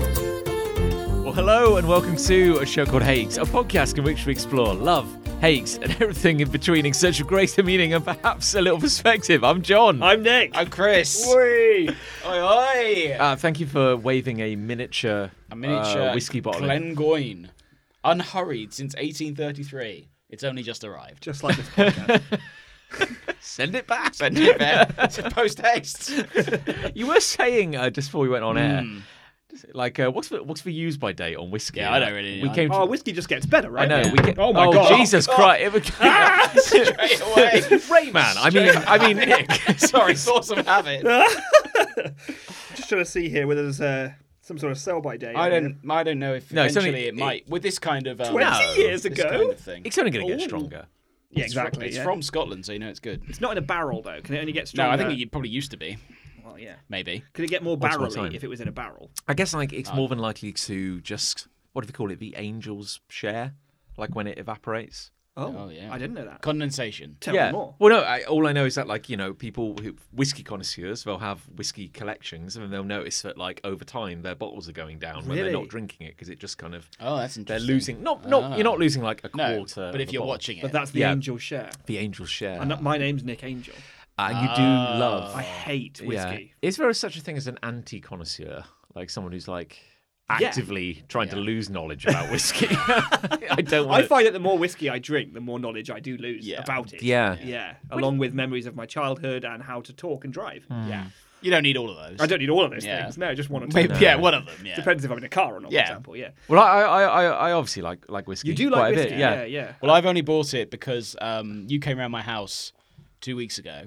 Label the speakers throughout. Speaker 1: Well, hello and welcome to a show called Hakes, a podcast in which we explore love, Hakes, and everything in between in search of greater meaning and perhaps a little perspective. I'm John.
Speaker 2: I'm Nick.
Speaker 3: I'm Oh, Chris.
Speaker 2: Oi, oi.
Speaker 1: uh, thank you for waving a miniature,
Speaker 3: A miniature
Speaker 1: uh, whiskey bottle. in.
Speaker 3: Glengoyne, unhurried since 1833. It's only just arrived.
Speaker 2: Just like this podcast.
Speaker 1: Send it back.
Speaker 3: Send it back. Post haste.
Speaker 1: you were saying uh, just before we went on air, like uh, what's the, what's the use by date on whiskey?
Speaker 3: Hmm. Yeah, I don't really
Speaker 1: We
Speaker 3: know.
Speaker 1: came. To,
Speaker 2: oh, whiskey just gets better,
Speaker 1: I
Speaker 2: right?
Speaker 1: know. We get,
Speaker 2: Oh my god.
Speaker 1: Jesus Christ! It was-
Speaker 3: Straight away.
Speaker 1: Ray man. I mean, I mean Nick.
Speaker 3: Sorry, thoughts of habit.
Speaker 2: Just trying to see here whether there's uh, some sort of sell by date.
Speaker 3: I don't. I don't know if
Speaker 1: No, it's only-
Speaker 3: eventually it might. With this kind of um,
Speaker 2: 20 years
Speaker 3: this
Speaker 2: ago?
Speaker 3: kind of thing.
Speaker 1: It's only going to get
Speaker 2: Ooh.
Speaker 1: stronger.
Speaker 2: Yeah,
Speaker 3: It's fro-
Speaker 2: exactly.
Speaker 3: It's
Speaker 2: yeah.
Speaker 3: from Scotland, so you know it's good.
Speaker 2: It's not in a barrel though. Can it only get
Speaker 3: No,
Speaker 2: stronger?
Speaker 3: I think it probably used to be.
Speaker 2: Well, yeah.
Speaker 3: Maybe.
Speaker 2: Could it get more
Speaker 1: Once upon a
Speaker 2: barrel
Speaker 1: time.
Speaker 2: if it was in a barrel?
Speaker 1: I guess like it's more than likely to just what do they call it? The angels share, like when it evaporates.
Speaker 2: Oh,
Speaker 3: yeah.
Speaker 2: I didn't know that.
Speaker 3: Condensation.
Speaker 2: Tell me more.
Speaker 1: Well, no. I, all I know is that like you know people who whiskey connoisseurs they'll have whiskey collections and they'll notice that like over time their bottles are going down when they're
Speaker 2: Really?
Speaker 1: not drinking it because it just kind of
Speaker 3: Oh, that's
Speaker 1: they're
Speaker 3: interesting. Ah.
Speaker 1: losing. Not not you're not losing like a
Speaker 3: No,
Speaker 1: quarter.
Speaker 3: but
Speaker 1: of
Speaker 3: if
Speaker 1: the
Speaker 3: you're
Speaker 1: bottle.
Speaker 3: watching it,
Speaker 2: But that's the
Speaker 1: Yeah.
Speaker 2: angel share.
Speaker 1: the angels share,
Speaker 2: And that- my name's Nick Angel.
Speaker 1: and you do love
Speaker 3: Ah.
Speaker 2: I hate whiskey.
Speaker 1: Oh, Yeah. Is there such a thing as an anti connoisseur? Like someone who's like actively trying to lose knowledge about whiskey? I don't want
Speaker 2: I find that the more whiskey I drink, the more knowledge I do lose
Speaker 3: Yeah.
Speaker 2: about it.
Speaker 1: Yeah.
Speaker 2: Yeah. Along with memories of my childhood and how to talk and drive.
Speaker 3: yeah. You don't need all of those.
Speaker 2: I don't need all of those
Speaker 3: Hmm. Yeah.
Speaker 2: things. No, just one or two.
Speaker 3: Maybe, Yeah, one of them. Yeah.
Speaker 2: Depends if I'm in a car or not,
Speaker 3: Yeah.
Speaker 2: for example. Yeah.
Speaker 1: Well, I, I, I, I obviously like like whiskey.
Speaker 2: You do
Speaker 1: quite
Speaker 2: like
Speaker 1: a
Speaker 2: whiskey.
Speaker 1: bit,
Speaker 2: yeah. yeah,
Speaker 3: Well, I've only bought it because um, you came around my house two weeks ago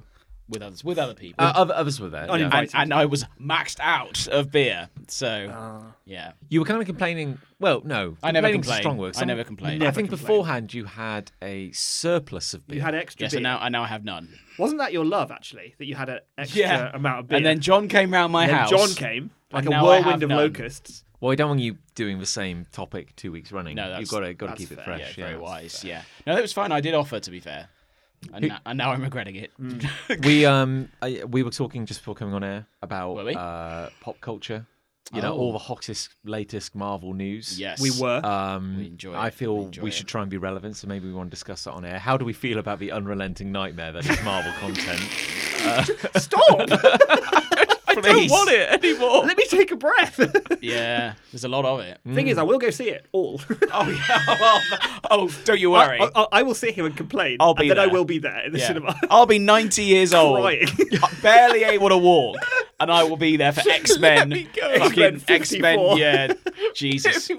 Speaker 3: with others with other people,
Speaker 1: Uh, other, others were there. yeah.
Speaker 2: Uninvited.
Speaker 3: and, and I was maxed out of beer. So yeah,
Speaker 1: You were kind of complaining. Well, no,
Speaker 3: I
Speaker 1: complaining's
Speaker 3: never
Speaker 1: a
Speaker 3: complain.
Speaker 1: Strong word.
Speaker 3: I never complain.
Speaker 1: I
Speaker 3: Never
Speaker 1: think
Speaker 2: complain.
Speaker 1: beforehand you had a surplus of beer.
Speaker 2: You had extra
Speaker 3: yeah.
Speaker 2: beer.
Speaker 3: So now I now have none.
Speaker 2: Wasn't that your love, actually, that you had an extra
Speaker 3: Yeah.
Speaker 2: amount of beer?
Speaker 3: And then John came round my
Speaker 2: And then
Speaker 3: house.
Speaker 2: John came, like
Speaker 3: and
Speaker 2: a
Speaker 3: now I
Speaker 2: whirlwind
Speaker 3: have
Speaker 2: of
Speaker 3: none.
Speaker 2: locusts.
Speaker 1: well, I don't want you doing the same topic two weeks running.
Speaker 3: No, that's-
Speaker 1: you've got to got to
Speaker 2: that's
Speaker 1: keep it
Speaker 2: fair.
Speaker 1: fresh.
Speaker 3: Yeah, very
Speaker 1: yeah.
Speaker 3: wise. Yeah. No, that was fine. I did offer, to be fair, and, na- and now I'm regretting it.
Speaker 1: we um I, we were talking just before coming on air about
Speaker 3: Were we?
Speaker 1: uh pop culture. You know, all the hottest, latest Marvel news.
Speaker 3: yes,
Speaker 2: We were.
Speaker 3: uh,
Speaker 1: Um,
Speaker 3: We enjoy
Speaker 1: I
Speaker 3: it. We
Speaker 1: feel we,
Speaker 3: enjoy it.
Speaker 1: should try and be relevant, so maybe we want to discuss that on air. How do we feel about the unrelenting nightmare that is Marvel content?
Speaker 2: Stop!
Speaker 1: I don't want it anymore.
Speaker 2: Let me take a breath.
Speaker 3: Yeah, there's a lot of it.
Speaker 2: Thing is, I will go see it all.
Speaker 3: Oh yeah. Well, oh, don't you worry.
Speaker 2: I, I, I will sit here and complain.
Speaker 3: I'll be
Speaker 2: and then I
Speaker 3: there.
Speaker 2: will be there in the
Speaker 3: Yeah.
Speaker 2: cinema.
Speaker 3: I'll be 90 years old,
Speaker 2: Crying.
Speaker 3: barely able to walk, and I will be there for X Men.
Speaker 1: me go.
Speaker 2: X-Men
Speaker 3: Fucking X
Speaker 2: 54.
Speaker 3: Men, yeah. Jesus.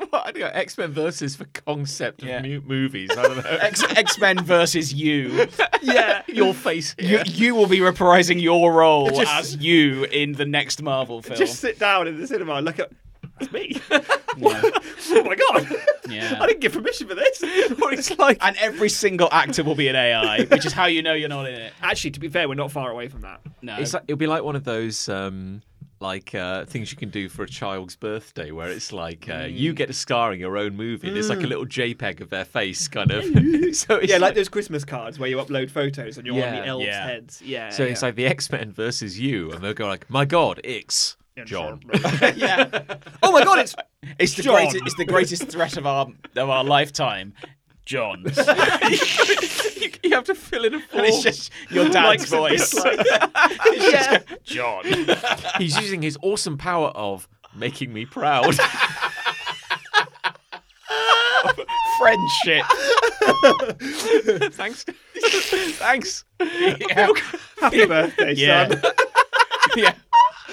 Speaker 1: X Men versus the concept
Speaker 3: Yeah.
Speaker 1: of mu- movies. I don't know.
Speaker 3: X Men versus you.
Speaker 2: yeah.
Speaker 1: Your face.
Speaker 3: you.
Speaker 1: here.
Speaker 3: You will be reprising your role as you in the next Marvel film.
Speaker 2: Just sit down in the cinema and look at. It's me. oh my god.
Speaker 3: Yeah.
Speaker 2: I didn't give permission for this. Or it's like.
Speaker 3: and every single actor will be an AI, which is how you know you're not in it.
Speaker 2: Actually, to be fair, we're not far away from that.
Speaker 3: No.
Speaker 1: It's like, it'll be like one of those um, like uh, things you can do for a child's birthday, where it's like uh, you get a scar in your own movie. and It's like a little JPEG of their face, kind of. so it's
Speaker 2: Yeah, like those Christmas cards where you upload photos and you're on
Speaker 1: Yeah.
Speaker 2: the elves'
Speaker 3: Yeah.
Speaker 2: heads. Yeah.
Speaker 1: So it's
Speaker 2: yeah.
Speaker 1: like the X Men versus you, and they'll go like, "My God, it's John."
Speaker 3: yeah.
Speaker 2: oh my god, it's
Speaker 3: It's the,
Speaker 2: John.
Speaker 3: greatest, it's the greatest threat of our of our lifetime. John.
Speaker 1: you, you have to fill in a form.
Speaker 3: And it's just your dad's
Speaker 2: Likes and
Speaker 3: voice.
Speaker 2: yeah.
Speaker 3: John.
Speaker 1: He's using his awesome power of making me proud.
Speaker 3: Friendship.
Speaker 1: Thanks. Thanks.
Speaker 3: Yeah.
Speaker 2: Happy birthday,
Speaker 3: Yeah.
Speaker 2: son.
Speaker 3: yeah.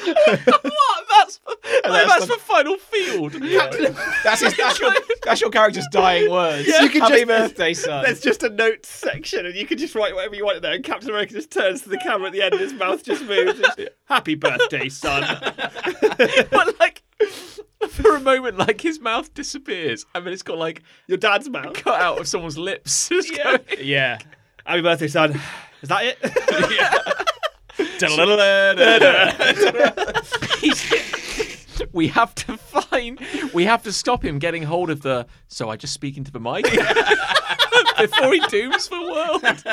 Speaker 1: What? That that's for, I thought that's for Final Field.
Speaker 3: That's, his, that's, your, that's your character's dying words.
Speaker 2: You can
Speaker 3: Happy
Speaker 2: just-
Speaker 3: birthday, son.
Speaker 2: There's just a notes section, and you can just write whatever you want in there. And Captain America just turns to the camera at the end, and his mouth just moves. Just, Happy birthday, son.
Speaker 1: but like, for a moment, like his mouth disappears. I mean, it's got like
Speaker 2: Your dad's mouth.
Speaker 1: cut out of someone's lips. It's going-
Speaker 3: Yeah.
Speaker 2: Happy birthday, son. Is that it?
Speaker 1: he's- we have to find. We have to stop him getting hold of the. So I just speak into the mic before he dooms the world.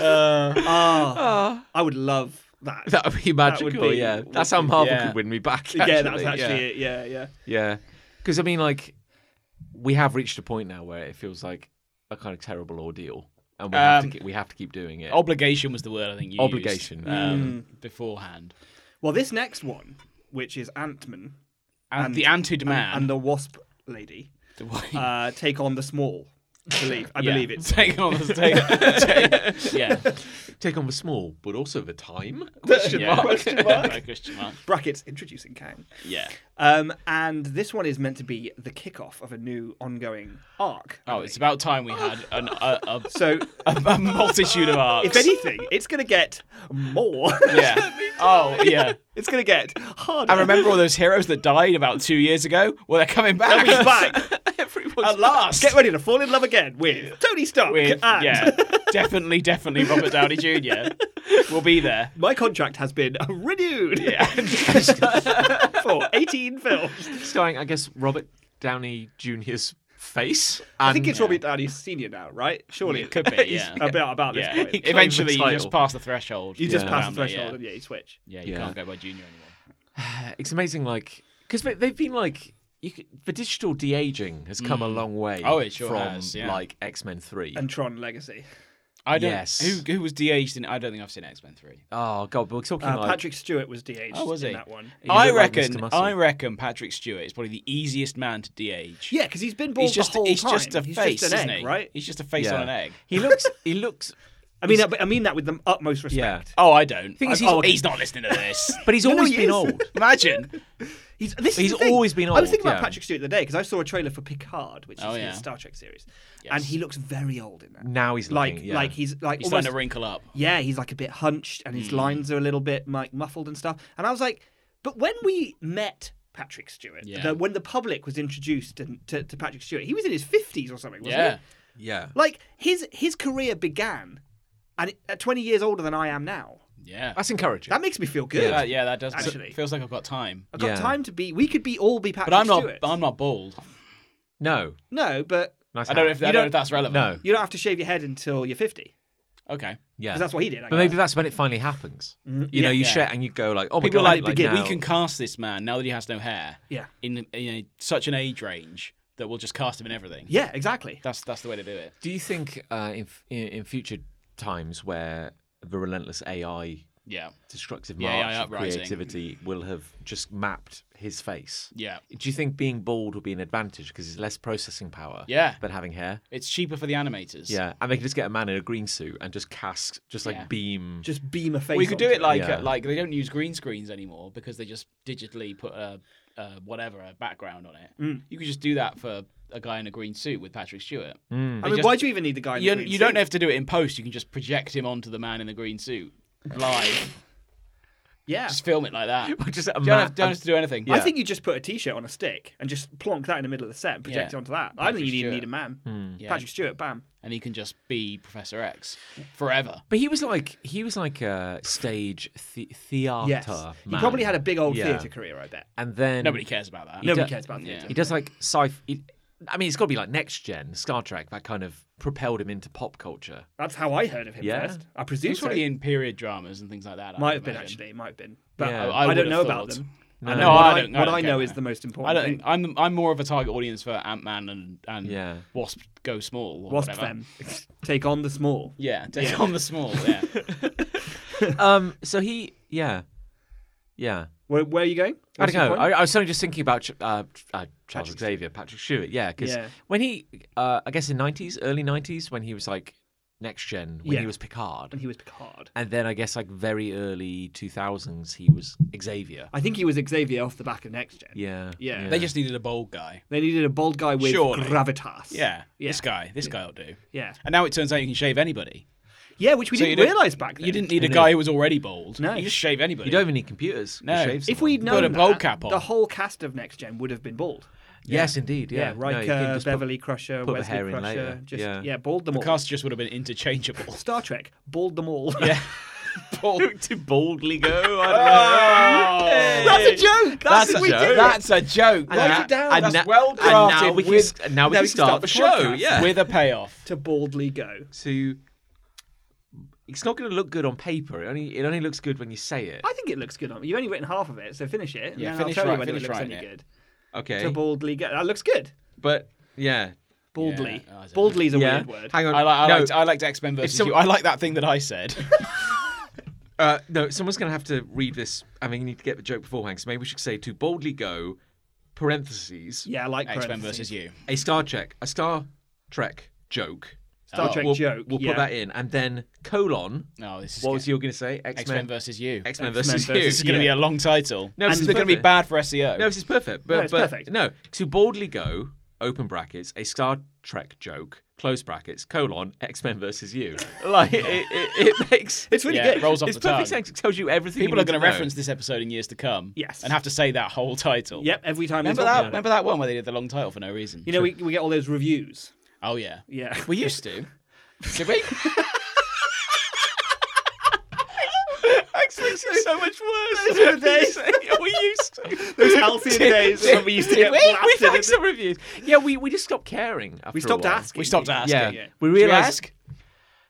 Speaker 2: Uh, I would love that.
Speaker 1: Ah. That would be magical.
Speaker 2: be-
Speaker 1: yeah, that's how Marvel
Speaker 3: yeah.
Speaker 1: could win me back.
Speaker 2: yeah, that was
Speaker 1: actually,
Speaker 2: actually
Speaker 1: yeah.
Speaker 2: it. Yeah, yeah.
Speaker 1: Yeah. Because, I mean, like, we have reached a point now where it feels like a kind of terrible ordeal. And we, have, to
Speaker 3: Um,
Speaker 1: keep, we have to keep doing it.
Speaker 3: Obligation was the word I think you used,
Speaker 1: Obligation.
Speaker 3: um, beforehand.
Speaker 2: Well, this next one, which is Ant Man
Speaker 3: And, the anted man.
Speaker 2: and the Wasp Lady,
Speaker 3: the,
Speaker 2: uh, take on the small. I believe. I
Speaker 3: Yeah.
Speaker 2: believe it's.
Speaker 3: Take on the take. yeah.
Speaker 1: Take on the small, but also the time.
Speaker 3: yeah. Question mark. Question mark.
Speaker 2: Brackets introducing Kang.
Speaker 3: Yeah.
Speaker 2: Um, and this one is meant to be the kickoff of a new ongoing arc. I
Speaker 3: Oh, it's about time we had an, a, a,
Speaker 2: So,
Speaker 3: a, a multitude of arcs.
Speaker 2: if anything, it's going to get more.
Speaker 3: yeah. Oh, yeah.
Speaker 2: it's going to get harder.
Speaker 3: I remember all those heroes that died about two years ago. Well, they're coming back.
Speaker 2: He's back.
Speaker 1: Everyone's
Speaker 3: At last.
Speaker 2: Get ready to fall in love again with Tony Stark.
Speaker 3: With,
Speaker 2: and
Speaker 3: yeah, definitely, definitely Robert Downey Jr. will be there.
Speaker 2: My contract has been renewed
Speaker 3: Yeah.
Speaker 2: for 18 films.
Speaker 1: starring, I guess, Robert Downey Jr.'s face.
Speaker 2: I think it's Robert Downey Senior now, right? Surely it
Speaker 3: Could be, yeah.
Speaker 2: About about this
Speaker 3: yeah.
Speaker 2: point.
Speaker 3: Eventually, you
Speaker 1: title.
Speaker 3: just pass the threshold.
Speaker 2: You just
Speaker 1: Yeah.
Speaker 2: pass the
Speaker 3: Family,
Speaker 2: threshold
Speaker 3: yeah.
Speaker 2: and yeah, you switch.
Speaker 3: Yeah, you
Speaker 1: Yeah.
Speaker 3: can't go by Junior anymore.
Speaker 1: Uh, It's amazing, like, because they've been like. You could, the digital de aging has come a long way
Speaker 3: Oh, it sure
Speaker 1: from
Speaker 3: has, yeah.
Speaker 1: like X Men 3.
Speaker 2: And Tron Legacy.
Speaker 3: I don't.
Speaker 1: Yes.
Speaker 3: Who who was de-aged in? I don't think I've seen X Men Three.
Speaker 1: oh, God, we're talking
Speaker 2: Uh,
Speaker 1: like.
Speaker 2: Patrick Stewart was DH
Speaker 3: Oh, was
Speaker 2: in
Speaker 3: he?
Speaker 2: that one.
Speaker 1: he
Speaker 3: I
Speaker 1: looked like Mr.
Speaker 3: reckon.
Speaker 1: Muscle.
Speaker 3: I reckon Patrick Stewart is probably the easiest man to de-age.
Speaker 2: Yeah, because he's been bald
Speaker 3: He's just.
Speaker 2: the whole
Speaker 3: he's
Speaker 2: time.
Speaker 3: just a
Speaker 2: he's
Speaker 3: face,
Speaker 2: just an
Speaker 3: isn't
Speaker 2: egg,
Speaker 3: he?
Speaker 2: right?
Speaker 3: He's just a face on an egg.
Speaker 1: He looks. He looks.
Speaker 2: I mean, I, I mean that with the utmost respect.
Speaker 3: Oh, I don't.
Speaker 1: Thing is,
Speaker 3: I-
Speaker 1: he's-
Speaker 3: oh, he's not listening to this.
Speaker 1: But he's always
Speaker 2: he
Speaker 1: been
Speaker 2: is.
Speaker 1: old.
Speaker 3: Imagine.
Speaker 2: He's this is
Speaker 1: He's
Speaker 2: the thing.
Speaker 1: always been
Speaker 2: I
Speaker 1: old,
Speaker 2: was thinking
Speaker 1: yeah.
Speaker 2: about Patrick Stewart the day because I saw a trailer for Picard, which
Speaker 3: Oh,
Speaker 2: is
Speaker 3: yeah.
Speaker 2: his Star Trek series, and he looks very old in that.
Speaker 1: Now he's
Speaker 2: like,
Speaker 1: looking, yeah.
Speaker 2: like he's like
Speaker 3: He's
Speaker 2: almost,
Speaker 3: starting to wrinkle up.
Speaker 2: yeah, he's like a bit hunched and
Speaker 3: Hmm.
Speaker 2: his lines are a little bit like muffled and stuff. And I was like, but when we met Patrick Stewart,
Speaker 3: Yeah.
Speaker 2: the, when the public was introduced and to, to Patrick Stewart, he was in his fifties or something, wasn't
Speaker 3: Yeah.
Speaker 2: he?
Speaker 1: Yeah.
Speaker 2: Like his his career began, and at twenty years older than I am now.
Speaker 3: Yeah.
Speaker 1: That's encouraging.
Speaker 2: That makes me feel good.
Speaker 3: That- yeah, that does make-
Speaker 2: Actually.
Speaker 3: feels like I've got time.
Speaker 2: I've got
Speaker 1: Yeah.
Speaker 2: time to be. We could be all be Patrick
Speaker 3: But I'm not.
Speaker 2: Stewart.
Speaker 3: I'm not bald.
Speaker 1: no.
Speaker 2: No, but
Speaker 1: Nice
Speaker 3: I don't know
Speaker 1: hat.
Speaker 3: if, I don't know
Speaker 2: don't-
Speaker 3: if that's relevant.
Speaker 1: No.
Speaker 2: you don't have to shave your head until you're fifty.
Speaker 3: Okay.
Speaker 1: Yeah.
Speaker 2: Because that's what he did. I
Speaker 1: but
Speaker 2: guess. Mm,
Speaker 1: maybe that's when it finally happens. You know, you
Speaker 3: yeah.
Speaker 1: share and you go like, oh my
Speaker 3: People are
Speaker 1: god,
Speaker 3: like,
Speaker 1: like
Speaker 3: "Begin-
Speaker 1: now-
Speaker 3: we can cast this man now that he has no hair.
Speaker 2: Yeah.
Speaker 3: In, in a, such an age range that we'll just cast him in everything.
Speaker 2: Yeah, exactly.
Speaker 3: That's that's the way to do it.
Speaker 1: Do you think uh, in, f- in in future times where the relentless AI
Speaker 3: Yeah.
Speaker 1: destructive
Speaker 3: Yeah,
Speaker 1: march
Speaker 3: yeah,
Speaker 1: of
Speaker 3: uprising.
Speaker 1: creativity will have just mapped his face?
Speaker 3: Yeah.
Speaker 1: Do you think being bald will be an advantage because it's less processing power?
Speaker 3: Yeah.
Speaker 1: Than having hair.
Speaker 3: It's cheaper for the animators.
Speaker 1: Yeah, and they can just get a man in a green suit and just cast, just like
Speaker 3: Yeah.
Speaker 1: beam.
Speaker 2: Just beam a face.
Speaker 3: We could do
Speaker 2: onto
Speaker 3: it like
Speaker 1: Yeah.
Speaker 3: uh, like they don't use green screens anymore because they just digitally put a, a whatever a background on it.
Speaker 2: Mm.
Speaker 3: You could just do that for a guy in a green suit with Patrick Stewart.
Speaker 2: I mean, why do you even need the guy? In
Speaker 3: You,
Speaker 2: the green
Speaker 3: you
Speaker 2: suit?
Speaker 3: don't have to do it in post. You can just project him onto the man in the green suit live.
Speaker 2: Yeah.
Speaker 3: just film it like that.
Speaker 1: just a
Speaker 3: You don't
Speaker 1: man.
Speaker 3: have, don't have to do anything.
Speaker 2: I think you just put a T-shirt on a stick and just plonk that in the middle of the set and project
Speaker 3: Yeah.
Speaker 2: it onto that. I don't think
Speaker 3: Patrick
Speaker 2: you need,
Speaker 3: Stewart.
Speaker 2: need a man.
Speaker 1: Hmm.
Speaker 3: Yeah.
Speaker 2: Patrick Stewart, bam.
Speaker 3: and he can just be Professor X forever.
Speaker 1: But he was like he was like a stage the- theater.
Speaker 2: Yes. He
Speaker 1: man.
Speaker 2: probably had a big old
Speaker 1: Yeah.
Speaker 2: theatre career, I bet.
Speaker 1: and then
Speaker 3: Nobody cares about that.
Speaker 2: Nobody
Speaker 1: do-
Speaker 2: cares about theatre.
Speaker 1: He does like sci. He, I mean, it's got to be like next gen Star Trek that kind of propelled him into pop culture.
Speaker 2: That's how I heard of him
Speaker 1: Yeah.
Speaker 2: first. I presume
Speaker 3: He's
Speaker 2: so.
Speaker 3: probably in period dramas and things like that. I
Speaker 2: might
Speaker 3: would
Speaker 2: have been
Speaker 3: imagine.
Speaker 2: actually. Might have been. But
Speaker 1: Yeah.
Speaker 2: I,
Speaker 3: would
Speaker 2: don't
Speaker 3: have
Speaker 2: know about
Speaker 3: thought.
Speaker 2: them.
Speaker 3: No,
Speaker 2: And
Speaker 3: no,
Speaker 2: what
Speaker 3: I don't.
Speaker 2: What
Speaker 3: don't
Speaker 2: I
Speaker 3: care
Speaker 2: know
Speaker 3: about
Speaker 2: is
Speaker 3: that.
Speaker 2: the most
Speaker 3: I
Speaker 2: important.
Speaker 3: don't.
Speaker 2: thing.
Speaker 3: Think, I'm I'm more of a target audience for Ant Man and and
Speaker 1: Yeah.
Speaker 3: Wasp Go Small. Or
Speaker 2: Wasp
Speaker 3: whatever.
Speaker 2: them. Take on the small.
Speaker 3: Yeah, take on the small. Yeah,
Speaker 1: Um. So he, yeah, yeah.
Speaker 2: Where, where are you going?
Speaker 1: I
Speaker 2: What's your
Speaker 1: don't know.
Speaker 2: point?
Speaker 1: I, I was only just thinking about Ch- uh, uh, Charles Xavier, Patrick Stewart. Yeah, because
Speaker 2: Yeah.
Speaker 1: when he, uh, I guess in nineties, early nineties, when he was like Next Gen when
Speaker 2: Yeah. Mm-hmm.
Speaker 1: he was Picard,
Speaker 2: when he was Picard.
Speaker 1: and then I guess like very early two thousands he was Xavier.
Speaker 2: I think he was Xavier off the back of Next Gen.
Speaker 1: Yeah,
Speaker 2: Yeah.
Speaker 3: They just needed a bold guy.
Speaker 2: They needed a bald guy with
Speaker 3: Surely.
Speaker 2: gravitas.
Speaker 3: Yeah,
Speaker 2: Yeah.
Speaker 3: this guy, this guy will do.
Speaker 2: Yeah.
Speaker 3: And now it turns out you can shave anybody.
Speaker 2: Yeah, which we
Speaker 3: So you
Speaker 2: didn't
Speaker 3: don't-
Speaker 2: realise back then.
Speaker 3: You didn't need a
Speaker 1: No.
Speaker 3: guy who was already bald.
Speaker 2: No.
Speaker 3: you just shave anybody.
Speaker 1: you don't even need computers. You
Speaker 3: No.
Speaker 1: shave
Speaker 2: If
Speaker 1: someone.
Speaker 2: we'd known
Speaker 3: Put a bowl
Speaker 2: that,
Speaker 3: cap on.
Speaker 2: the whole cast of Next Gen would have been bald.
Speaker 1: yes, indeed, yeah,
Speaker 2: Yeah,
Speaker 1: No, you
Speaker 2: Riker,
Speaker 1: can just put-
Speaker 2: Beverly Crusher,
Speaker 1: the
Speaker 2: Wesley
Speaker 1: hair in
Speaker 2: Crusher.
Speaker 1: later.
Speaker 2: Just
Speaker 1: Yeah.
Speaker 2: yeah. bald them
Speaker 3: The
Speaker 2: all.
Speaker 3: cast just would have been interchangeable.
Speaker 2: Star Trek, bald them all.
Speaker 3: yeah. Bald.
Speaker 1: to boldly go. I don't know.
Speaker 2: That's a joke.
Speaker 1: That's a
Speaker 2: we
Speaker 1: joke.
Speaker 2: Do.
Speaker 3: That's a joke.
Speaker 2: Write it down.
Speaker 1: And na-
Speaker 3: That's well
Speaker 1: and
Speaker 3: crafted.
Speaker 1: now we can,
Speaker 3: with,
Speaker 1: s- and now we can start, the, show.
Speaker 2: podcast.
Speaker 1: Yeah.
Speaker 3: with a payoff.
Speaker 2: to boldly go.
Speaker 1: to it's not going to look good on paper. It only it only looks good when you say it.
Speaker 2: I think it looks good on. You've only written half of it, so finish it. And
Speaker 3: Yeah,
Speaker 2: then
Speaker 3: finish
Speaker 2: I'll tell
Speaker 3: right-
Speaker 2: you whether it
Speaker 3: finish
Speaker 2: looks
Speaker 3: writing
Speaker 2: any
Speaker 3: it.
Speaker 2: good. To
Speaker 1: Okay,
Speaker 2: boldly go. That looks good.
Speaker 1: but yeah,
Speaker 2: Boldly.
Speaker 3: Yeah. Oh, I don't
Speaker 2: Boldly is a
Speaker 1: yeah.
Speaker 2: weird word.
Speaker 1: Hang on.
Speaker 3: I, like, I,
Speaker 1: no,
Speaker 3: liked, I liked X Men versus
Speaker 1: some-
Speaker 3: you. I like that thing that I said.
Speaker 1: uh, no, someone's going to have to read this. I mean, you need to get the joke beforehand. So maybe we should say to boldly go, parentheses,
Speaker 2: Yeah, I like
Speaker 3: X Men
Speaker 2: parentheses.
Speaker 3: versus you.
Speaker 1: a Star Trek, a Star Trek joke.
Speaker 2: Star
Speaker 3: Oh.
Speaker 2: Trek
Speaker 1: we'll
Speaker 2: joke.
Speaker 1: we'll
Speaker 2: yeah.
Speaker 1: put that in, and then colon.
Speaker 3: No, this is
Speaker 1: What was you going to say? X
Speaker 3: X Men
Speaker 1: Men.
Speaker 3: versus you.
Speaker 1: X Men
Speaker 2: X-Men
Speaker 1: versus
Speaker 2: versus
Speaker 3: This is
Speaker 1: you.
Speaker 3: going to
Speaker 2: Yeah.
Speaker 3: be a long title.
Speaker 1: No, this
Speaker 3: this
Speaker 1: is
Speaker 3: is going to be
Speaker 1: perfect.
Speaker 3: bad for E SEO.
Speaker 1: No, this is perfect. But,
Speaker 2: No, it's
Speaker 1: but-
Speaker 2: perfect.
Speaker 1: No, to boldly go, open brackets, a Star Trek joke, close brackets, colon, X Men versus you. Like, it, it, it makes.
Speaker 2: It's really
Speaker 3: Yeah,
Speaker 2: good.
Speaker 3: rolls off
Speaker 1: it's
Speaker 3: the tongue.
Speaker 1: perfect sense. It tells you everything.
Speaker 3: People
Speaker 1: you
Speaker 3: are
Speaker 1: going to know.
Speaker 3: reference this episode in years to come.
Speaker 2: Yes.
Speaker 3: And have to say that whole title.
Speaker 2: Yep, every time
Speaker 3: Remember
Speaker 2: we talk
Speaker 3: that?
Speaker 2: about it.
Speaker 3: Remember that one where they did the long title for no reason?
Speaker 2: You know, we, we get all those reviews.
Speaker 3: oh yeah.
Speaker 2: Yeah.
Speaker 3: We used to. Did we?
Speaker 1: X makes it so much worse. we used to.
Speaker 2: those halcyon days when we used to get
Speaker 1: we, we
Speaker 2: blasted.
Speaker 1: had some reviews. Yeah, we, we just stopped caring. After
Speaker 2: We
Speaker 1: a
Speaker 2: stopped
Speaker 1: while.
Speaker 2: asking.
Speaker 3: We stopped asking.
Speaker 1: Yeah,
Speaker 2: Yeah.
Speaker 1: we
Speaker 3: Did you
Speaker 1: realized.
Speaker 3: ask?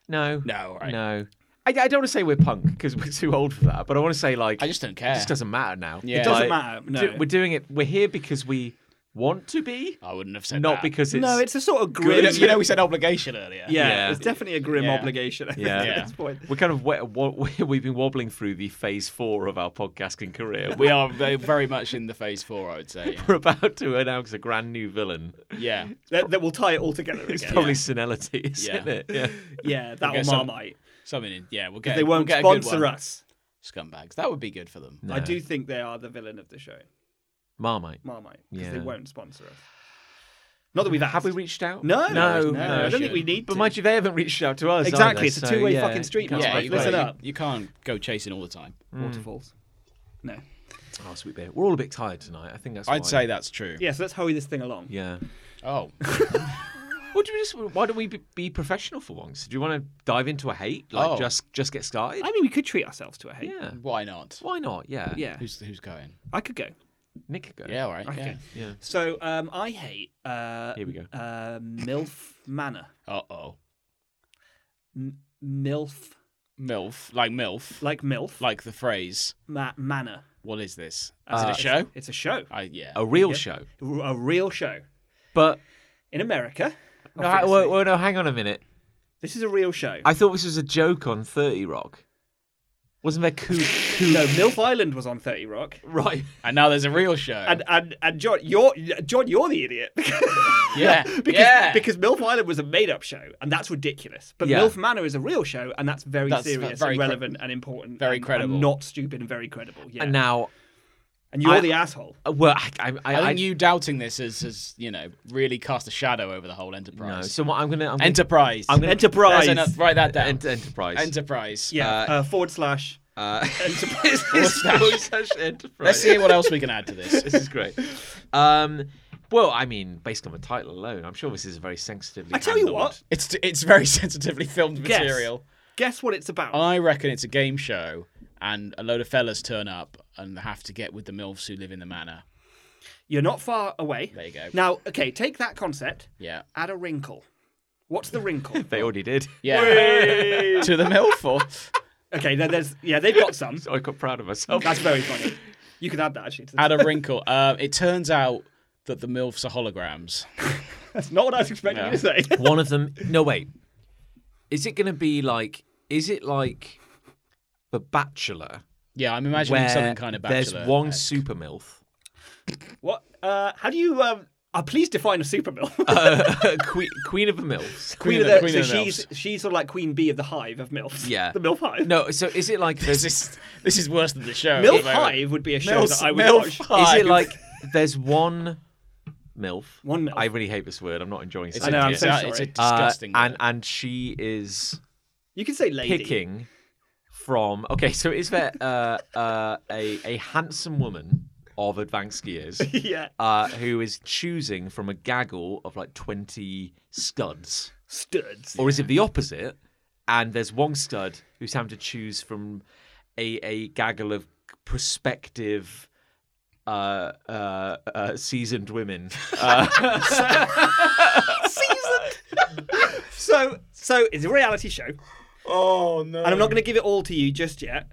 Speaker 1: No,
Speaker 3: No, all right.
Speaker 1: no. I, I don't want to say we're punk because we're too old for that, but I want to say like
Speaker 3: I just don't care.
Speaker 1: It just doesn't matter now.
Speaker 3: Yeah. It
Speaker 2: doesn't
Speaker 1: Like,
Speaker 2: matter, no.
Speaker 1: do- we're doing it. We're here because we want to be,
Speaker 3: I wouldn't have said
Speaker 1: not
Speaker 3: that.
Speaker 1: because it's.
Speaker 2: No, it's a sort of
Speaker 3: you
Speaker 2: grim.
Speaker 3: know, you know we said obligation earlier.
Speaker 2: yeah,
Speaker 1: Yeah.
Speaker 2: it's definitely a grim
Speaker 3: Yeah.
Speaker 2: obligation at
Speaker 1: Yeah.
Speaker 2: this point.
Speaker 1: We're kind of wa- wa- we've been wobbling through the phase four of our podcasting career.
Speaker 3: We are ve- very much in the phase four, I would say.
Speaker 1: We're about to announce a grand new villain.
Speaker 3: Yeah.
Speaker 2: That, that will tie it all together again.
Speaker 1: Probably senility, isn't
Speaker 3: Yeah.
Speaker 1: it? Yeah.
Speaker 2: Yeah, that
Speaker 3: Okay,
Speaker 2: or
Speaker 3: so-
Speaker 2: Marmite.
Speaker 3: Something in. Yeah, we'll get.
Speaker 2: they won't
Speaker 3: we'll get a good
Speaker 2: sponsor
Speaker 3: one.
Speaker 2: us.
Speaker 3: Scumbags. That would be good for them.
Speaker 2: I do think they are the villain of the show,
Speaker 1: Marmite.
Speaker 2: Marmite, because
Speaker 1: Yeah.
Speaker 2: they won't sponsor us. Not that we've asked.
Speaker 1: Have we reached out?
Speaker 2: No,
Speaker 1: no, no.
Speaker 3: no,
Speaker 2: I don't think we
Speaker 3: should.
Speaker 2: need to.
Speaker 1: But mind you, they haven't reached out to us. either,
Speaker 2: Exactly, it's a
Speaker 1: so,
Speaker 2: two-way
Speaker 1: yeah,
Speaker 2: fucking
Speaker 1: you
Speaker 2: street,
Speaker 1: can't
Speaker 2: mate.
Speaker 3: Yeah,
Speaker 1: expect
Speaker 3: you,
Speaker 2: Listen
Speaker 3: you,
Speaker 1: that.
Speaker 2: up.
Speaker 3: you can't go chasing all the time.
Speaker 2: waterfalls. No.
Speaker 1: Oh, sweet beer. We're all a bit tired tonight. I think that's.
Speaker 3: I'd
Speaker 1: why.
Speaker 3: say that's true.
Speaker 2: Yeah, so let's hurry this thing along.
Speaker 1: Yeah.
Speaker 3: Oh,
Speaker 1: What do we just? Why don't we be- be professional for once? Do you want to dive into a hate? Like
Speaker 3: Oh.
Speaker 1: just just get started?
Speaker 2: I mean, we could treat ourselves to a hate.
Speaker 1: yeah.
Speaker 3: why not?
Speaker 1: Why not? Yeah.
Speaker 2: Yeah.
Speaker 3: Who's who's going?
Speaker 2: I could go.
Speaker 1: Nick could go.
Speaker 3: Yeah, all right.
Speaker 2: Okay.
Speaker 1: Yeah.
Speaker 2: So um, I hate uh,
Speaker 1: Here we go.
Speaker 2: uh, MILF Manor.
Speaker 3: Yeah. Uh oh.
Speaker 2: M- MILF,
Speaker 3: MILF, like MILF,
Speaker 2: like MILF,
Speaker 3: like the phrase.
Speaker 2: ma- Manor.
Speaker 3: What is this? Is it a show?
Speaker 2: It's a show,
Speaker 3: I yeah.
Speaker 1: A real show.
Speaker 2: a real show
Speaker 1: But
Speaker 2: in America.
Speaker 1: no, ha- well, well, no, hang on a minute.
Speaker 2: This is a real show.
Speaker 1: I thought this was a joke on Thirty Rock. Wasn't there cool? cool...
Speaker 2: no, MILF Island was on Thirty Rock,
Speaker 1: Right.
Speaker 3: And now there's a real show.
Speaker 2: and and and John, you're John, you're the idiot because
Speaker 3: yeah.
Speaker 2: because,
Speaker 3: yeah.
Speaker 2: because MILF Island was a made-up show, and that's ridiculous. But
Speaker 1: Yeah.
Speaker 2: MILF Manor is a real show, and that's very
Speaker 3: That's
Speaker 2: serious,
Speaker 3: very
Speaker 2: and
Speaker 3: cre-
Speaker 2: relevant, and important,
Speaker 3: very
Speaker 2: and,
Speaker 3: credible.
Speaker 2: and not stupid, and very credible.
Speaker 1: And
Speaker 2: Yeah, and,
Speaker 1: now,
Speaker 2: you're
Speaker 1: I-
Speaker 2: the asshole.
Speaker 1: uh, well, I, I, I,
Speaker 3: I
Speaker 1: I-
Speaker 3: think you doubting this has, has, you know, really cast a shadow over the whole
Speaker 1: No.
Speaker 3: enterprise.
Speaker 1: So what I'm gonna. I'm gonna
Speaker 3: enterprise.
Speaker 1: I'm gonna-
Speaker 3: There's
Speaker 2: Enterprise.
Speaker 3: enough- write that down.
Speaker 1: Ent- enterprise.
Speaker 3: enterprise.
Speaker 2: Yeah,
Speaker 1: Uh,
Speaker 2: uh, forward slash.
Speaker 1: uh,
Speaker 2: Enterprise.
Speaker 1: this is such enterprise.
Speaker 3: Let's see what else we can add to this.
Speaker 1: this is great. Um, well, I mean, based on the title alone, I'm sure this is a very sensitively.
Speaker 2: I tell you
Speaker 1: handled-
Speaker 2: what,
Speaker 3: It's it's very sensitively filmed
Speaker 2: Guess.
Speaker 3: material.
Speaker 2: guess what it's about.
Speaker 3: I reckon it's a game show, and a load of fellas turn up and have to get with the milfs who live in the manor.
Speaker 2: You're not far away.
Speaker 3: There you go.
Speaker 2: Now, okay, take that concept,
Speaker 3: Yeah,
Speaker 2: add a wrinkle. What's the wrinkle?
Speaker 1: They already did.
Speaker 3: yeah. to the milf or
Speaker 2: okay, there, there's yeah, they've got some.
Speaker 1: So I got proud of myself.
Speaker 2: That's very funny. You could add that actually. To the,
Speaker 3: add a wrinkle. Um, it turns out that the milfs are holograms.
Speaker 2: that's not what I was expecting you to say.
Speaker 1: One of them. No, wait. Is it going to be like? Is it like the Bachelor,
Speaker 3: Yeah, I'm imagining
Speaker 1: where
Speaker 3: something kind of bachelor.
Speaker 1: there's one super milf?
Speaker 2: what? Uh, how do you um, Uh, please define a super milf.
Speaker 1: Uh, queen, queen of the milfs.
Speaker 2: Queen,
Speaker 3: of the-
Speaker 2: of the,
Speaker 3: Queen
Speaker 2: so
Speaker 3: of the
Speaker 2: she's she's sort of like queen bee of the hive of milfs.
Speaker 1: Yeah.
Speaker 2: the milf hive.
Speaker 1: No, so is it like there's
Speaker 3: This is this is worse than the show. at
Speaker 2: milf
Speaker 3: the moment.
Speaker 2: hive would be a show
Speaker 3: Milf-
Speaker 2: that I would
Speaker 3: milf
Speaker 2: watch.
Speaker 3: hive.
Speaker 1: is it like there's one milf?
Speaker 2: One milf.
Speaker 1: I really hate this word. I'm not enjoying
Speaker 3: It's
Speaker 1: saying
Speaker 2: know,
Speaker 3: a,
Speaker 2: I'm
Speaker 1: it.
Speaker 2: so
Speaker 3: it's a- it's a
Speaker 2: sorry.
Speaker 1: Uh,
Speaker 3: disgusting.
Speaker 1: and
Speaker 3: word.
Speaker 1: and she is
Speaker 2: You could say lady.
Speaker 1: picking from. Okay, so is there uh, uh, a a handsome woman of advanced skiers?
Speaker 2: yeah,
Speaker 1: Uh, who is choosing from a gaggle of like 20 scuds?
Speaker 2: studs.
Speaker 1: Or is it the opposite? And there's one stud who's having to choose from a, a gaggle of prospective uh, uh, uh, seasoned women. Uh,
Speaker 2: So so it's a reality show,
Speaker 3: oh no!
Speaker 2: and I'm not
Speaker 1: Um,
Speaker 2: going to give it all to you just yet.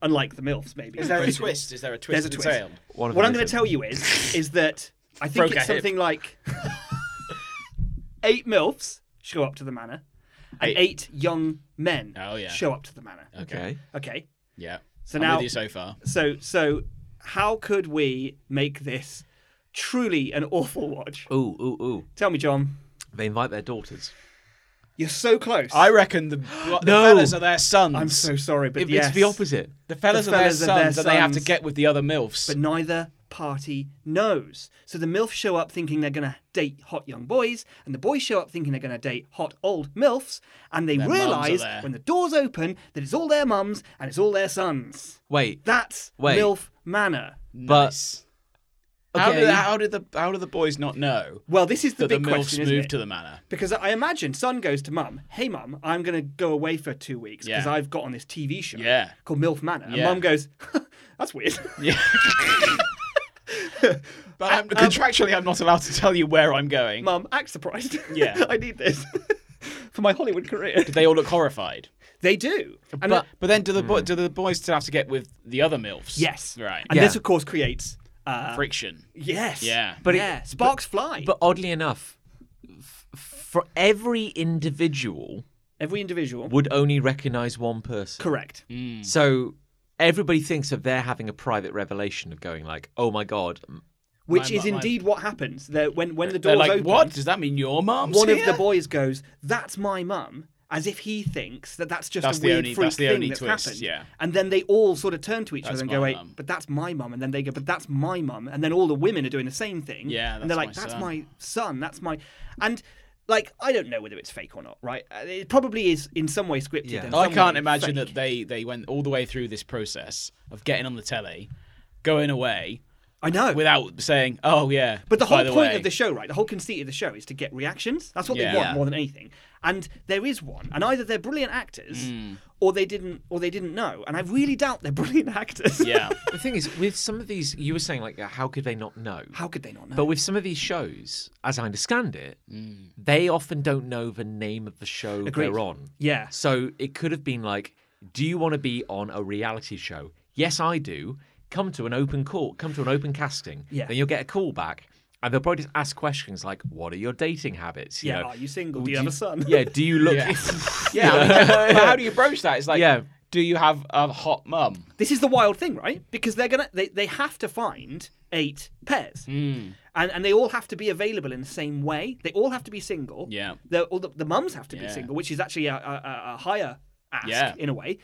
Speaker 2: Unlike the milfs, maybe.
Speaker 3: Is there a twist? Is there a twist?
Speaker 2: There's a
Speaker 3: to the
Speaker 2: twist.
Speaker 3: tale?
Speaker 1: one of
Speaker 2: What
Speaker 1: them
Speaker 2: I'm going
Speaker 1: is
Speaker 2: to
Speaker 1: a-
Speaker 2: tell you is, is that I think
Speaker 3: Broke a
Speaker 2: it's
Speaker 3: hip.
Speaker 2: something like eight milfs show up to the manor, and
Speaker 3: Eight.
Speaker 2: eight, young men
Speaker 3: Oh, yeah.
Speaker 2: show up to the manor.
Speaker 1: Okay.
Speaker 2: Okay,
Speaker 3: Yeah.
Speaker 2: So
Speaker 3: I'm
Speaker 2: now-
Speaker 3: with you so far.
Speaker 2: so so how could we make this truly an awful watch?
Speaker 1: Ooh, ooh, ooh.
Speaker 2: Tell me, John,
Speaker 1: They invite their daughters.
Speaker 2: you're so close.
Speaker 3: I reckon the, the
Speaker 1: No.
Speaker 3: fellas are their sons.
Speaker 2: am so sorry, but
Speaker 1: It-
Speaker 2: yes,
Speaker 1: It's the opposite.
Speaker 3: the fellas, are,
Speaker 2: The
Speaker 3: their
Speaker 2: fellas are their
Speaker 3: sons, and they have to
Speaker 2: sons.
Speaker 3: get with the other milfs.
Speaker 2: But neither party knows. So the milfs show up thinking they're going to date hot young boys, and the boys show up thinking they're going to date hot old milfs, and they
Speaker 3: Their mums are
Speaker 2: realise
Speaker 3: there.
Speaker 2: when the doors open that it's all their mums and it's all their sons.
Speaker 1: Wait.
Speaker 2: That's
Speaker 1: Wait.
Speaker 2: milf manor.
Speaker 1: but-
Speaker 3: Nice. how,
Speaker 1: Okay.
Speaker 3: did, how did the how did the boys not know
Speaker 2: Well, this is the
Speaker 3: that the
Speaker 2: big
Speaker 3: milfs
Speaker 2: question, isn't
Speaker 3: moved
Speaker 2: it?
Speaker 3: to the manor?
Speaker 2: Because I imagine son goes to mum, hey mum, I'm going to go away for two weeks because
Speaker 3: Yeah.
Speaker 2: I've got on this TV show
Speaker 3: Yeah.
Speaker 2: called MILF Manor. And
Speaker 3: Yeah.
Speaker 2: mum goes, that's weird.
Speaker 3: Yeah. but I'm, contractually, I'm not allowed to tell you where I'm going.
Speaker 2: mum, act surprised.
Speaker 3: Yeah.
Speaker 2: I need this for my Hollywood career.
Speaker 3: They all look horrified.
Speaker 2: They do. And
Speaker 3: but, but then do the bo- do the boys still have to get with the other milfs?
Speaker 2: Hmm. Yes.
Speaker 3: Right.
Speaker 2: And
Speaker 1: Yeah.
Speaker 2: this, of course, creates. Uh,
Speaker 3: Friction.
Speaker 2: yes.
Speaker 3: Yeah.
Speaker 2: But
Speaker 1: But it-
Speaker 2: yeah. Sparks fly.
Speaker 1: But oddly enough, f- for every individual
Speaker 2: Every individual.
Speaker 1: would only recognize one person.
Speaker 2: Correct.
Speaker 3: Mm.
Speaker 1: So everybody thinks that they're having a private revelation of going like, "Oh my god."
Speaker 2: Which
Speaker 3: My-
Speaker 2: is
Speaker 3: my- my-
Speaker 2: indeed what happens. They're, when when the
Speaker 3: They're
Speaker 2: doors
Speaker 3: like,
Speaker 2: open,
Speaker 3: what? Does that mean your mom's
Speaker 2: one of
Speaker 3: here?"
Speaker 2: the boys goes, "That's my mum," as if he thinks that that's just
Speaker 3: That's
Speaker 2: a
Speaker 3: the
Speaker 2: weird
Speaker 3: only-
Speaker 2: freak
Speaker 3: that's the
Speaker 2: thing
Speaker 3: only
Speaker 2: that's
Speaker 3: twist,
Speaker 2: happened.
Speaker 3: yeah.
Speaker 2: And then they all sort of turn to each
Speaker 3: That's
Speaker 2: other and
Speaker 3: my
Speaker 2: go, "Wait,
Speaker 3: mum."
Speaker 2: but that's my mum." And then they go, "But that's my mum." And then all the women are doing the same thing.
Speaker 3: Yeah,
Speaker 2: and
Speaker 3: that's
Speaker 2: they're like,
Speaker 3: my
Speaker 2: "That's
Speaker 3: son."
Speaker 2: my son. That's my," and like I don't know whether it's fake or not, right? Uh, It probably is in some way scripted.
Speaker 1: Yeah.
Speaker 2: in
Speaker 3: I
Speaker 2: some
Speaker 3: can't
Speaker 2: way
Speaker 3: imagine
Speaker 2: fake.
Speaker 3: that they they went all the way through this process of getting on the telly, going away
Speaker 2: I know.
Speaker 3: without saying, "Oh yeah."
Speaker 2: But the
Speaker 3: by
Speaker 2: whole point
Speaker 3: way."
Speaker 2: of the show, right? The whole conceit of the show is to get reactions. That's what
Speaker 3: Yeah.
Speaker 2: they want
Speaker 1: Yeah.
Speaker 2: more than anything. And there is one, and either they're brilliant actors, or they didn't, or they didn't know. And I really doubt they're brilliant actors.
Speaker 3: yeah.
Speaker 1: The thing is, with some of these, you were saying like, uh, "How could they not know?"
Speaker 2: How could they not know?
Speaker 1: But with some of these shows, as I understand it, they often don't know the name of the show
Speaker 2: Mm. Agreed.
Speaker 1: they're on.
Speaker 2: Yeah.
Speaker 1: So it could have been like, do you want to be on a reality show? Yes, I do. Come to an open court, come to an open casting.
Speaker 2: Yeah.
Speaker 1: Then you'll get a call back. And they'll probably just ask questions like, what are your dating habits?
Speaker 2: yeah.
Speaker 1: know,
Speaker 2: Are you single? Do you have a son?
Speaker 1: Yeah, do you look.
Speaker 3: Yeah. Yeah, I mean, but how do you broach that? It's like,
Speaker 1: Yeah.
Speaker 3: do you have a hot mum?
Speaker 2: This is the wild thing, right? Because they're gonna, they, they have to find eight pairs,
Speaker 3: Hmm.
Speaker 2: and and they all have to be available in the same way. They all have to be single.
Speaker 3: Yeah.
Speaker 2: They're, all the, the mums have to be
Speaker 3: Yeah.
Speaker 2: single, which is actually a, a, a- a higher ask
Speaker 3: Yeah.
Speaker 2: in a way.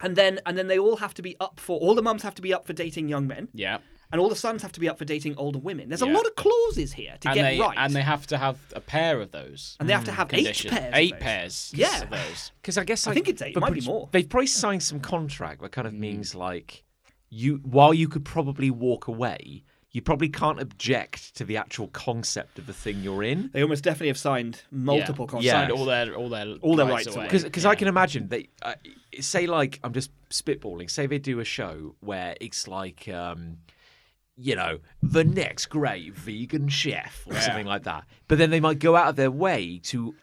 Speaker 2: And then and then they all have to be up for all the mums have to be up for dating young men,
Speaker 3: Yeah.
Speaker 2: and all the sons have to be up for dating older women. There's
Speaker 3: Yeah.
Speaker 2: a lot of clauses here to
Speaker 3: And
Speaker 2: get
Speaker 3: they
Speaker 2: right,
Speaker 3: and they have to have a pair of those.
Speaker 2: And they have to have
Speaker 3: condition-
Speaker 2: eight pairs. of
Speaker 3: Eight
Speaker 2: those.
Speaker 3: pairs.
Speaker 2: Yeah.
Speaker 3: Of those.
Speaker 1: Because I guess I
Speaker 2: think it's eight,
Speaker 1: but
Speaker 2: might be
Speaker 1: pres-
Speaker 2: more. Mm.
Speaker 1: They've probably signed some contract that kind of means like you, while you could probably walk away, you probably can't object to the actual concept of the thing you're in.
Speaker 2: They almost definitely have signed multiple contracts.
Speaker 1: Yeah.
Speaker 3: Signed all their all their
Speaker 2: All their rights
Speaker 3: away.
Speaker 2: away.
Speaker 1: Because I can imagine that, uh, say, like, I'm just spitballing, say they do a show where it's like, um, you know, the next great vegan chef or something like that. But then they might go out of their way to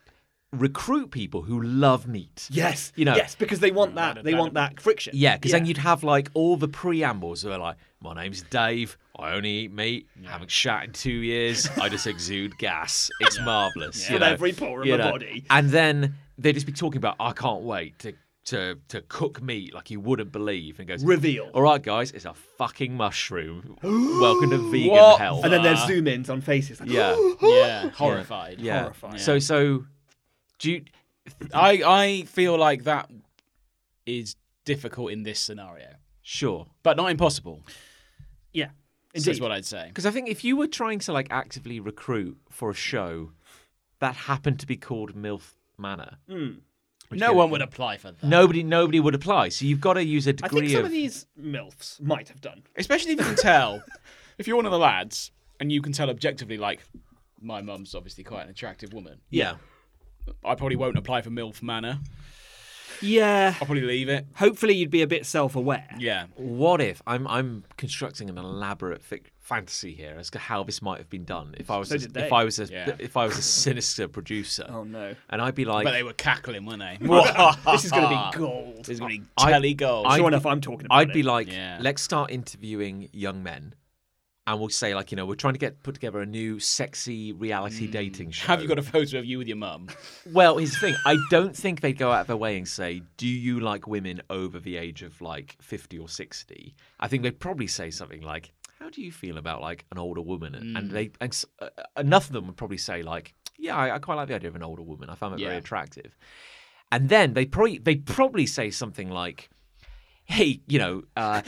Speaker 1: recruit people who love meat.
Speaker 2: Yes,
Speaker 1: You know-
Speaker 2: yes, because they
Speaker 3: Mm,
Speaker 2: want that. they want that friction.
Speaker 1: Yeah, because then you'd have like all the preambles that are like, my name's Dave, I only eat meat, haven't shat in two years, I just exude gas. It's marvellous. you
Speaker 2: With
Speaker 1: know,
Speaker 2: every pore of
Speaker 1: you
Speaker 2: my body.
Speaker 1: And then they'd just be talking about, I can't wait to to to cook meat like you wouldn't believe, and goes
Speaker 2: Reveal.
Speaker 1: All right, guys, it's a fucking mushroom. Welcome to vegan
Speaker 3: What
Speaker 1: hell.
Speaker 2: And then there's
Speaker 3: Ah.
Speaker 2: zoom ins on faces. Like,
Speaker 1: yeah,
Speaker 3: yeah, horrified.
Speaker 1: yeah.
Speaker 2: Horrifying.
Speaker 1: So so, do you,
Speaker 3: I I feel like that is difficult in this scenario,
Speaker 1: sure.
Speaker 3: but not impossible.
Speaker 2: Yeah.
Speaker 3: Is
Speaker 2: Indeed.
Speaker 3: what I'd say.
Speaker 1: Because I think if you were trying to like actively recruit for a show that happened to be called MILF Manor,
Speaker 2: Mm.
Speaker 3: No one would apply for that,
Speaker 1: nobody nobody would apply. So you've got to use a
Speaker 2: I think
Speaker 1: degree
Speaker 2: some
Speaker 1: of,
Speaker 2: of these MILFs might have done.
Speaker 3: especially if you can tell. if you're one of the lads and you can tell objectively, like my mum's obviously quite an attractive woman.
Speaker 1: yeah.
Speaker 3: I probably won't apply for MILF Manor.
Speaker 2: Yeah.
Speaker 3: I'll probably leave it.
Speaker 2: Hopefully you'd be a bit self aware.
Speaker 3: Yeah.
Speaker 1: What if I'm I'm constructing an elaborate fic- fantasy here as to how this might have been done? If I was
Speaker 2: So
Speaker 1: a,
Speaker 2: did they.
Speaker 1: if I was a
Speaker 3: Yeah.
Speaker 1: if I was a sinister producer,
Speaker 2: Oh no.
Speaker 1: and I'd be like,
Speaker 3: But they were cackling, weren't they?
Speaker 2: This is going to be gold.
Speaker 3: There's going to be
Speaker 1: I-
Speaker 3: telly goals.
Speaker 1: I-
Speaker 2: sure enough, I'm talking about
Speaker 1: I'd
Speaker 2: it.
Speaker 1: be like,
Speaker 3: Yeah.
Speaker 1: let's start interviewing young men, and we'll say like, you know, we're trying to get put together a new sexy reality
Speaker 2: Mm.
Speaker 1: dating show.
Speaker 3: Have you got a photo of you with your mum?
Speaker 1: Well, here's the thing. I don't think they'd go out of their way and say, "Do you like women over the age of like 50 or 60? I think they'd probably say something like, "How do you feel about like an older woman?" And-
Speaker 3: Mm.
Speaker 1: And they and, s- uh, enough of them would probably say like, "Yeah, I, I quite like the idea of an older woman. I found it very
Speaker 3: Yeah.
Speaker 1: attractive." And then they probably they'd probably say something like. Hey, you know, uh,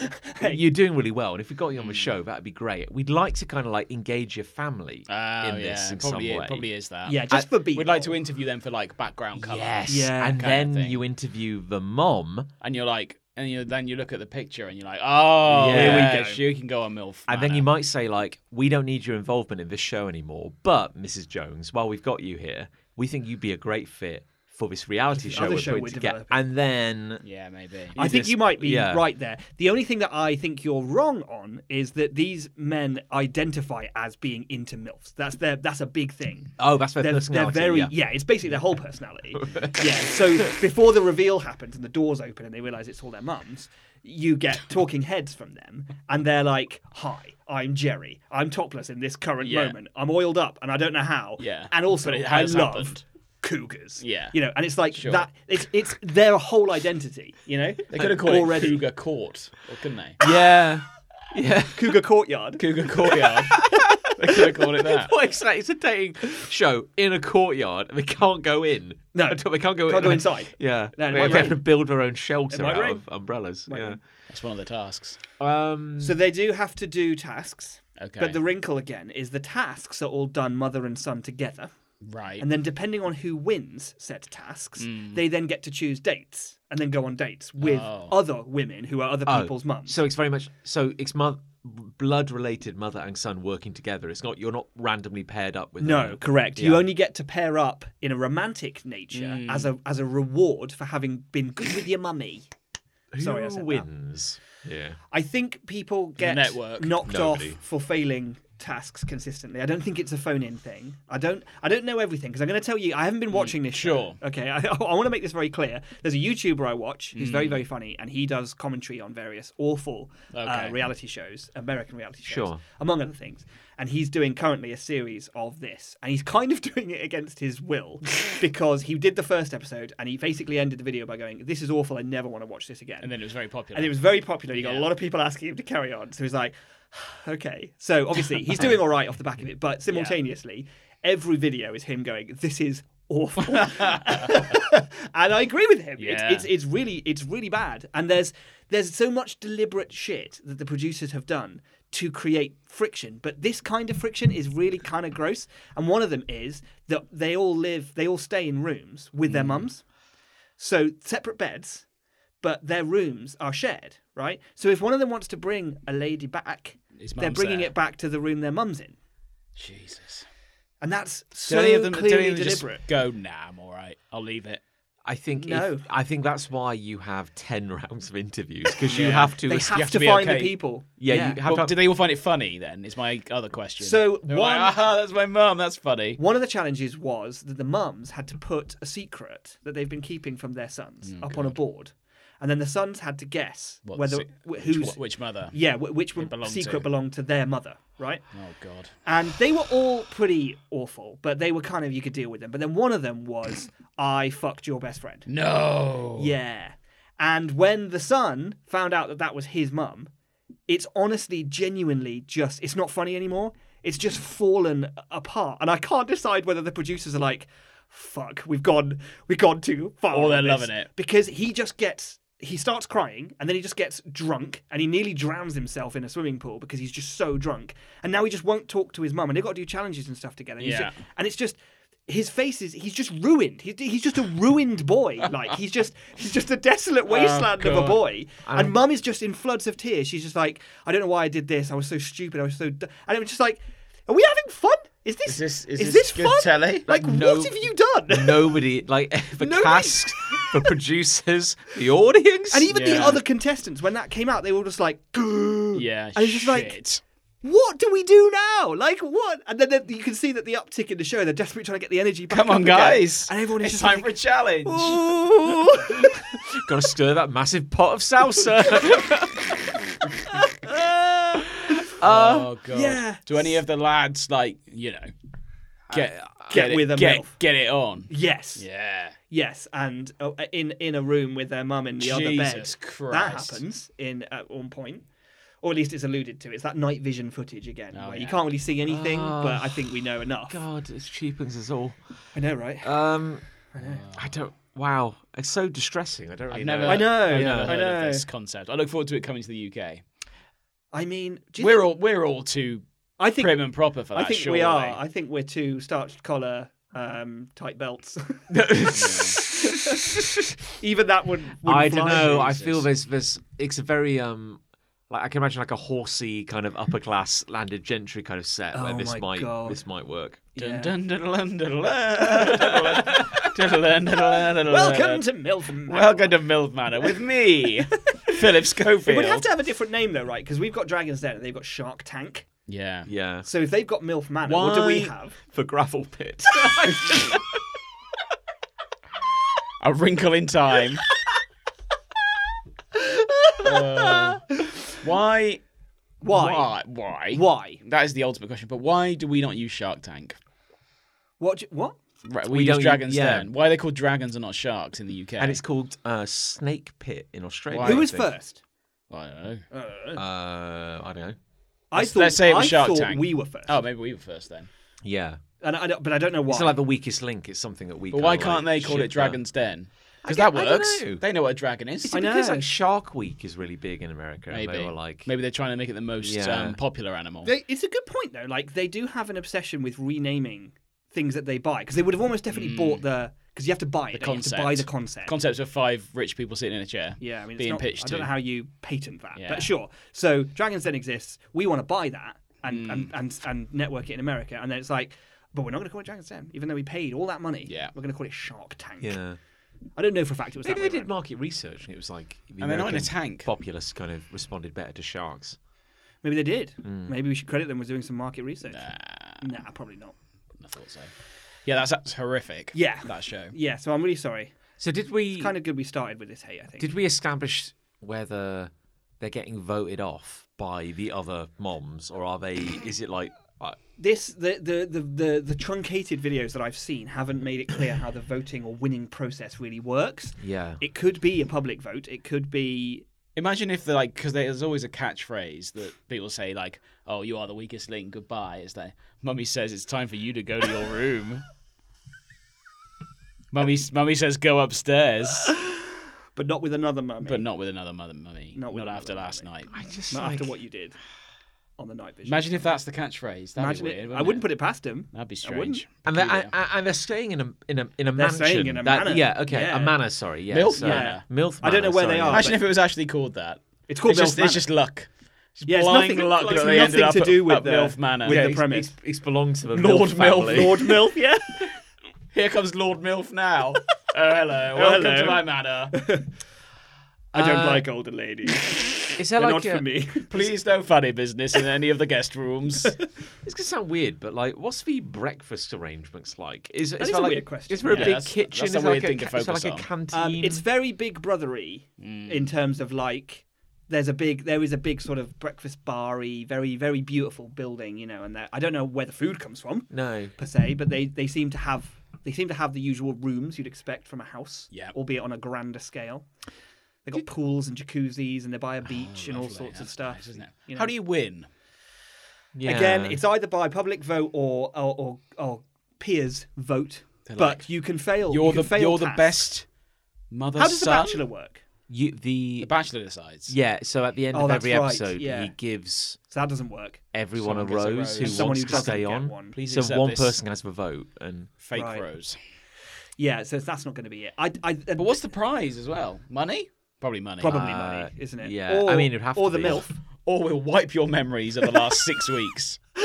Speaker 1: you're doing really well, and if we got you on the
Speaker 3: Mm.
Speaker 1: show, that'd be great. We'd like to kind of like engage your family
Speaker 3: Oh,
Speaker 1: in this
Speaker 3: yeah,
Speaker 1: in
Speaker 3: probably,
Speaker 1: some
Speaker 3: it
Speaker 1: way.
Speaker 3: probably is that.
Speaker 2: Yeah, just for being.
Speaker 3: We'd like to interview them for like background colour.
Speaker 1: Yes.
Speaker 2: Yeah,
Speaker 1: and
Speaker 3: kind of
Speaker 1: then
Speaker 3: thing.
Speaker 1: you interview the mom,
Speaker 3: And you're like, and you, then you look at the picture and you're like, oh,
Speaker 1: Yeah.
Speaker 3: yeah,
Speaker 1: Here we go.
Speaker 3: she can go on MILF.
Speaker 1: and then
Speaker 3: Manor.
Speaker 1: you might say, like, we don't need your involvement in this show anymore. But, Mrs. Jones, while we've got you here, we think you'd be a great fit for this reality show
Speaker 2: other
Speaker 1: we're
Speaker 2: show
Speaker 1: putting
Speaker 2: we're
Speaker 1: together.
Speaker 2: developing.
Speaker 1: And then,
Speaker 3: Yeah, maybe.
Speaker 2: I think you might be
Speaker 1: yeah.
Speaker 2: right there. The only thing that I think you're wrong on is that these men identify as being into MILFs. That's their that's a big thing.
Speaker 1: oh, that's their
Speaker 2: They're, they're
Speaker 1: personality.
Speaker 2: very
Speaker 1: yeah.
Speaker 2: yeah. it's basically their whole personality. yeah. So before the reveal happens and the doors open and they realise it's all their mums, you get talking heads from them and they're like, Hi, I'm Jerry. I'm topless in this current
Speaker 3: Yeah.
Speaker 2: moment. I'm oiled up and I don't know how.
Speaker 3: Yeah.
Speaker 2: And also
Speaker 3: But it
Speaker 2: I
Speaker 3: has
Speaker 2: love
Speaker 3: happened.
Speaker 2: cougars.
Speaker 3: Yeah.
Speaker 2: You know, and it's like that it's it's their whole identity, you know?
Speaker 3: They could have called
Speaker 2: already.
Speaker 3: it Cougar Court, or couldn't they?
Speaker 1: Yeah. Yeah.
Speaker 2: Cougar Courtyard.
Speaker 3: Cougar Courtyard. they could have called it that.
Speaker 1: What is that? It's a dating show in a courtyard, and they can't go in.
Speaker 2: No.
Speaker 1: Until they can't go
Speaker 2: Can't
Speaker 1: in.
Speaker 2: go inside.
Speaker 1: Yeah,
Speaker 2: No, it
Speaker 1: they
Speaker 2: might
Speaker 1: they have to
Speaker 2: rain.
Speaker 1: build their own shelter
Speaker 2: might
Speaker 1: out
Speaker 2: rain.
Speaker 1: of umbrellas. yeah.
Speaker 3: That's one of the tasks.
Speaker 1: Um,
Speaker 2: So they do have to do tasks.
Speaker 3: Okay.
Speaker 2: But the wrinkle again is the tasks are all done mother and son together.
Speaker 3: Right.
Speaker 2: And then, depending on who wins said tasks,
Speaker 1: Mm.
Speaker 2: they then get to choose dates and then go on dates with
Speaker 3: Oh.
Speaker 2: other women who are other
Speaker 1: Oh,
Speaker 2: people's mums.
Speaker 1: So it's very much so it's mo- blood-related mother and son working together. It's not you're not randomly paired up with
Speaker 2: no,
Speaker 1: another-
Speaker 2: correct. You
Speaker 1: Yeah.
Speaker 2: only get to pair up in a romantic nature as
Speaker 1: Mm.
Speaker 2: a as a reward for having been good with your mummy.
Speaker 1: Who
Speaker 2: Sorry, I said that.
Speaker 1: wins. Yeah,
Speaker 2: I think people get
Speaker 3: network.
Speaker 2: knocked
Speaker 1: Nobody.
Speaker 2: off for failing tasks consistently. I don't think it's a phone-in thing. I don't. I don't know everything because I'm going to tell you. I haven't been watching this.
Speaker 3: Mm, sure.
Speaker 2: Show. Okay. I, I want to make this very clear. There's a YouTuber I watch who's
Speaker 3: Mm.
Speaker 2: very very funny, and he does commentary on various awful uh,
Speaker 3: Okay.
Speaker 2: reality shows, American reality shows,
Speaker 1: Sure.
Speaker 2: among other things. And he's doing currently a series of this, and he's kind of doing it against his will because he did the first episode, and he basically ended the video by going, "This is awful. I never want to watch this again."
Speaker 3: and then it was very popular.
Speaker 2: and it was very popular. You got a lot of people asking him to carry on. So he's like, okay. So obviously he's doing all right off the back of it, but simultaneously, every video is him going, "This is awful," and I agree with him.
Speaker 3: Yeah.
Speaker 2: It's, it's it's really it's really bad. And there's there's so much deliberate shit that the producers have done to create friction, but this kind of friction is really kind of gross. And one of them is that they all live, they all stay in rooms with their
Speaker 3: Mm.
Speaker 2: mums, so separate beds but their rooms are shared, right? So if one of them wants to bring a lady back,
Speaker 3: His
Speaker 2: they're
Speaker 3: mum's
Speaker 2: bringing
Speaker 3: there.
Speaker 2: it back to the room their mum's in,
Speaker 3: Jesus.
Speaker 2: and that's so
Speaker 3: Do any of them, do any
Speaker 2: clearly
Speaker 3: of them just
Speaker 2: deliberate.
Speaker 3: go, nah, I'm all right. I'll leave it.
Speaker 1: I think.
Speaker 2: No.
Speaker 1: If, I think that's why you have ten rounds of interviews because you have to.
Speaker 2: They
Speaker 1: ass-
Speaker 2: have,
Speaker 3: have to
Speaker 2: to,
Speaker 3: be
Speaker 2: find
Speaker 3: okay.
Speaker 2: the people.
Speaker 1: yeah, you have to.
Speaker 3: Well, did they all find it funny then? Is my other question.
Speaker 2: So
Speaker 3: They were
Speaker 2: one-
Speaker 3: like, aha, that's my mum. That's funny.
Speaker 2: One of the challenges was that the mums had to put a secret that they've been keeping from their sons up on a board, and then the sons had to guess
Speaker 3: Mm, What
Speaker 2: whether
Speaker 3: se-
Speaker 2: wh- whose
Speaker 3: Which, which mother?
Speaker 2: yeah wh- which one-
Speaker 3: belonged
Speaker 2: secret
Speaker 3: to.
Speaker 2: belonged to their mother, right?
Speaker 3: Oh God.
Speaker 2: And they were all pretty awful, but they were kind of you could deal with them. But then one of them was, "I fucked your best friend."
Speaker 3: No.
Speaker 2: Yeah. And when the son found out that that was his mum, it's honestly, genuinely just, it's not funny anymore. It's just fallen apart. And I can't decide whether the producers are like, fuck, we've gone, we've gone too far.
Speaker 3: Or they're
Speaker 2: with this."
Speaker 3: loving it.
Speaker 2: Because he just gets, he starts crying and then he just gets drunk and he nearly drowns himself in a swimming pool because he's just so drunk. And now he just won't talk to his mum and they've got to do challenges and stuff together. And he's
Speaker 3: Yeah.
Speaker 2: ju- and it's just, his face is, he's just ruined. He's, he's just a ruined boy. Like, he's just, he's just a desolate wasteland of a
Speaker 3: Oh, God.
Speaker 2: boy.
Speaker 4: Um,
Speaker 2: and mum is just in floods of tears. She's just like, I don't know why I did this. I was so stupid. I was so. D-. And it was just like, are we having fun? Is this
Speaker 4: Is this- is
Speaker 2: is
Speaker 4: this
Speaker 2: this
Speaker 4: good
Speaker 2: fun?
Speaker 4: telly?
Speaker 2: Like,
Speaker 1: no-
Speaker 2: what have you done?
Speaker 1: Nobody, like the
Speaker 2: Nobody-
Speaker 1: cast, the producers, the audience.
Speaker 2: And even the
Speaker 3: Yeah.
Speaker 2: other contestants, when that came out, they were all just like, "Grr."
Speaker 3: Yeah,
Speaker 2: And it's just like-
Speaker 3: shit.
Speaker 2: what do we do now? Like, what? And then then you can see that the uptick in the show, they're desperately trying to get the energy back
Speaker 4: Come
Speaker 2: up
Speaker 4: on,
Speaker 2: again.
Speaker 4: guys.
Speaker 2: And everyone is
Speaker 4: it's
Speaker 2: just
Speaker 4: time
Speaker 2: like,
Speaker 4: for a challenge.
Speaker 2: "Ooh."
Speaker 1: Got to stir that massive pot of salsa.
Speaker 3: oh god.
Speaker 2: yeah.
Speaker 3: Do any of the lads like you know get
Speaker 2: Get
Speaker 3: it,
Speaker 2: with a
Speaker 3: get,
Speaker 2: MILF.
Speaker 3: get it on?
Speaker 2: Yes.
Speaker 3: Yeah.
Speaker 2: Yes, and uh, in in a room with their mum in the other bed.
Speaker 3: Jesus
Speaker 2: That
Speaker 3: Christ.
Speaker 2: happens in at one point, or at least it's alluded to. It's that night vision footage again,
Speaker 3: Oh,
Speaker 2: where you
Speaker 3: yeah. Oh,
Speaker 2: can't really see anything, but
Speaker 1: Ah.
Speaker 2: I think we know enough.
Speaker 1: God, it cheapens us all.
Speaker 2: I know, right?
Speaker 1: Um, I don't. Wow, it's so distressing. I don't really
Speaker 3: I've never.
Speaker 1: know.
Speaker 2: I know,
Speaker 3: I've
Speaker 2: yeah.
Speaker 3: never
Speaker 2: I
Speaker 3: heard
Speaker 2: know.
Speaker 3: Of this concept. I look forward to it coming to the UK.
Speaker 2: I mean, do you
Speaker 3: We're
Speaker 2: think-
Speaker 3: all we're all too
Speaker 2: I think
Speaker 3: prim and proper for that.
Speaker 2: I think
Speaker 3: surely.
Speaker 2: we are. I think we're too starched collar, um, tight belts. Even that would. would
Speaker 1: I don't know. I
Speaker 3: Jesus.
Speaker 1: feel there's there's it's a very um like I can imagine like a horsey kind of upper class landed gentry kind of set where
Speaker 2: Oh
Speaker 1: this
Speaker 2: my
Speaker 1: might
Speaker 2: God.
Speaker 1: this might work.
Speaker 3: Dun,
Speaker 2: Yeah.
Speaker 3: dun, dun, dun, dun, dun, dun, dun, dun, dun, dun, dun,
Speaker 2: Welcome to Milford.
Speaker 3: welcome to Milf Manor with me, Philip Schofield.
Speaker 2: We'd have to have a different name though, right? Because we've got Dragons Den and they've got Shark Tank.
Speaker 3: Yeah.
Speaker 1: Yeah.
Speaker 2: So if they've got MILF Manor, what do we
Speaker 1: Why-
Speaker 2: have?
Speaker 1: For gravel pit.
Speaker 3: A Wrinkle in Time. Uh, why?
Speaker 2: Why?
Speaker 3: Why? Why?
Speaker 2: Why?
Speaker 3: That is the ultimate question. But why do we not use Shark Tank?
Speaker 2: What? do- What?
Speaker 3: Right,
Speaker 1: We
Speaker 3: we, use
Speaker 1: don't u-
Speaker 3: Dragon's
Speaker 1: yeah.
Speaker 3: Den. Why are they called dragons and not sharks in the UK?
Speaker 1: and it's called uh, Snake Pit in Australia.
Speaker 3: Why?
Speaker 1: I
Speaker 2: Who was
Speaker 1: think.
Speaker 2: first?
Speaker 3: I don't know.
Speaker 1: Uh, I don't know.
Speaker 2: I
Speaker 3: Let's-
Speaker 2: thought,
Speaker 3: let's say it was
Speaker 2: I
Speaker 3: Shark
Speaker 2: thought
Speaker 3: Tank.
Speaker 2: we were first.
Speaker 3: Oh, maybe we were first then.
Speaker 1: Yeah.
Speaker 2: And I don't, but I don't know why.
Speaker 1: It's not like the weakest link. It's something that we.
Speaker 3: But
Speaker 1: kinda,
Speaker 3: why can't
Speaker 1: like,
Speaker 3: they call
Speaker 1: ship
Speaker 3: it Dragon's Den? Because
Speaker 1: I
Speaker 3: that
Speaker 1: don't- I don't
Speaker 3: works.
Speaker 1: know.
Speaker 3: They know what a dragon is.
Speaker 1: Is it because
Speaker 2: know.
Speaker 1: like Shark Week is really big in America?
Speaker 3: maybe.
Speaker 1: And they were like,
Speaker 3: maybe they're trying to make it the most
Speaker 1: Yeah.
Speaker 3: um, popular animal.
Speaker 2: They- it's a good point though. Like they do have an obsession with renaming things that they buy because they would have almost definitely bought the because you have to buy it.
Speaker 3: Mm. The
Speaker 2: don't you? You have to
Speaker 3: concept.
Speaker 2: buy the concept.
Speaker 3: Concepts of five rich people sitting in a chair.
Speaker 2: yeah, I mean, it's
Speaker 3: being
Speaker 2: not,
Speaker 3: pitched
Speaker 2: I don't
Speaker 3: to.
Speaker 2: know how you patent that,
Speaker 3: Yeah.
Speaker 2: but sure. So Dragons Den exists. We want to buy that and, and
Speaker 3: Mm.
Speaker 2: and and network it in America, and then it's like. But we're not going to call it Dragon's Den, even though we paid all that money.
Speaker 3: Yeah.
Speaker 2: we're going to call it Shark Tank.
Speaker 1: yeah.
Speaker 2: I don't know for a fact it was
Speaker 1: Maybe
Speaker 2: that.
Speaker 1: they
Speaker 2: way
Speaker 1: did market research and it was like the
Speaker 3: And they're not in a
Speaker 1: American
Speaker 3: tank.
Speaker 1: Populace kind of responded better to sharks.
Speaker 2: Maybe they did.
Speaker 3: Mm.
Speaker 2: Maybe we should credit them with doing some market research. Nah, probably not.
Speaker 3: I thought so. Yeah, that's, that's horrific.
Speaker 2: Yeah.
Speaker 3: That show.
Speaker 2: Yeah, so I'm really sorry.
Speaker 1: So did we
Speaker 2: Kind of good we started with this hate, I think.
Speaker 1: did we establish whether they're getting voted off by the other moms or are they? is it like uh,
Speaker 2: this the, the, the, the, the truncated videos that I've seen haven't made it clear how the voting or winning process really works.
Speaker 1: yeah?
Speaker 2: It could be a public vote. It could be
Speaker 3: Imagine if they're like, because there's always a catchphrase that people say, like, oh, you are the weakest link, goodbye. Is like, Mummy says it's time for you to go to your room. mummy, mummy says go upstairs,
Speaker 2: but not with another mummy.
Speaker 3: but not with another mother mummy.
Speaker 2: Not
Speaker 3: Not,
Speaker 2: with
Speaker 3: after
Speaker 2: another
Speaker 3: last night.
Speaker 1: I just
Speaker 2: not after
Speaker 1: like-
Speaker 2: what you did on the night vision.
Speaker 3: Imagine if that's the catchphrase. That'd
Speaker 2: Imagine
Speaker 3: be
Speaker 2: it.
Speaker 3: weird.
Speaker 2: I wouldn't put it past him.
Speaker 3: That'd be
Speaker 2: I wouldn't.
Speaker 3: strange.
Speaker 1: And they're, and- and they're staying in a in a in a
Speaker 2: They're
Speaker 1: mansion.
Speaker 2: staying in a
Speaker 1: That-
Speaker 2: manor.
Speaker 1: Yeah, okay,
Speaker 2: Yeah.
Speaker 1: a manor. Sorry, yeah,
Speaker 3: Milf
Speaker 1: so-
Speaker 3: manor.
Speaker 1: Milf.
Speaker 2: I don't know
Speaker 1: manor,
Speaker 2: where they
Speaker 1: sorry,
Speaker 2: are.
Speaker 1: yeah.
Speaker 3: Imagine if it was actually called that.
Speaker 2: It's called
Speaker 3: it's, just,
Speaker 2: Milf
Speaker 3: it's just luck. Just
Speaker 2: Yeah, it's
Speaker 3: blind
Speaker 2: nothing-
Speaker 3: luck
Speaker 2: like,
Speaker 3: that
Speaker 2: it's
Speaker 3: they ended
Speaker 2: nothing
Speaker 3: up
Speaker 2: to
Speaker 3: at-
Speaker 2: do with
Speaker 3: at
Speaker 2: the-
Speaker 3: Milf Manor.
Speaker 2: with
Speaker 1: Yeah,
Speaker 2: the
Speaker 1: it's-
Speaker 2: premise.
Speaker 1: it's- it's belonged to the
Speaker 3: Lord
Speaker 1: Milf
Speaker 3: Milf.
Speaker 1: family.
Speaker 2: Lord Milf, yeah.
Speaker 3: Here comes Lord Milf now. oh, hello. Welcome
Speaker 2: hello.
Speaker 3: to my manor.
Speaker 2: I don't
Speaker 1: Uh,
Speaker 2: like older ladies.
Speaker 1: Is there
Speaker 2: They're
Speaker 1: like
Speaker 2: not
Speaker 1: a,
Speaker 2: for me.
Speaker 3: Please no funny business in any of the guest rooms.
Speaker 1: It's gonna sound weird, but like, what's the breakfast arrangements like? Is, is
Speaker 2: is
Speaker 1: there
Speaker 2: a
Speaker 1: like,
Speaker 2: weird question.
Speaker 1: Is there a
Speaker 3: Yeah,
Speaker 1: big
Speaker 3: that's-
Speaker 1: kitchen?
Speaker 3: that's a
Speaker 1: is there
Speaker 3: weird
Speaker 1: like
Speaker 3: thing to
Speaker 1: ca- is there
Speaker 3: focus
Speaker 1: like a
Speaker 2: Um,
Speaker 1: canteen?
Speaker 2: it's very Big Brothery in terms of like there's a big there is a big sort of breakfast bar-y, very very beautiful building, you know, and that- I don't know where the food comes from
Speaker 1: no.
Speaker 2: per se, but they they seem to have they seem to have the usual rooms you'd expect from a house,
Speaker 3: Yeah.
Speaker 2: albeit on a grander scale. They've got pools and jacuzzis, and they're by a beach and all
Speaker 3: Lovely,
Speaker 2: sorts of
Speaker 3: that's
Speaker 2: stuff.
Speaker 3: nice, isn't it?
Speaker 2: you know.
Speaker 3: How do you win?
Speaker 1: Yeah.
Speaker 2: Again, it's either by public vote or or, or, or peers vote, but
Speaker 3: like,
Speaker 2: you can fail.
Speaker 3: You're
Speaker 2: you can
Speaker 3: the
Speaker 2: fail
Speaker 3: you're the
Speaker 2: tasks."
Speaker 3: best mother.
Speaker 2: How does the
Speaker 3: son?
Speaker 2: Bachelor work?
Speaker 1: you the,
Speaker 3: The Bachelor decides.
Speaker 1: yeah. So at the end
Speaker 2: Oh,
Speaker 1: of
Speaker 2: that's
Speaker 1: every
Speaker 2: right,
Speaker 1: episode,
Speaker 2: yeah.
Speaker 1: he gives
Speaker 2: So that doesn't work.
Speaker 1: everyone a
Speaker 3: Someone gets
Speaker 1: rose,
Speaker 3: a rose.
Speaker 1: who
Speaker 3: And
Speaker 2: someone
Speaker 1: wants
Speaker 2: who
Speaker 1: to
Speaker 2: doesn't
Speaker 1: stay
Speaker 2: get
Speaker 1: on.
Speaker 2: one.
Speaker 3: Please
Speaker 1: so
Speaker 3: accept
Speaker 1: one
Speaker 3: this
Speaker 1: person has a vote, and
Speaker 3: fake
Speaker 2: Right.
Speaker 3: rose.
Speaker 2: Yeah, so that's not going to be it. I, I,
Speaker 3: But what's the prize as well? Money? Probably money.
Speaker 2: probably
Speaker 1: Uh,
Speaker 2: money, isn't it?
Speaker 1: yeah,
Speaker 2: Or,
Speaker 1: I mean, it'd have
Speaker 2: or
Speaker 1: to
Speaker 2: the
Speaker 1: be.
Speaker 2: milf.
Speaker 3: or we'll wipe your memories of the last six weeks,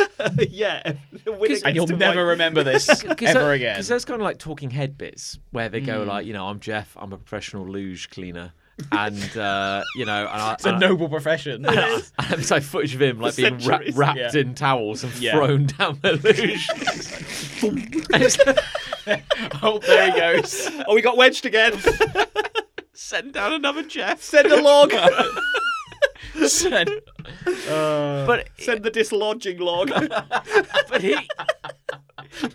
Speaker 2: yeah, the winner
Speaker 3: and
Speaker 2: gets
Speaker 3: you'll
Speaker 2: to
Speaker 3: never
Speaker 2: wipe-
Speaker 3: remember this ever again.
Speaker 1: Because those kind of like talking head bits where they
Speaker 3: Hmm.
Speaker 1: go like, you know, I'm Jeff, I'm a professional luge cleaner, and uh, you know, and I,
Speaker 3: It's a
Speaker 1: and I-
Speaker 3: noble profession.
Speaker 1: and I- it's like footage of him like being wra-
Speaker 2: centuries.
Speaker 1: wrapped
Speaker 3: Yeah.
Speaker 1: in towels and
Speaker 3: Yeah.
Speaker 1: thrown down the luge. and it's
Speaker 3: oh, there he goes.
Speaker 2: Oh, we got wedged again.
Speaker 1: sent down another Jeff.
Speaker 2: Send a log. Uh,
Speaker 1: But
Speaker 2: Send the dislodging log.
Speaker 1: but he,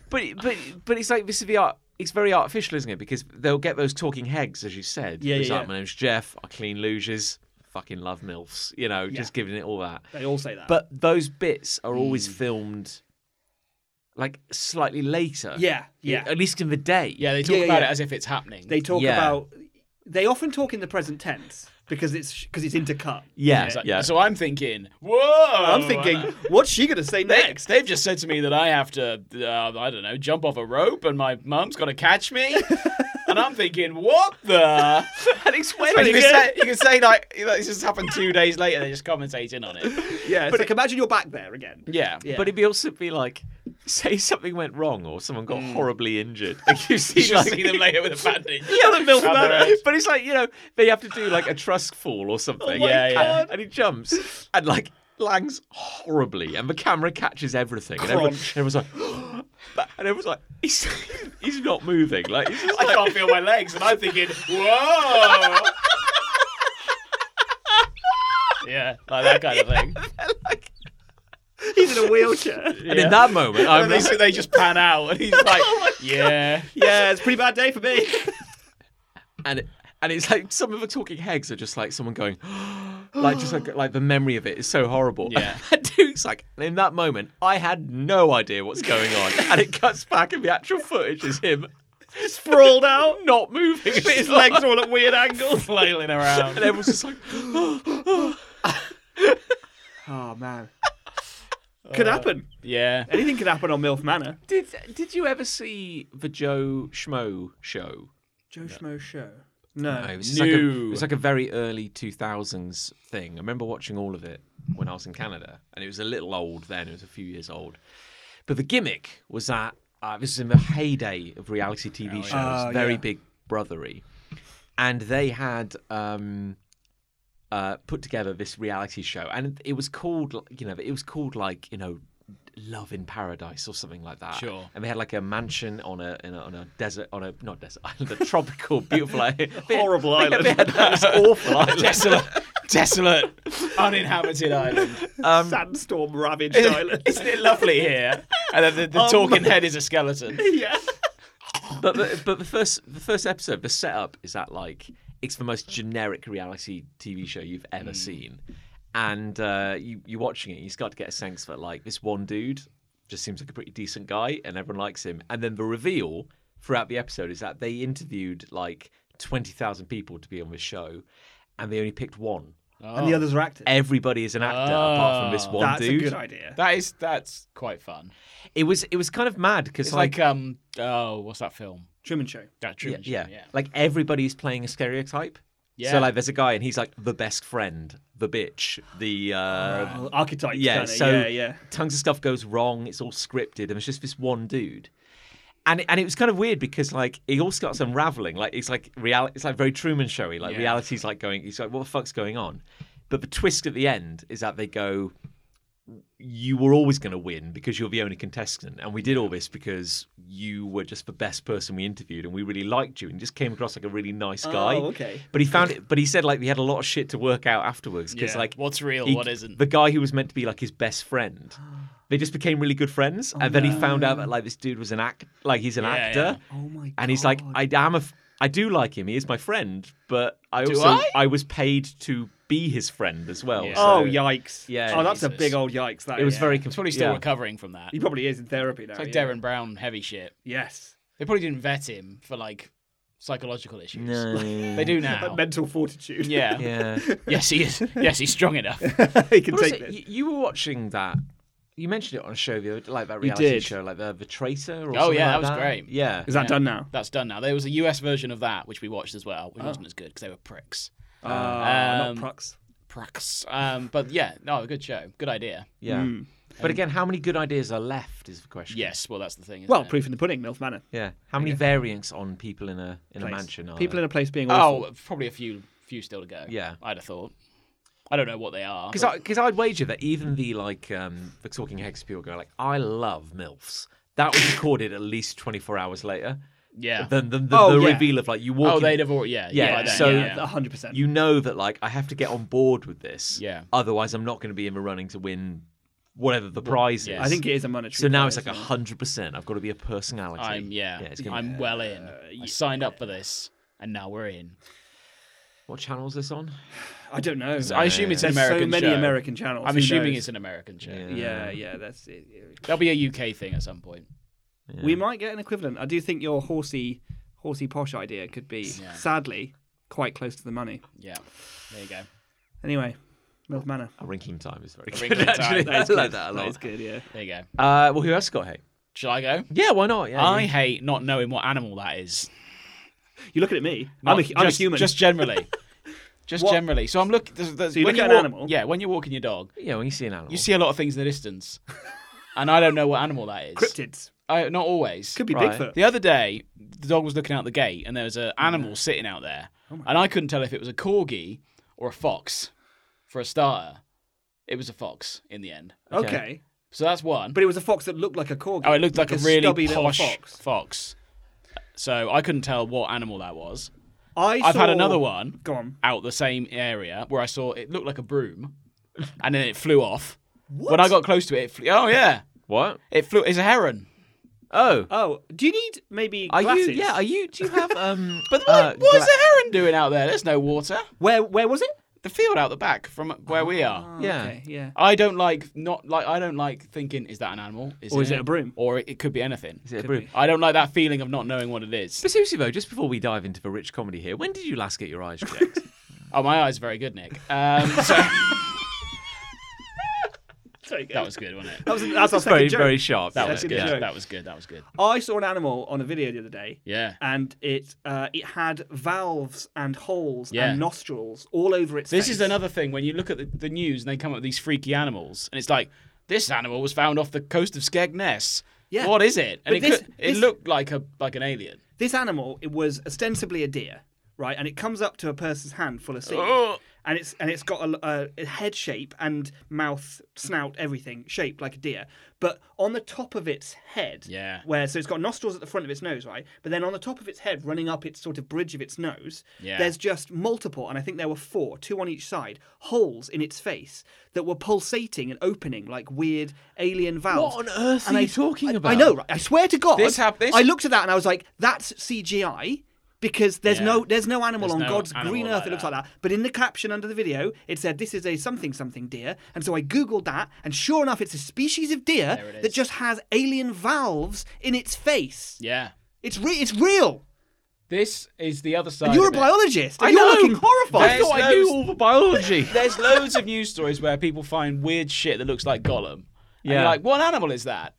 Speaker 1: but but but it's like this is the art. It's very artificial, isn't it? Because they'll get those talking heads, as you said.
Speaker 2: Yeah,
Speaker 1: It's
Speaker 2: yeah,
Speaker 1: like,
Speaker 2: yeah.
Speaker 1: My name's Jeff. I clean luges. Fucking love milfs. You know, just giving it all that.
Speaker 2: they all say that.
Speaker 1: But those bits are always filmed like slightly later.
Speaker 2: yeah, yeah.
Speaker 1: At least in the day.
Speaker 3: Yeah, they talk
Speaker 2: Yeah,
Speaker 3: about
Speaker 2: yeah.
Speaker 3: it as if it's happening.
Speaker 2: They talk
Speaker 1: Yeah.
Speaker 2: about. They often talk in the present tense because it's because it's intercut.
Speaker 1: Yeah.
Speaker 3: It's like-
Speaker 1: yeah.
Speaker 3: So I'm thinking, whoa!
Speaker 2: I'm thinking, what's she gonna say next?
Speaker 3: Next, they've just said to me that I have to, uh, I don't know, jump off a rope, and my mum's got to catch me. and I'm thinking, what the?
Speaker 1: and it's when
Speaker 3: And you,
Speaker 1: it-
Speaker 3: can say, you can say like, you know, this just happened two days later. They're just commentating on it.
Speaker 2: Yeah, but like, imagine you're back there again.
Speaker 3: Yeah.
Speaker 2: Yeah.
Speaker 1: But it'd be also be like, say something went wrong or someone got horribly injured. Like you see,
Speaker 3: You should
Speaker 1: like,
Speaker 3: see them later with a bandage.
Speaker 1: Yeah, the milf
Speaker 3: Down the
Speaker 1: man.
Speaker 3: road.
Speaker 1: But it's like you know they have to do like a trust fall or something.
Speaker 3: Oh my
Speaker 1: yeah,
Speaker 3: God.
Speaker 1: And, and he jumps and like langs horribly, and the camera catches everything, and everyone, everyone's like, and everyone's like, he's he's not moving. Like he's just
Speaker 3: I
Speaker 1: like,
Speaker 3: can't feel my legs, and I'm thinking, whoa! yeah, like that kind of thing.
Speaker 1: like-
Speaker 2: He's in a wheelchair.
Speaker 1: and in that moment,
Speaker 3: And
Speaker 1: I'm
Speaker 3: they,
Speaker 1: like,
Speaker 3: so they just pan out, and he's like, yeah.
Speaker 2: yeah, it's a pretty bad day for me.
Speaker 1: and and it's like some of the talking heads are just like someone going, like just like like the memory of it is so horrible.
Speaker 3: Yeah.
Speaker 1: And Duke's like, and in that moment, I had no idea what's going on, and it cuts back, and the actual footage is him.
Speaker 2: Sprawled out,
Speaker 1: Not moving.
Speaker 2: his legs are all at weird angles.
Speaker 3: Flailing
Speaker 1: And
Speaker 3: around.
Speaker 1: everyone's just like,
Speaker 2: Oh man, could happen.
Speaker 3: Yeah.
Speaker 2: Anything could happen on MILF Manor.
Speaker 1: did did you ever see the Joe Schmo show?
Speaker 2: Joe Schmo show. No.
Speaker 1: No, it was just like a, it
Speaker 3: No.
Speaker 1: was like a very early 2000s thing. I remember watching all of it when I was in Canada, and it was a little old then. It was a few years old. But the gimmick was that uh, this is in the heyday of reality TV shows,
Speaker 2: Oh,
Speaker 1: very
Speaker 2: yeah.
Speaker 1: big brothery, and they had um, uh, put together this reality show, and it was called, you know, it was called like you know. Love in Paradise or something like that.
Speaker 3: Sure.
Speaker 1: And they had like a mansion on a, in a on a desert on a not desert island, a tropical, beautiful island.
Speaker 2: Horrible island.
Speaker 1: Yeah, that was awful island.
Speaker 3: Desolate, desolate, uninhabited island.
Speaker 1: Um,
Speaker 2: Sandstorm ravaged island.
Speaker 3: Isn't it lovely here? And then the,
Speaker 1: Oh
Speaker 3: the talking head is a skeleton.
Speaker 2: yeah.
Speaker 1: but, but but the first the first episode, the setup is that like it's the most generic reality TV show you've ever
Speaker 3: Hmm.
Speaker 1: seen, and uh, you you're watching it, you start to get a sense that like this one dude just seems like a pretty decent guy, and everyone likes him, and then the reveal throughout the episode is that they interviewed like twenty thousand people to be on this show, and they only picked one.
Speaker 2: And the others are actors.
Speaker 1: Everybody is an actor apart from
Speaker 3: Ah.
Speaker 1: this one
Speaker 2: That's
Speaker 1: dude.
Speaker 2: a good idea.
Speaker 3: That is that's quite fun.
Speaker 1: It was it was kind of mad because
Speaker 3: It's like, um oh what's that film?
Speaker 2: Truman Show.
Speaker 3: That
Speaker 1: yeah,
Speaker 3: Truman Show,
Speaker 1: yeah.
Speaker 3: yeah.
Speaker 1: Like everybody's playing a stereotype.
Speaker 3: Yeah.
Speaker 1: So like there's a guy and he's like the best friend, the bitch, the uh
Speaker 2: Well, archetypes.
Speaker 1: yeah,
Speaker 2: kinda.
Speaker 1: so
Speaker 2: yeah, yeah.
Speaker 1: tons of stuff goes wrong, it's all scripted and it's just this one dude. And it, and it was kind of weird because like it all starts unraveling. Like it's like reality it's like very Truman showy. Like
Speaker 3: Yeah.
Speaker 1: reality's like going it's like what the fuck's going on? But the twist at the end is that they go you were always going to win because you're the only contestant. And we did all this because you were just the best person we interviewed and we really liked you and just came across like a really nice guy.
Speaker 2: Oh, okay.
Speaker 1: But he found it, but he said like he had a lot of shit to work out afterwards because
Speaker 3: Yeah.
Speaker 1: like
Speaker 3: what's real,
Speaker 1: he-
Speaker 3: what isn't.
Speaker 1: the guy who was meant to be like his best friend. They just became really good friends, and then he found out that like this dude was an act, like he's an
Speaker 3: Yeah,
Speaker 1: actor,
Speaker 2: Oh my god.
Speaker 1: and he's like, I am a, f- I do like him. He is my friend, but I
Speaker 3: Do
Speaker 1: also
Speaker 3: I?
Speaker 1: was paid to be his friend as well.
Speaker 3: Yeah.
Speaker 1: so
Speaker 2: Oh yikes!
Speaker 1: Yeah,
Speaker 2: Oh, that's a
Speaker 3: Jesus.
Speaker 2: big old yikes. That
Speaker 1: it was
Speaker 2: is.
Speaker 1: very.
Speaker 3: It's probably still
Speaker 1: yeah.
Speaker 3: recovering from that.
Speaker 2: He probably is in therapy now.
Speaker 3: It's like
Speaker 2: yeah.
Speaker 3: Darren Brown heavy shit.
Speaker 2: Yes.
Speaker 3: They probably didn't vet him for like psychological issues.
Speaker 1: No.
Speaker 3: They do
Speaker 2: Like
Speaker 3: now.
Speaker 2: mental fortitude.
Speaker 3: Yeah.
Speaker 1: Yeah.
Speaker 3: Yes, he is. Yes, he's strong enough.
Speaker 2: he can
Speaker 1: But also,
Speaker 2: take this.
Speaker 1: you, you were watching that. You mentioned it on a show the other, like that
Speaker 2: You
Speaker 1: reality
Speaker 2: did.
Speaker 1: show, like the, the Traitor. Or
Speaker 3: Oh, yeah,
Speaker 1: something like
Speaker 3: that was great.
Speaker 1: Yeah,
Speaker 2: Is that
Speaker 3: Yeah.
Speaker 2: done now?
Speaker 3: That's done now. There was a US version of that which we watched as well,
Speaker 1: Oh.
Speaker 3: which wasn't as good because they were pricks.
Speaker 2: Uh,
Speaker 3: Um,
Speaker 2: not Prux.
Speaker 3: Pricks. Um, but yeah, no, good show. Good idea.
Speaker 1: yeah. But again, how many good ideas are left is the question.
Speaker 3: Yes, well, that's the thing. Isn't
Speaker 2: Well,
Speaker 3: it?
Speaker 2: proof in the pudding, Milf Manor.
Speaker 1: Yeah. How many variants on people in a in a
Speaker 2: Place.
Speaker 1: mansion are
Speaker 2: People
Speaker 1: there?
Speaker 2: in a place being awful.
Speaker 3: Oh, probably a few, few still to go.
Speaker 1: Yeah.
Speaker 3: I'd have thought. I don't know what they are.
Speaker 1: Because
Speaker 3: but-
Speaker 1: because I'd wager that even the like um, the talking hex people go like I love milfs. That was recorded at least twenty four hours later.
Speaker 3: yeah.
Speaker 1: Then the, the,
Speaker 2: Oh,
Speaker 1: the
Speaker 2: yeah.
Speaker 1: reveal of like you walk.
Speaker 3: oh,
Speaker 1: in-
Speaker 3: they'd have already. Yeah.
Speaker 1: Yeah,
Speaker 3: by then,
Speaker 1: so-
Speaker 3: yeah, yeah.
Speaker 2: hundred percent.
Speaker 1: You know that like I have to get on board with this.
Speaker 3: Yeah.
Speaker 1: Otherwise, I'm not going to be in the running to win whatever the prize
Speaker 3: yeah.
Speaker 1: is.
Speaker 2: I think it is a monetary.
Speaker 1: so. Now it's
Speaker 2: prize,
Speaker 1: like
Speaker 2: isn't it?
Speaker 1: hundred percent. I've got to be a personality.
Speaker 3: I'm yeah.
Speaker 1: it's gonna be- uh,
Speaker 3: I'm well in. I signed up for this, and now we're in.
Speaker 1: What channel is this on?
Speaker 2: I don't know.
Speaker 3: I assume it's an
Speaker 2: There's
Speaker 3: American
Speaker 2: so many
Speaker 3: show.
Speaker 2: American channels.
Speaker 3: I'm
Speaker 2: who
Speaker 3: assuming
Speaker 2: knows?
Speaker 3: it's an American show.
Speaker 1: Yeah.
Speaker 2: Yeah, yeah, that's it.
Speaker 3: There'll be a UK thing at some point.
Speaker 2: We might get an equivalent. I do think your horsey, horsey posh idea could be, sadly, quite close to the money.
Speaker 3: Yeah. There you go.
Speaker 2: Anyway, Milf Manor.
Speaker 1: A wrinkling time is very
Speaker 3: Wrinkling
Speaker 1: good.
Speaker 3: Time,
Speaker 1: Actually,
Speaker 3: that
Speaker 1: I
Speaker 3: is
Speaker 1: like that a
Speaker 2: That
Speaker 1: lot.
Speaker 2: is good, yeah.
Speaker 3: There you go.
Speaker 1: Uh, well, who else got hey?
Speaker 3: Shall I go?
Speaker 1: Yeah, why not? Yeah,
Speaker 3: I
Speaker 1: yeah.
Speaker 3: hate not knowing what animal that is.
Speaker 2: You're looking at me.
Speaker 3: Not-
Speaker 2: I'm, a,
Speaker 3: just,
Speaker 2: I'm a human.
Speaker 3: Just generally. Just
Speaker 2: What-
Speaker 3: generally. So I'm looking. There's, there's,
Speaker 2: So you
Speaker 3: when
Speaker 2: look at an
Speaker 3: walk,
Speaker 2: animal? Oh.
Speaker 3: Yeah, when you're walking your dog,
Speaker 1: yeah. When you see an animal,
Speaker 3: you see a lot of things in the distance, and I don't know what animal that is.
Speaker 2: Cryptids.
Speaker 3: I, not always.
Speaker 2: Could be
Speaker 1: Right.
Speaker 2: Bigfoot.
Speaker 3: The other day, the dog was looking out the gate, and there was an animal sitting out there,
Speaker 2: Oh
Speaker 3: and I couldn't tell if it was a corgi or a fox. For a starter, it was a fox in the end.
Speaker 2: Okay.
Speaker 3: So that's one.
Speaker 2: But it was a fox that looked like a corgi.
Speaker 3: oh, it looked like, a, really
Speaker 2: stubby little
Speaker 3: posh
Speaker 2: fox.
Speaker 3: fox. So I couldn't tell what animal that was.
Speaker 2: I
Speaker 3: I've had
Speaker 2: saw-
Speaker 3: another one
Speaker 2: Go on.
Speaker 3: out the same area where I saw it looked like a broom, and then it flew off. When I got close to it, it flew, oh yeah,
Speaker 1: what?
Speaker 3: it flew. It's a heron.
Speaker 1: Oh,
Speaker 2: Oh, do you need maybe
Speaker 1: are
Speaker 2: glasses?
Speaker 1: you? Yeah, are you? Do you have? Um,
Speaker 3: But what,
Speaker 1: uh,
Speaker 3: what is
Speaker 1: gla-
Speaker 3: a heron doing out there? There's no water.
Speaker 2: Where where was it?
Speaker 3: The field out the back from where we are.
Speaker 1: Yeah.
Speaker 2: Okay, yeah.
Speaker 3: I don't like not like I don't like thinking is that an animal? Is
Speaker 2: Or is it a broom?
Speaker 3: Or it, it could be anything.
Speaker 1: Is it a brew?
Speaker 3: I don't like that feeling of not knowing what it is.
Speaker 1: But seriously though, just before we dive into the rich comedy here, when did you last get your eyes checked?
Speaker 3: Oh, my eyes are very good, Nick. Um, so that was good, wasn't it?
Speaker 2: That was that's our
Speaker 1: That's very
Speaker 2: second joke.
Speaker 1: very sharp.
Speaker 3: That
Speaker 1: yeah.
Speaker 3: was
Speaker 2: Second
Speaker 3: good.
Speaker 2: joke.
Speaker 3: That was good. That was good.
Speaker 2: I saw an animal on a video the other day.
Speaker 3: Yeah.
Speaker 2: And it uh, it had valves and holes
Speaker 3: Yeah.
Speaker 2: and nostrils all over its
Speaker 3: This
Speaker 2: face.
Speaker 3: is another thing when you look at the, the news and they come up with these freaky animals, and it's like this animal was found off the coast of Skegness.
Speaker 2: Yeah.
Speaker 3: What is it? And
Speaker 2: But
Speaker 3: it,
Speaker 2: this-
Speaker 3: could,
Speaker 2: this-
Speaker 3: it looked like a like an alien.
Speaker 2: This animal it was ostensibly a deer, right? And it comes up to a person's hand full of seed.
Speaker 1: Oh.
Speaker 2: And it's and it's got a, a head shape and mouth, snout, everything shaped like a deer. But on the top of its head,
Speaker 3: Yeah.
Speaker 2: where so it's got nostrils at the front of its nose, right? But then on the top of its head, running up its sort of bridge of its nose,
Speaker 3: Yeah.
Speaker 2: there's just multiple, and I think there were four, two on each side, holes in its face that were pulsating and opening like weird alien valves.
Speaker 1: What on earth
Speaker 2: And
Speaker 1: are
Speaker 2: I-
Speaker 1: you talking
Speaker 2: I- I
Speaker 1: about?
Speaker 2: know, right? I swear to God,
Speaker 3: This hap- this-
Speaker 2: I looked at that and I was like, "That's CGI." Because there's
Speaker 3: Yeah.
Speaker 2: no there's no animal
Speaker 3: There's
Speaker 2: on
Speaker 3: no
Speaker 2: God's
Speaker 3: animal
Speaker 2: green
Speaker 3: like
Speaker 2: earth that looks
Speaker 3: that.
Speaker 2: like that. But in the caption under the video, it said this is a something something deer, and so I googled that, and sure enough, it's a species of
Speaker 3: There
Speaker 2: deer
Speaker 3: it
Speaker 2: that
Speaker 3: is.
Speaker 2: just has alien valves in its face.
Speaker 3: Yeah.
Speaker 2: It's re- it's real.
Speaker 3: This is the other side.
Speaker 2: And you're a
Speaker 3: of it.
Speaker 2: biologist. And
Speaker 1: I
Speaker 2: you're
Speaker 1: know.
Speaker 2: looking horrified.
Speaker 1: I thought I knew all the biology.
Speaker 3: There's loads of news stories where people find weird shit that looks like Gollum. Yeah.
Speaker 1: Yeah.
Speaker 3: like, what animal is that?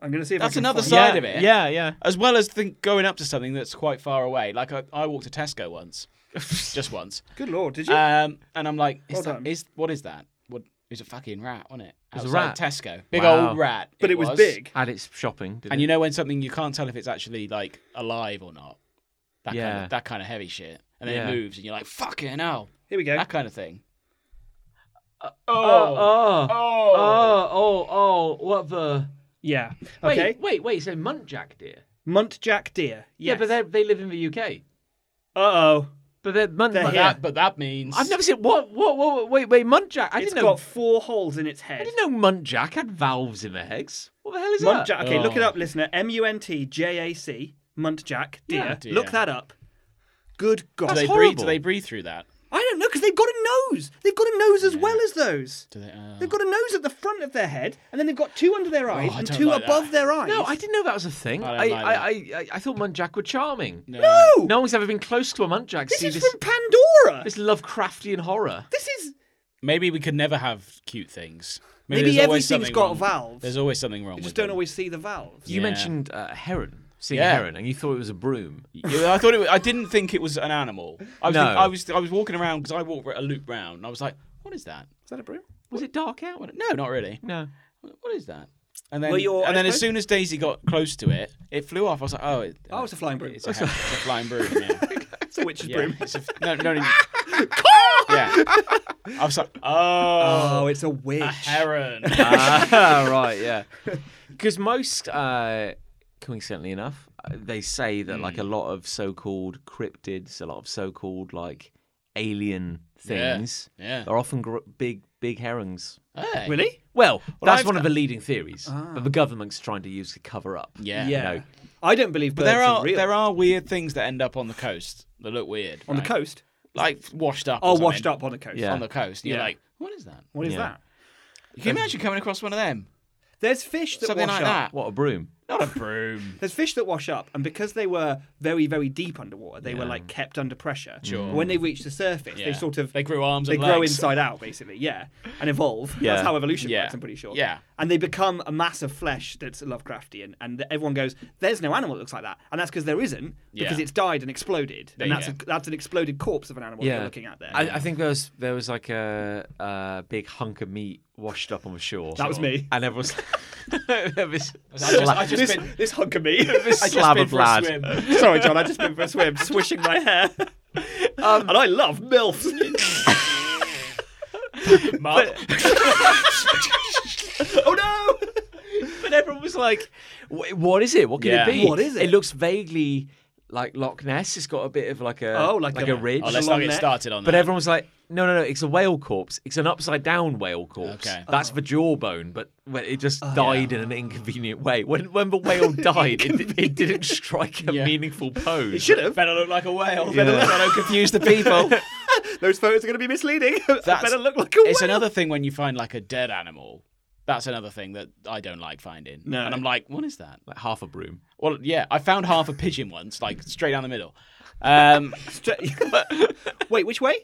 Speaker 2: I'm gonna see if
Speaker 3: That's another
Speaker 2: find-
Speaker 3: side of it.
Speaker 1: Yeah, yeah.
Speaker 3: As well as think going up to something that's quite far away. Like I, I walked to Tesco once, just once,
Speaker 2: Good lord, did you?
Speaker 3: um, and I'm like, is,
Speaker 2: Well
Speaker 3: that,
Speaker 2: done.
Speaker 3: is what is that? What is a fucking rat? Wasn't it? It
Speaker 1: was a rat.
Speaker 3: Tesco, big
Speaker 1: Wow.
Speaker 3: old rat.
Speaker 2: but it was, big.
Speaker 1: At its shopping, didn't
Speaker 3: And
Speaker 1: it?
Speaker 3: you know when something you can't tell if it's actually like alive or not. That kind
Speaker 1: Yeah.
Speaker 3: of that kind of heavy shit, and then
Speaker 1: Yeah.
Speaker 3: it moves, and you're like, fucking hell,
Speaker 2: Here we go.
Speaker 3: that kind of thing. uh,
Speaker 1: Oh, oh, oh, oh, oh, what the?
Speaker 2: Yeah.
Speaker 1: Wait,
Speaker 2: Okay.
Speaker 1: wait, wait. So muntjac deer.
Speaker 2: Muntjac deer.
Speaker 1: Yeah,
Speaker 2: Yes.
Speaker 1: but they they live in the UK.
Speaker 2: Uh oh.
Speaker 1: But they're munt.
Speaker 2: They're
Speaker 1: munt-
Speaker 2: here. Yeah.
Speaker 3: That, but that means
Speaker 1: I've never seen what what what. Wait, wait, muntjac. I
Speaker 2: It's
Speaker 1: didn't know.
Speaker 2: got four holes in its
Speaker 1: I
Speaker 2: head.
Speaker 1: didn't know muntjac had valves in the eggs. What the hell is that?
Speaker 2: Muntjac. Okay, look it
Speaker 3: Oh.
Speaker 2: up, listener. M U N T J A C. Muntjac deer.
Speaker 3: dear.
Speaker 2: Look that up. Good God.
Speaker 3: Do they breathe? Do they breathe through that?
Speaker 2: I don't know because they've got a nose. They've got a nose as well as those.
Speaker 3: Do they? Uh,
Speaker 2: They've got a nose at the front of their head, and then they've got two under their eyes
Speaker 3: Oh, I
Speaker 2: and
Speaker 3: don't
Speaker 2: two
Speaker 3: like
Speaker 2: above
Speaker 3: that.
Speaker 2: their eyes.
Speaker 1: No, I didn't know that was a thing.
Speaker 3: I
Speaker 1: I
Speaker 3: don't
Speaker 1: I, I, I, I thought muntjac were charming. No.
Speaker 2: No,
Speaker 1: one's ever been close to a muntjac.
Speaker 2: this
Speaker 1: See
Speaker 2: is
Speaker 1: this,
Speaker 2: from Pandora.
Speaker 1: this Lovecraftian horror.
Speaker 2: This is
Speaker 3: Maybe we could never have cute things.
Speaker 2: maybe
Speaker 3: there's always
Speaker 2: everything's
Speaker 3: something
Speaker 2: got
Speaker 3: wrong.
Speaker 2: a valve.
Speaker 3: There's always something wrong.
Speaker 2: You
Speaker 3: with
Speaker 2: just don't
Speaker 3: them.
Speaker 2: always see the valves.
Speaker 1: You
Speaker 3: Yeah.
Speaker 1: mentioned uh, a heron, seeing
Speaker 3: Yeah.
Speaker 1: a heron, and you thought it was a broom.
Speaker 3: Yeah, I thought it. Was, I didn't think it was an animal. I was.
Speaker 1: No.
Speaker 3: I was. I was walking around because I walked a loop round. And I was like, "What is that?
Speaker 5: Is that a broom?
Speaker 1: Was it dark out?
Speaker 3: What- no, not really.
Speaker 1: No.
Speaker 3: What is that?" And then,
Speaker 2: Were your
Speaker 3: and then
Speaker 2: eyes
Speaker 3: as soon as Daisy got close to it, it flew off. I was like, "Oh, it,
Speaker 2: Oh, it's a flying broom.
Speaker 3: it's a, it's a flying broom." Yeah.
Speaker 2: It's a witch's
Speaker 3: Yeah,
Speaker 2: broom.
Speaker 3: it's a, no, no, no. yeah. I was like, "Oh,
Speaker 2: Oh, it's a witch.
Speaker 3: heron."
Speaker 1: Ah, right, yeah. Because most, uh, coincidentally enough, uh, they say that like a lot of so-called cryptids, a lot of so-called like alien
Speaker 3: Yeah,
Speaker 1: things,
Speaker 3: yeah.
Speaker 1: are often gr- big, big herons.
Speaker 3: Hey.
Speaker 2: Really?
Speaker 1: Well, that's
Speaker 3: I've
Speaker 1: one of the leading theories that the government's trying to use to cover up.
Speaker 3: Yeah.
Speaker 2: Yeah.
Speaker 1: No.
Speaker 2: I don't believe birds
Speaker 3: But there are
Speaker 2: real.
Speaker 3: there are weird things that end up on the coast that look weird.
Speaker 2: on the
Speaker 3: right?
Speaker 2: coast.
Speaker 3: like washed up. or
Speaker 2: Oh,
Speaker 3: something.
Speaker 2: washed up on the coast.
Speaker 1: Yeah.
Speaker 3: on the coast. And You're
Speaker 2: Yeah.
Speaker 3: like, what is that?
Speaker 2: What is
Speaker 1: Yeah.
Speaker 2: that?
Speaker 3: Can you imagine coming across one of them?
Speaker 2: There's fish that
Speaker 3: Something
Speaker 2: wash
Speaker 3: like that.
Speaker 2: up.
Speaker 1: What a broom.
Speaker 3: Not a broom.
Speaker 2: There's fish that wash up, and because they were very, very deep underwater, they were like kept under pressure. Sure. When they reached the surface,
Speaker 3: Yeah.
Speaker 2: they sort of
Speaker 3: They grew arms
Speaker 2: They
Speaker 3: and
Speaker 2: grow
Speaker 3: legs.
Speaker 2: inside out, basically. Yeah, and evolve.
Speaker 1: Yeah.
Speaker 2: That's how evolution
Speaker 3: Yeah.
Speaker 2: works. I'm pretty sure.
Speaker 3: Yeah.
Speaker 2: And they become a mass of flesh that's Lovecraftian, and th- everyone goes, "There's no animal that looks like that," and that's because there isn't, because
Speaker 3: Yeah.
Speaker 2: it's died and exploded, and
Speaker 3: Yeah.
Speaker 2: that's a, that's an exploded corpse of an animal that you're looking at there.
Speaker 1: I, I think there was there was like a, a big hunk of meat washed up on the shore.
Speaker 2: That was me.
Speaker 1: And everyone's. this
Speaker 3: I just, I just
Speaker 2: this,
Speaker 3: been,
Speaker 2: this hunk of me.
Speaker 3: I just
Speaker 1: slab
Speaker 3: been
Speaker 1: of
Speaker 3: for
Speaker 1: lad.
Speaker 3: a swim.
Speaker 2: Sorry, John. I just been for a swim, swishing my Um, hair. and I love milfs.
Speaker 3: Mark.
Speaker 2: oh no!
Speaker 1: But everyone was like, "Wh- "What is it? What can
Speaker 3: Yeah.
Speaker 1: it be?
Speaker 2: What is
Speaker 1: It
Speaker 2: it?"
Speaker 1: looks vaguely like Loch Ness. It's got a bit of like a
Speaker 2: Oh, like
Speaker 1: like a,
Speaker 2: a-
Speaker 1: ridge."
Speaker 3: Oh, let's
Speaker 2: Long
Speaker 3: not get
Speaker 2: neck.
Speaker 3: started on that.
Speaker 1: but everyone was like, "No, no, no! It's a whale corpse. It's an upside down whale corpse.
Speaker 3: Okay.
Speaker 2: Oh.
Speaker 1: That's the jawbone, but when it just died in an inconvenient way. When when the whale died, it, it didn't strike a
Speaker 3: Yeah.
Speaker 1: meaningful pose.
Speaker 2: It should have.
Speaker 3: better look like a whale.
Speaker 1: Yeah.
Speaker 3: Better look, I don't confuse the people.
Speaker 2: Those photos are going to be misleading. I
Speaker 3: That's-
Speaker 2: better look like a whale.
Speaker 3: it's another thing when you find like a dead animal. That's another thing that I don't like finding.
Speaker 2: No.
Speaker 3: And I'm like, what is that?
Speaker 1: like half a broom.
Speaker 3: Well, yeah, I found half a pigeon once, like straight down the middle. Um,
Speaker 2: Stra- Wait, which way?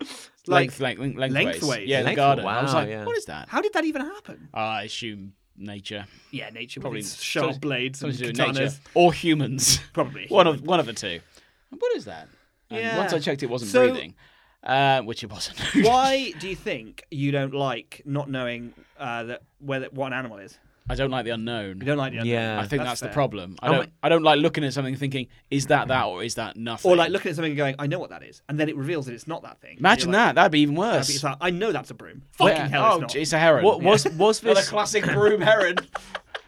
Speaker 3: length, length, length, lengthways.
Speaker 2: Lengthways.
Speaker 3: Yeah, in the
Speaker 1: Lengthways,
Speaker 3: garden. I was
Speaker 1: wow,
Speaker 3: like,
Speaker 1: yeah.
Speaker 3: what is that?
Speaker 2: How did that even happen?
Speaker 3: I assume nature.
Speaker 2: Yeah, nature
Speaker 3: Probably
Speaker 2: probably sharp
Speaker 3: something-
Speaker 2: blades and
Speaker 3: Something to do with
Speaker 2: katanas.
Speaker 3: nature. Or humans.
Speaker 2: Probably.
Speaker 3: one of one of the two. And What is that? And
Speaker 2: Yeah.
Speaker 3: Once I checked, it wasn't
Speaker 2: So-
Speaker 3: breathing, uh, which it wasn't.
Speaker 2: Why do you think you don't like not knowing uh, that whether what an animal is?
Speaker 3: I don't like the unknown.
Speaker 2: You don't like the unknown.
Speaker 1: Yeah.
Speaker 3: I think
Speaker 2: That's
Speaker 3: that's, the
Speaker 2: fair.
Speaker 3: problem. I
Speaker 1: I'm-
Speaker 3: don't. I don't like looking at something and thinking, is that that or is that nothing?
Speaker 2: Or like looking at something and going, I know what that is, and then it reveals that it's not that thing.
Speaker 3: Imagine
Speaker 2: You're like-
Speaker 3: that. That'd be even worse.
Speaker 2: It's like, I know that's a broom.
Speaker 3: Yeah.
Speaker 2: Fucking hell,
Speaker 3: oh,
Speaker 2: it's not.
Speaker 3: it's a heron.
Speaker 1: What was was
Speaker 3: Another
Speaker 1: this?
Speaker 3: classic broom heron?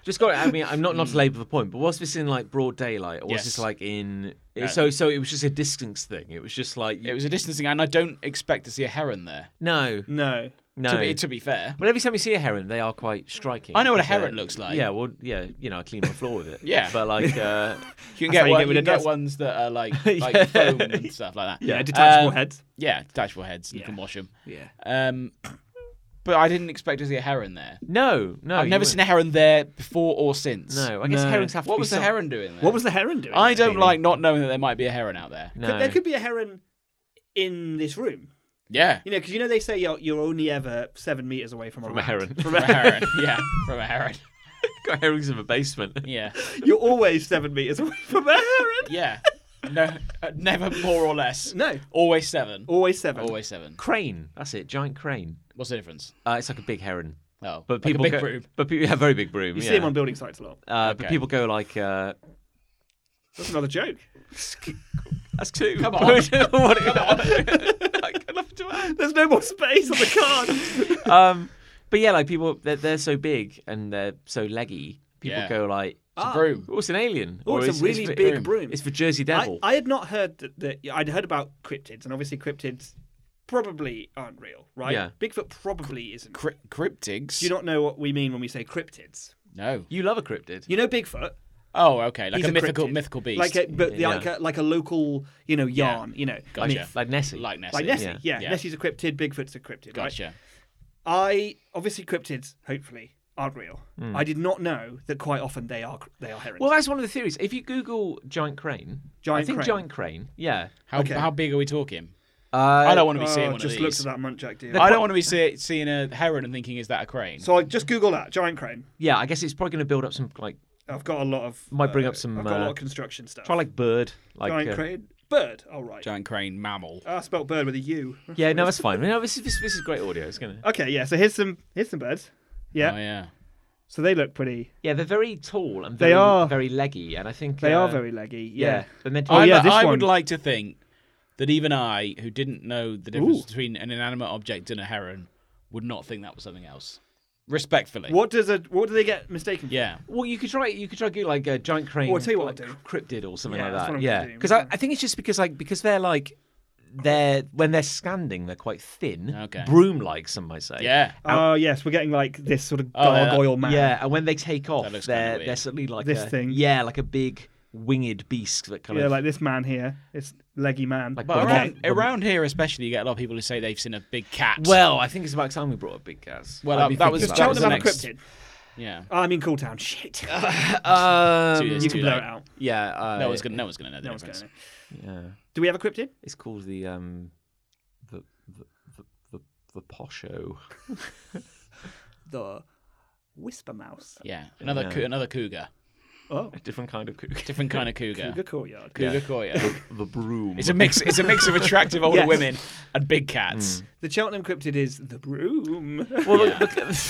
Speaker 1: Just got. I mean, I'm not not to labour the point, but was this in like broad daylight, or was this
Speaker 3: Yes.
Speaker 1: like in? So so it was just a distance thing. It was just like
Speaker 3: It was a distancing, and I don't expect to see a heron there.
Speaker 1: no
Speaker 2: No.
Speaker 1: no.
Speaker 3: To be, to be fair,
Speaker 1: But every time you see a heron, they are quite striking.
Speaker 3: I know what a
Speaker 1: Because, uh,
Speaker 3: heron looks like.
Speaker 1: Yeah, well, yeah, you know, I clean my floor with it.
Speaker 3: Yeah.
Speaker 1: but like, uh,
Speaker 3: you can
Speaker 2: That's
Speaker 3: get,
Speaker 2: how you
Speaker 3: one,
Speaker 2: get
Speaker 3: you
Speaker 2: rid
Speaker 3: can
Speaker 2: of
Speaker 3: get
Speaker 2: dust.
Speaker 3: ones that are like
Speaker 1: Yeah.
Speaker 3: like foam and stuff like that.
Speaker 2: Yeah, detachable
Speaker 3: Um,
Speaker 2: heads.
Speaker 3: Yeah, detachable heads. You
Speaker 2: Yeah.
Speaker 3: can wash them.
Speaker 2: Yeah.
Speaker 3: Um, but I didn't expect to see a heron there.
Speaker 1: no, no,
Speaker 3: I've never seen a heron there before or since.
Speaker 1: No, I guess
Speaker 2: Oh, No.
Speaker 1: herons have to
Speaker 3: What
Speaker 1: be
Speaker 3: was the
Speaker 1: some-
Speaker 3: heron doing there?
Speaker 2: What was the heron doing?
Speaker 3: I don't like not knowing that there might be a heron out there.
Speaker 1: No.
Speaker 2: But there could be a heron in this room.
Speaker 3: Yeah.
Speaker 2: You know, because you know they say you're, you're only ever seven meters away from a,
Speaker 1: From a
Speaker 2: rat.
Speaker 1: heron.
Speaker 2: From
Speaker 3: From a
Speaker 2: a-
Speaker 3: heron. Yeah. From a heron.
Speaker 1: got herons in the basement.
Speaker 3: Yeah.
Speaker 2: you're always seven meters away from a heron.
Speaker 3: Yeah. No, uh, never more or less.
Speaker 2: No.
Speaker 3: Always seven.
Speaker 2: Always seven.
Speaker 3: Always seven.
Speaker 1: Crane, that's it. Giant crane.
Speaker 3: What's the difference?
Speaker 1: Uh, it's like a big heron.
Speaker 3: Oh,
Speaker 1: But
Speaker 3: like
Speaker 1: people
Speaker 3: a big
Speaker 1: go,
Speaker 3: broom.
Speaker 1: But people, yeah, very big broom.
Speaker 2: You
Speaker 1: yeah.
Speaker 2: see him on building sites a lot.
Speaker 1: uh, But
Speaker 3: Okay.
Speaker 1: people go like, uh,
Speaker 2: That's another joke.
Speaker 1: that's two.
Speaker 3: Come on.
Speaker 1: What- Like, enough to add.
Speaker 2: There's no more space on the card.
Speaker 1: um, but yeah, like people, they're, they're so big and they're so leggy. People
Speaker 3: Yeah.
Speaker 1: go like,
Speaker 2: Ah.
Speaker 3: It's a broom.
Speaker 1: "Oh, it's an alien."
Speaker 2: Oh, it's a really
Speaker 1: for-
Speaker 2: big broom.
Speaker 1: It's for Jersey
Speaker 2: I,
Speaker 1: Devil.
Speaker 2: I had not heard that, that. I'd heard about cryptids, and obviously cryptids probably aren't real, right?
Speaker 1: Yeah.
Speaker 2: Bigfoot probably isn't.
Speaker 3: Cry- cryptids.
Speaker 2: Do you not know what we mean when we say cryptids?
Speaker 3: no.
Speaker 1: you love a cryptid.
Speaker 2: You know Bigfoot.
Speaker 3: Oh, okay, like
Speaker 2: He's
Speaker 3: a mythical
Speaker 2: cryptid.
Speaker 3: mythical beast,
Speaker 2: like a, but
Speaker 1: Yeah.
Speaker 2: like a like a local you know yarn, you know,
Speaker 3: Gotcha.
Speaker 2: myth.
Speaker 1: like Nessie.
Speaker 3: like Nessie.
Speaker 2: like Nessie.
Speaker 1: Yeah.
Speaker 2: Yeah.
Speaker 3: Yeah.
Speaker 2: Nessie's a cryptid, Bigfoot's a cryptid. Right?
Speaker 3: Gotcha.
Speaker 2: I obviously cryptids, hopefully, aren't real.
Speaker 1: Hmm.
Speaker 2: I did not know that quite often they are they are herons.
Speaker 1: Well, that's one of the theories. If you Google giant crane, I
Speaker 2: Giant
Speaker 1: think
Speaker 2: crane.
Speaker 1: giant crane. Yeah.
Speaker 3: How
Speaker 2: Okay.
Speaker 3: how big are we talking?
Speaker 1: Uh,
Speaker 3: I don't want to be
Speaker 2: Oh,
Speaker 3: seeing one
Speaker 2: just
Speaker 3: of
Speaker 2: looked
Speaker 3: these.
Speaker 2: at that muntjac deal.
Speaker 3: I don't want to be see, seeing a heron and thinking, is that a crane?
Speaker 2: so I just Google that giant crane.
Speaker 1: Yeah, I guess it's probably going to build up some like
Speaker 2: I've got a lot of
Speaker 1: Might bring up some,
Speaker 2: I've got a
Speaker 1: uh,
Speaker 2: lot of construction stuff.
Speaker 1: try like bird. Like
Speaker 2: giant
Speaker 1: uh,
Speaker 2: crane bird. All right. Ah,
Speaker 3: Giant crane mammal.
Speaker 2: I spelt bird with a U.
Speaker 1: Yeah, no, that's fine. No, this is this, this is great audio. It's gonna.
Speaker 2: Okay, yeah. So here's some here's some birds. Yeah.
Speaker 3: Oh yeah.
Speaker 2: So they look pretty.
Speaker 1: Yeah, they're very tall and
Speaker 2: They
Speaker 1: very,
Speaker 2: are.
Speaker 1: very leggy, and I think
Speaker 2: They are
Speaker 1: uh,
Speaker 2: very leggy.
Speaker 1: Yeah,
Speaker 2: Yeah.
Speaker 1: they're meant to
Speaker 2: Oh,
Speaker 3: I,
Speaker 1: be-
Speaker 2: yeah,
Speaker 3: li-
Speaker 2: this
Speaker 3: I would
Speaker 2: one.
Speaker 3: like to think that even I, who didn't know the difference
Speaker 2: Ooh.
Speaker 3: between an inanimate object and a heron, would not think that was something else. Respectfully.
Speaker 2: What does a what do they get mistaken? for?
Speaker 3: Yeah.
Speaker 1: Well, you could try. You could try Google like a giant crane,
Speaker 2: Or I'll tell you what
Speaker 1: like
Speaker 2: I'll do.
Speaker 1: cryptid or something
Speaker 2: Yeah,
Speaker 1: like
Speaker 2: that's
Speaker 1: that.
Speaker 2: what I'm
Speaker 1: yeah,
Speaker 2: gonna do.
Speaker 1: because I, I think it's just because like because they're like they're when they're standing, they're quite thin,
Speaker 3: Okay.
Speaker 1: broom-like, some might say.
Speaker 3: Yeah.
Speaker 2: Oh yes, we're getting like this sort of
Speaker 3: Oh, yeah, that-
Speaker 2: gargoyle man.
Speaker 1: yeah, and when they take off,
Speaker 3: looks kinda
Speaker 1: they're
Speaker 3: weird.
Speaker 1: they're suddenly like
Speaker 2: This
Speaker 1: a,
Speaker 2: thing.
Speaker 1: Yeah, like a big winged beast that kind
Speaker 2: Yeah,
Speaker 1: of
Speaker 2: like this man here, this leggy man.
Speaker 1: Like
Speaker 3: But
Speaker 1: Well,
Speaker 3: around,
Speaker 1: yeah.
Speaker 3: around here, especially, you get a lot of people who say they've seen a big cat.
Speaker 1: Well, I think it's about time we brought up big cats.
Speaker 3: Well,
Speaker 1: I'd
Speaker 3: um,
Speaker 1: be
Speaker 3: that
Speaker 1: thinking
Speaker 3: was-
Speaker 2: just
Speaker 1: about
Speaker 2: tell
Speaker 1: this
Speaker 2: them I'm a
Speaker 1: next.
Speaker 2: cryptid.
Speaker 3: yeah.
Speaker 2: Oh, I mean, cool town. Shit.
Speaker 1: Um,
Speaker 3: Dude, it's
Speaker 2: you can
Speaker 3: too
Speaker 2: blow
Speaker 3: late.
Speaker 2: it out.
Speaker 1: yeah, uh,
Speaker 3: No one's gonna. No one's gonna know. The
Speaker 2: No one's
Speaker 3: difference.
Speaker 2: gonna know.
Speaker 1: Yeah,
Speaker 2: Do we have a cryptid?
Speaker 1: it's called the um, the the the the, the posho.
Speaker 2: The whisper mouse.
Speaker 3: Yeah. Another
Speaker 1: Yeah.
Speaker 3: coo- another cougar.
Speaker 2: Oh,
Speaker 1: A different kind of cougar.
Speaker 3: Different kind of cougar.
Speaker 2: cougar courtyard.
Speaker 3: Cougar coyote.
Speaker 1: the broom.
Speaker 3: It's a mix. It's a mix of attractive older
Speaker 2: Yes. Mm.
Speaker 3: women and big cats.
Speaker 2: The Cheltenham cryptid is the broom.
Speaker 1: well, look, look,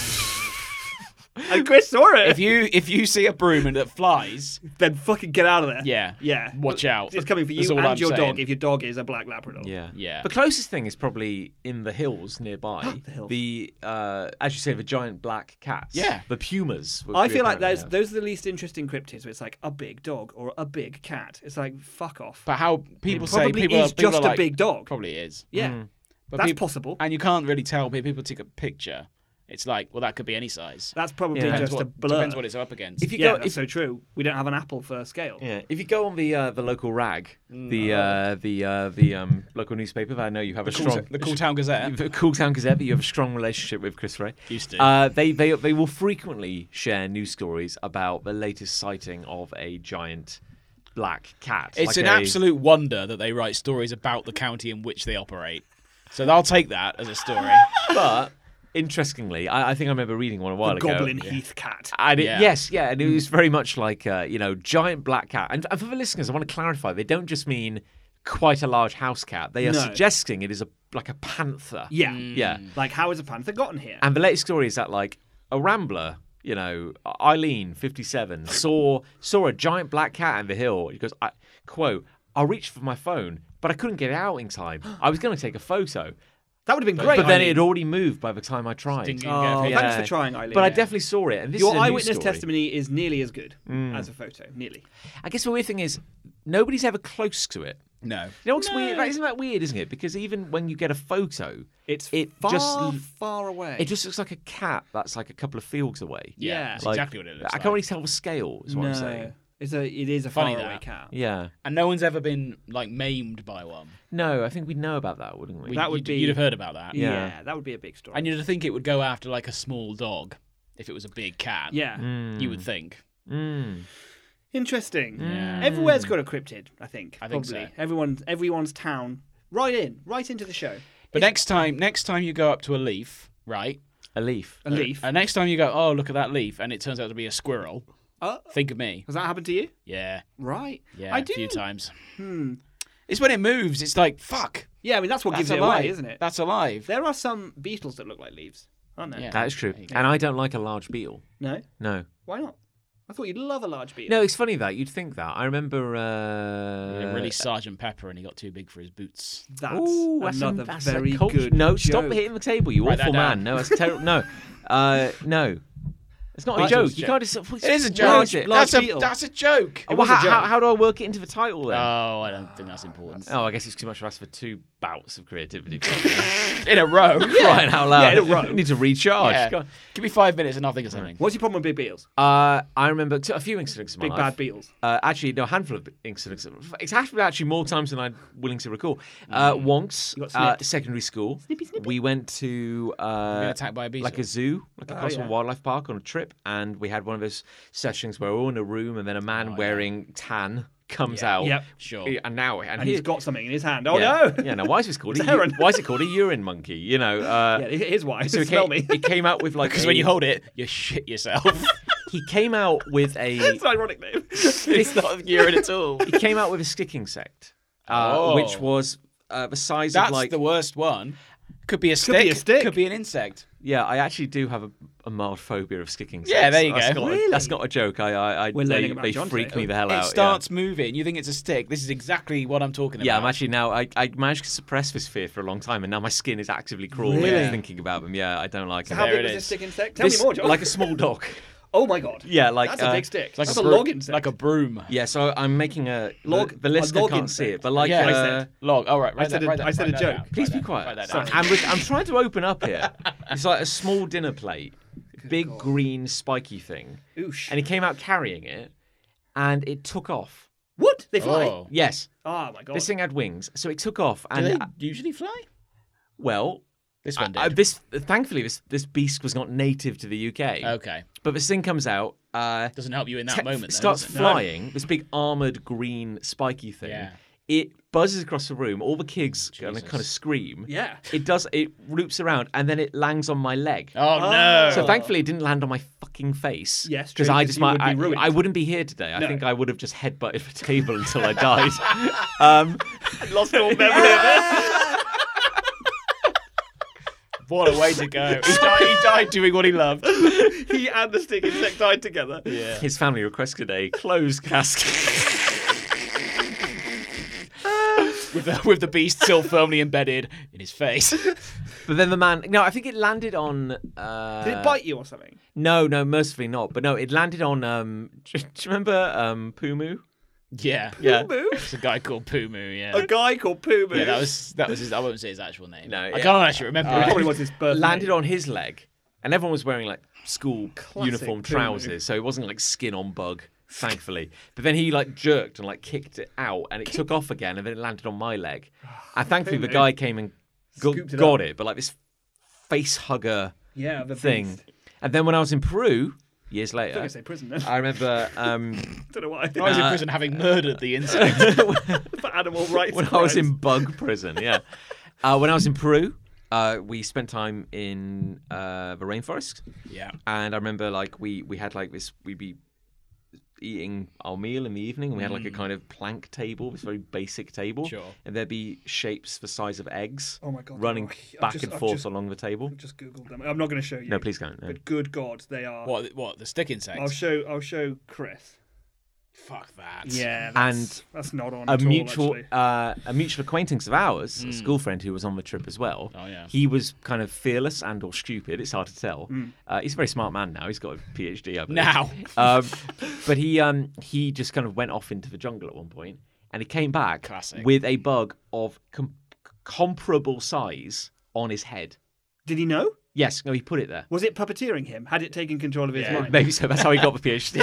Speaker 2: and Chris saw it.
Speaker 3: If you if you see a broom and that flies,
Speaker 2: then fucking get out of there.
Speaker 3: yeah,
Speaker 2: Yeah.
Speaker 3: watch out.
Speaker 2: It's coming for
Speaker 3: That's
Speaker 2: you
Speaker 3: all
Speaker 2: and
Speaker 3: I'm
Speaker 2: your
Speaker 3: saying.
Speaker 2: dog if your dog is a black Labrador.
Speaker 1: yeah,
Speaker 3: Yeah.
Speaker 1: The closest thing is probably in the hills nearby. the
Speaker 2: hills.
Speaker 1: uh, as you say, the giant black cats.
Speaker 3: Yeah.
Speaker 1: the pumas. which
Speaker 2: I
Speaker 1: we
Speaker 2: feel like
Speaker 1: apparently
Speaker 2: those
Speaker 1: have.
Speaker 2: those are the least interesting cryptids. Where it's like a big dog or a big cat. It's like fuck off.
Speaker 3: But how people
Speaker 2: it
Speaker 3: say
Speaker 2: probably
Speaker 3: people,
Speaker 2: is
Speaker 3: people are
Speaker 2: just
Speaker 3: like-
Speaker 2: a big dog.
Speaker 3: Probably is. Mm.
Speaker 2: Yeah,
Speaker 3: But
Speaker 2: that's
Speaker 3: peop-
Speaker 2: possible.
Speaker 3: And you can't really tell. but People take a picture. It's like, well, that could be any size.
Speaker 2: That's probably
Speaker 1: Yeah.
Speaker 2: just
Speaker 3: depends,
Speaker 2: a
Speaker 3: what,
Speaker 2: blur.
Speaker 3: depends what it's up against.
Speaker 1: If you
Speaker 2: yeah,
Speaker 1: go,
Speaker 2: that's
Speaker 1: if,
Speaker 2: so true. We don't have an apple for scale.
Speaker 1: yeah, if you go on the uh, the local rag,
Speaker 3: Mm,
Speaker 1: the uh, the uh, the um, local newspaper that I know you have a
Speaker 3: Cool-
Speaker 1: strong
Speaker 3: the Cool Town Gazette.
Speaker 1: The Cool Town Gazette, but you have a strong relationship with Chris Ray.
Speaker 3: Used to.
Speaker 1: Uh, they, they, they will frequently share news stories about the latest sighting of a giant black cat.
Speaker 3: It's
Speaker 1: Like
Speaker 3: an
Speaker 1: a-
Speaker 3: absolute wonder that they write stories about the county in which they operate. So I'll take that as a story.
Speaker 1: But interestingly, I, I think I remember reading one a while
Speaker 2: The
Speaker 1: ago.
Speaker 2: Goblin Heath cat.
Speaker 1: And it,
Speaker 3: Yeah. Mm.
Speaker 1: yes, yeah, and it was very much like uh, you know giant black cat. And, and for the listeners, I want to clarify: they don't just mean quite a large house cat. They are
Speaker 2: No.
Speaker 1: suggesting it is a like a panther.
Speaker 2: Yeah.
Speaker 3: Mm.
Speaker 1: yeah.
Speaker 2: Like how has a panther gotten here?
Speaker 1: And the latest story is that like a rambler, you know, Eileen, fifty-seven, saw saw a giant black cat in the hill. He goes, I, "quote I reached for my phone, but I couldn't get it out in time. I was going to take a photo,
Speaker 2: that would have been great.
Speaker 1: but then
Speaker 2: Eileen.
Speaker 1: it had already moved by the time I tried."
Speaker 3: Didn't get a
Speaker 2: Oh,
Speaker 3: photo.
Speaker 2: thanks for trying, Eileen.
Speaker 1: But I definitely saw it, and this is
Speaker 2: Your
Speaker 1: a news
Speaker 2: eyewitness
Speaker 1: story.
Speaker 2: testimony is nearly as good
Speaker 3: Mm.
Speaker 2: as a photo. Nearly.
Speaker 1: I guess the weird thing is nobody's ever close to it.
Speaker 3: No.
Speaker 1: You know what's weird? That, isn't that weird, isn't it? Because even when you get a photo,
Speaker 2: It's
Speaker 1: it
Speaker 2: far,
Speaker 1: just
Speaker 2: far away.
Speaker 1: it just looks like a cat that's like a couple of fields away.
Speaker 3: Yeah,
Speaker 2: Yeah.
Speaker 3: that's
Speaker 1: Like,
Speaker 3: exactly what it looks
Speaker 1: I
Speaker 3: like.
Speaker 1: can't really tell the scale. Is what
Speaker 2: no.
Speaker 1: I'm saying.
Speaker 2: It's a, it is a
Speaker 3: Funny
Speaker 2: far away
Speaker 3: that.
Speaker 2: cat.
Speaker 1: Yeah.
Speaker 3: And no one's ever been like maimed by one.
Speaker 1: No, I think we'd know about that, wouldn't we?
Speaker 3: We-
Speaker 2: That would
Speaker 3: you'd,
Speaker 2: be-
Speaker 3: You'd have heard about that.
Speaker 2: Yeah.
Speaker 1: Yeah.
Speaker 2: that would be a big story.
Speaker 3: And you'd think it would go after like a small dog if it was a big cat.
Speaker 2: yeah.
Speaker 1: Hmm.
Speaker 3: You would think.
Speaker 1: Mm.
Speaker 2: Interesting. Everywhere's got a cryptid, I think.
Speaker 3: I think
Speaker 2: probably.
Speaker 3: so.
Speaker 2: Everyone, everyone's town. Right in, right into the show.
Speaker 3: But next time, next time you go up to a leaf, right?
Speaker 1: A leaf.
Speaker 2: A leaf.
Speaker 3: And next time you go, oh look at that leaf, and it turns out to be a squirrel.
Speaker 2: Oh.
Speaker 3: Think of me.
Speaker 2: Has that happened to you?
Speaker 3: Yeah,
Speaker 2: Right.
Speaker 3: yeah,
Speaker 2: I
Speaker 3: a
Speaker 2: do.
Speaker 3: few times. Hmm. It's when it moves. It's like fuck.
Speaker 2: Yeah, I mean that's what
Speaker 3: That's
Speaker 2: gives it
Speaker 3: alive,
Speaker 2: away, isn't it?
Speaker 3: That's alive.
Speaker 2: There are some beetles that look like leaves, aren't there?
Speaker 3: Yeah.
Speaker 1: That is true.
Speaker 3: There you go.
Speaker 1: And I don't like a large beetle.
Speaker 2: No.
Speaker 1: No.
Speaker 2: Why not? I thought you'd love a large beetle.
Speaker 1: No, it's funny that you'd think that. I remember. Uh...
Speaker 3: They released Sergeant Pepper, and he got too big for his boots.
Speaker 2: That's
Speaker 1: Ooh, that's
Speaker 2: another
Speaker 1: that's
Speaker 2: very
Speaker 1: cult-
Speaker 2: good.
Speaker 1: No, stop
Speaker 2: joke.
Speaker 1: hitting the table. You
Speaker 3: Write that
Speaker 1: awful man.
Speaker 3: down.
Speaker 1: No, that's terrible. no, uh, no. It's not a
Speaker 3: Right.
Speaker 1: joke. You
Speaker 3: Yeah.
Speaker 1: can't just. It
Speaker 3: It is a joke.
Speaker 1: Where is it?
Speaker 2: Large
Speaker 3: that's, a,
Speaker 2: beetle.
Speaker 3: that's a joke. It
Speaker 1: Well,
Speaker 3: was
Speaker 1: how,
Speaker 3: a joke.
Speaker 1: How, how do I work it into the title then?
Speaker 3: oh, I don't think that's important.
Speaker 1: oh, I guess it's too much to ask for two bouts of creativity.
Speaker 3: In a row.
Speaker 1: Crying out loud.
Speaker 3: Yeah, in a row.
Speaker 1: need to recharge.
Speaker 3: Yeah.
Speaker 1: God.
Speaker 3: Give me five minutes and I'll think of something.
Speaker 2: What's your problem with big beetles?
Speaker 1: Uh, I remember t- a few incidents in my
Speaker 2: Big
Speaker 1: life.
Speaker 2: bad beetles.
Speaker 1: Uh, actually, no, a handful of incidents. It's happened actually more times than I'm willing to recall. Uh, once,
Speaker 2: Mm. You got
Speaker 1: uh,
Speaker 2: snipped.
Speaker 1: secondary school, we went to uh,
Speaker 3: attacked by a beetle.
Speaker 1: like a zoo, like a Castle
Speaker 2: Oh, yeah.
Speaker 1: Wildlife Park on a trip, and we had one of those sessions where we're all in a room, and then a man wearing tan comes out.
Speaker 2: Oh, Yep.
Speaker 3: Sure.
Speaker 1: And now, and,
Speaker 2: And
Speaker 1: he-
Speaker 2: he's got something in his hand. Oh
Speaker 1: yeah,
Speaker 2: no!
Speaker 1: Yeah, now why is this called?
Speaker 2: It's
Speaker 1: a
Speaker 2: a heron.
Speaker 1: u- why is it called a urine monkey? You know. Uh,
Speaker 2: Yeah, here's why.
Speaker 1: so it
Speaker 2: Smell
Speaker 1: came,
Speaker 2: me.
Speaker 1: it came out with like
Speaker 3: Because
Speaker 1: a-
Speaker 3: when you hold it, you shit yourself.
Speaker 1: he came out with a
Speaker 2: it's an ironic name.
Speaker 3: it's not urine at all.
Speaker 1: he came out with a stick insect, uh,
Speaker 3: Oh.
Speaker 1: which was uh, the size
Speaker 3: That's
Speaker 1: of like.
Speaker 3: the worst one. Could be a stick.
Speaker 2: be a stick.
Speaker 3: Could be an insect.
Speaker 1: Yeah, I actually do have a, a mild phobia of stick insects.
Speaker 3: Yeah, there you
Speaker 1: that's
Speaker 3: go.
Speaker 1: Not a, that's not a joke. I, I, I
Speaker 2: We're
Speaker 1: they,
Speaker 2: learning about
Speaker 1: they
Speaker 2: John
Speaker 1: freak
Speaker 2: today.
Speaker 1: me the hell
Speaker 3: it
Speaker 1: out. yeah.
Speaker 3: starts moving. You think it's a stick. This is exactly what I'm talking about.
Speaker 1: Yeah, I'm actually now. I, I managed to suppress this fear for a long time, and now my skin is actively crawling
Speaker 2: Really?
Speaker 1: thinking about them. Yeah, I don't like them.
Speaker 2: How
Speaker 3: There
Speaker 2: big
Speaker 3: it
Speaker 2: was
Speaker 3: is.
Speaker 2: this stick insect? Tell me more, John.
Speaker 1: Like a small dog.
Speaker 2: oh my god.
Speaker 1: Yeah, like,
Speaker 2: that's
Speaker 1: uh,
Speaker 2: a big stick.
Speaker 3: It's like
Speaker 2: that's
Speaker 3: a,
Speaker 2: a,
Speaker 3: bro-
Speaker 2: log insect.
Speaker 3: Like a broom.
Speaker 1: Yeah, so I'm making a
Speaker 2: Log-
Speaker 1: The, the
Speaker 2: a
Speaker 1: listener
Speaker 2: log
Speaker 1: can't see it,
Speaker 2: insect.
Speaker 1: but like,
Speaker 3: Yeah.
Speaker 1: uh,
Speaker 3: Log. All right. Write
Speaker 2: said
Speaker 3: that,
Speaker 2: a-
Speaker 3: write that,
Speaker 2: I said a
Speaker 3: write that
Speaker 2: joke.
Speaker 3: down.
Speaker 1: Please
Speaker 3: Write
Speaker 1: be
Speaker 3: that-
Speaker 1: quiet.
Speaker 3: write that
Speaker 1: Sorry.
Speaker 3: down.
Speaker 1: I'm, re- I'm trying to open up here. It's like a small dinner plate, big green spiky thing,
Speaker 2: Oosh.
Speaker 1: and he came out carrying it, and it took off.
Speaker 2: what? They fly.
Speaker 3: Oh.
Speaker 1: Yes,
Speaker 2: Oh my god.
Speaker 1: this thing had wings, so it took off, and uh,
Speaker 3: usually fly?
Speaker 1: well,
Speaker 3: This one did.
Speaker 1: I- I- this thankfully this this beast was not native to the UK.
Speaker 3: okay.
Speaker 1: But this thing comes out. Uh,
Speaker 3: Doesn't help you in Oh. that
Speaker 1: te-
Speaker 3: moment. though,
Speaker 1: starts
Speaker 3: does it?
Speaker 1: flying. This big armored green spiky thing.
Speaker 3: Yeah.
Speaker 1: It buzzes across the room. All the kids kind of, kind of scream.
Speaker 2: Yeah.
Speaker 1: It does. It loops around and then it lands on my leg.
Speaker 3: Oh, no.
Speaker 1: So thankfully, it didn't land on my fucking face.
Speaker 2: Yes,
Speaker 1: because
Speaker 2: true,
Speaker 1: I
Speaker 2: 'cause
Speaker 1: just
Speaker 2: you
Speaker 1: might.
Speaker 2: would be
Speaker 1: I,
Speaker 2: ruined.
Speaker 1: I wouldn't be here today. I think I would have just headbutted the table until I died. um,
Speaker 2: lost all memory of it.
Speaker 3: what a way to go. He died, he died doing what he loved.
Speaker 2: He and the stick insect died together.
Speaker 3: Yeah.
Speaker 1: his family requested a closed casket.
Speaker 3: With the, with the beast still firmly embedded in his face.
Speaker 1: but then the man. No, I think it landed on. Uh,
Speaker 2: Did it bite you or something?
Speaker 1: No, no, mercifully not. But no, it landed on. Um, do, do you remember um, Pumu?
Speaker 3: Yeah.
Speaker 1: Yeah.
Speaker 2: Poo.
Speaker 3: It's a guy called Pumu, yeah.
Speaker 2: A guy called Poo Moo.
Speaker 3: Yeah, that was that was his. I won't say his actual name.
Speaker 1: No,
Speaker 3: I
Speaker 1: yeah.
Speaker 3: can't actually remember.
Speaker 2: It
Speaker 3: it.
Speaker 2: probably was his birth.
Speaker 1: landed
Speaker 2: name.
Speaker 1: on his leg, and everyone was wearing like school uniform
Speaker 2: Pumu.
Speaker 1: trousers, so it wasn't like skin on bug, thankfully. but then he like jerked and like kicked it out, and it took off again, and then it landed on my leg. And thankfully, the guy came and go-
Speaker 2: Ah, eh? Scooped it
Speaker 1: got
Speaker 2: up.
Speaker 1: it, but like this face hugger
Speaker 2: Yeah, the
Speaker 1: thing.
Speaker 2: Beast.
Speaker 1: And then when I was in Peru years
Speaker 2: I
Speaker 1: later,
Speaker 2: was gonna say prison. Then.
Speaker 1: I remember. Um,
Speaker 2: don't know why. I did.
Speaker 3: I was in prison having murdered the insect.
Speaker 1: Oh,
Speaker 2: for animal rights.
Speaker 1: when I was
Speaker 2: crimes.
Speaker 1: in bug prison, yeah. Uh, when I was in Peru, uh, we spent time in uh, the rainforest,
Speaker 3: yeah.
Speaker 1: and I remember like we we had like this we'd be eating our meal in the evening, and we had like a kind of plank table, this very basic table,
Speaker 3: Sure.
Speaker 1: and there'd be shapes the size of eggs,
Speaker 2: Oh my God,
Speaker 1: running
Speaker 2: Rocky, I've
Speaker 1: back
Speaker 2: just-
Speaker 1: and
Speaker 2: I've
Speaker 1: forth
Speaker 2: just-
Speaker 1: along the table.
Speaker 2: just googled them. I'm not going to show you.
Speaker 1: No, please don't. No.
Speaker 2: But good God, they are.
Speaker 3: What? What? The stick insect?
Speaker 1: Oh,
Speaker 2: I'll show. I'll show Chris.
Speaker 3: Fuck that.
Speaker 2: Yeah,
Speaker 1: And
Speaker 2: that's, that's not on
Speaker 1: a
Speaker 2: at all,
Speaker 1: mutual
Speaker 2: actually.
Speaker 1: uh, a mutual acquaintance of ours, a school friend who was on the trip as well.
Speaker 3: Oh, yeah.
Speaker 1: He was kind of fearless and or stupid. It's hard to tell.
Speaker 2: Mm.
Speaker 1: Uh, he's a very smart man now. He's got a PhD. I believe.
Speaker 3: Now.
Speaker 1: um, but he um, he just kind of went off into the jungle at one point, and he came back
Speaker 3: Classic.
Speaker 1: with a bug of com- comparable size on his head.
Speaker 2: Did he know?
Speaker 1: Yes, no, he put it there.
Speaker 2: Was it puppeteering him? Had it taken control of his
Speaker 3: Yeah.
Speaker 2: mind?
Speaker 1: Maybe so. That's how he got the PhD.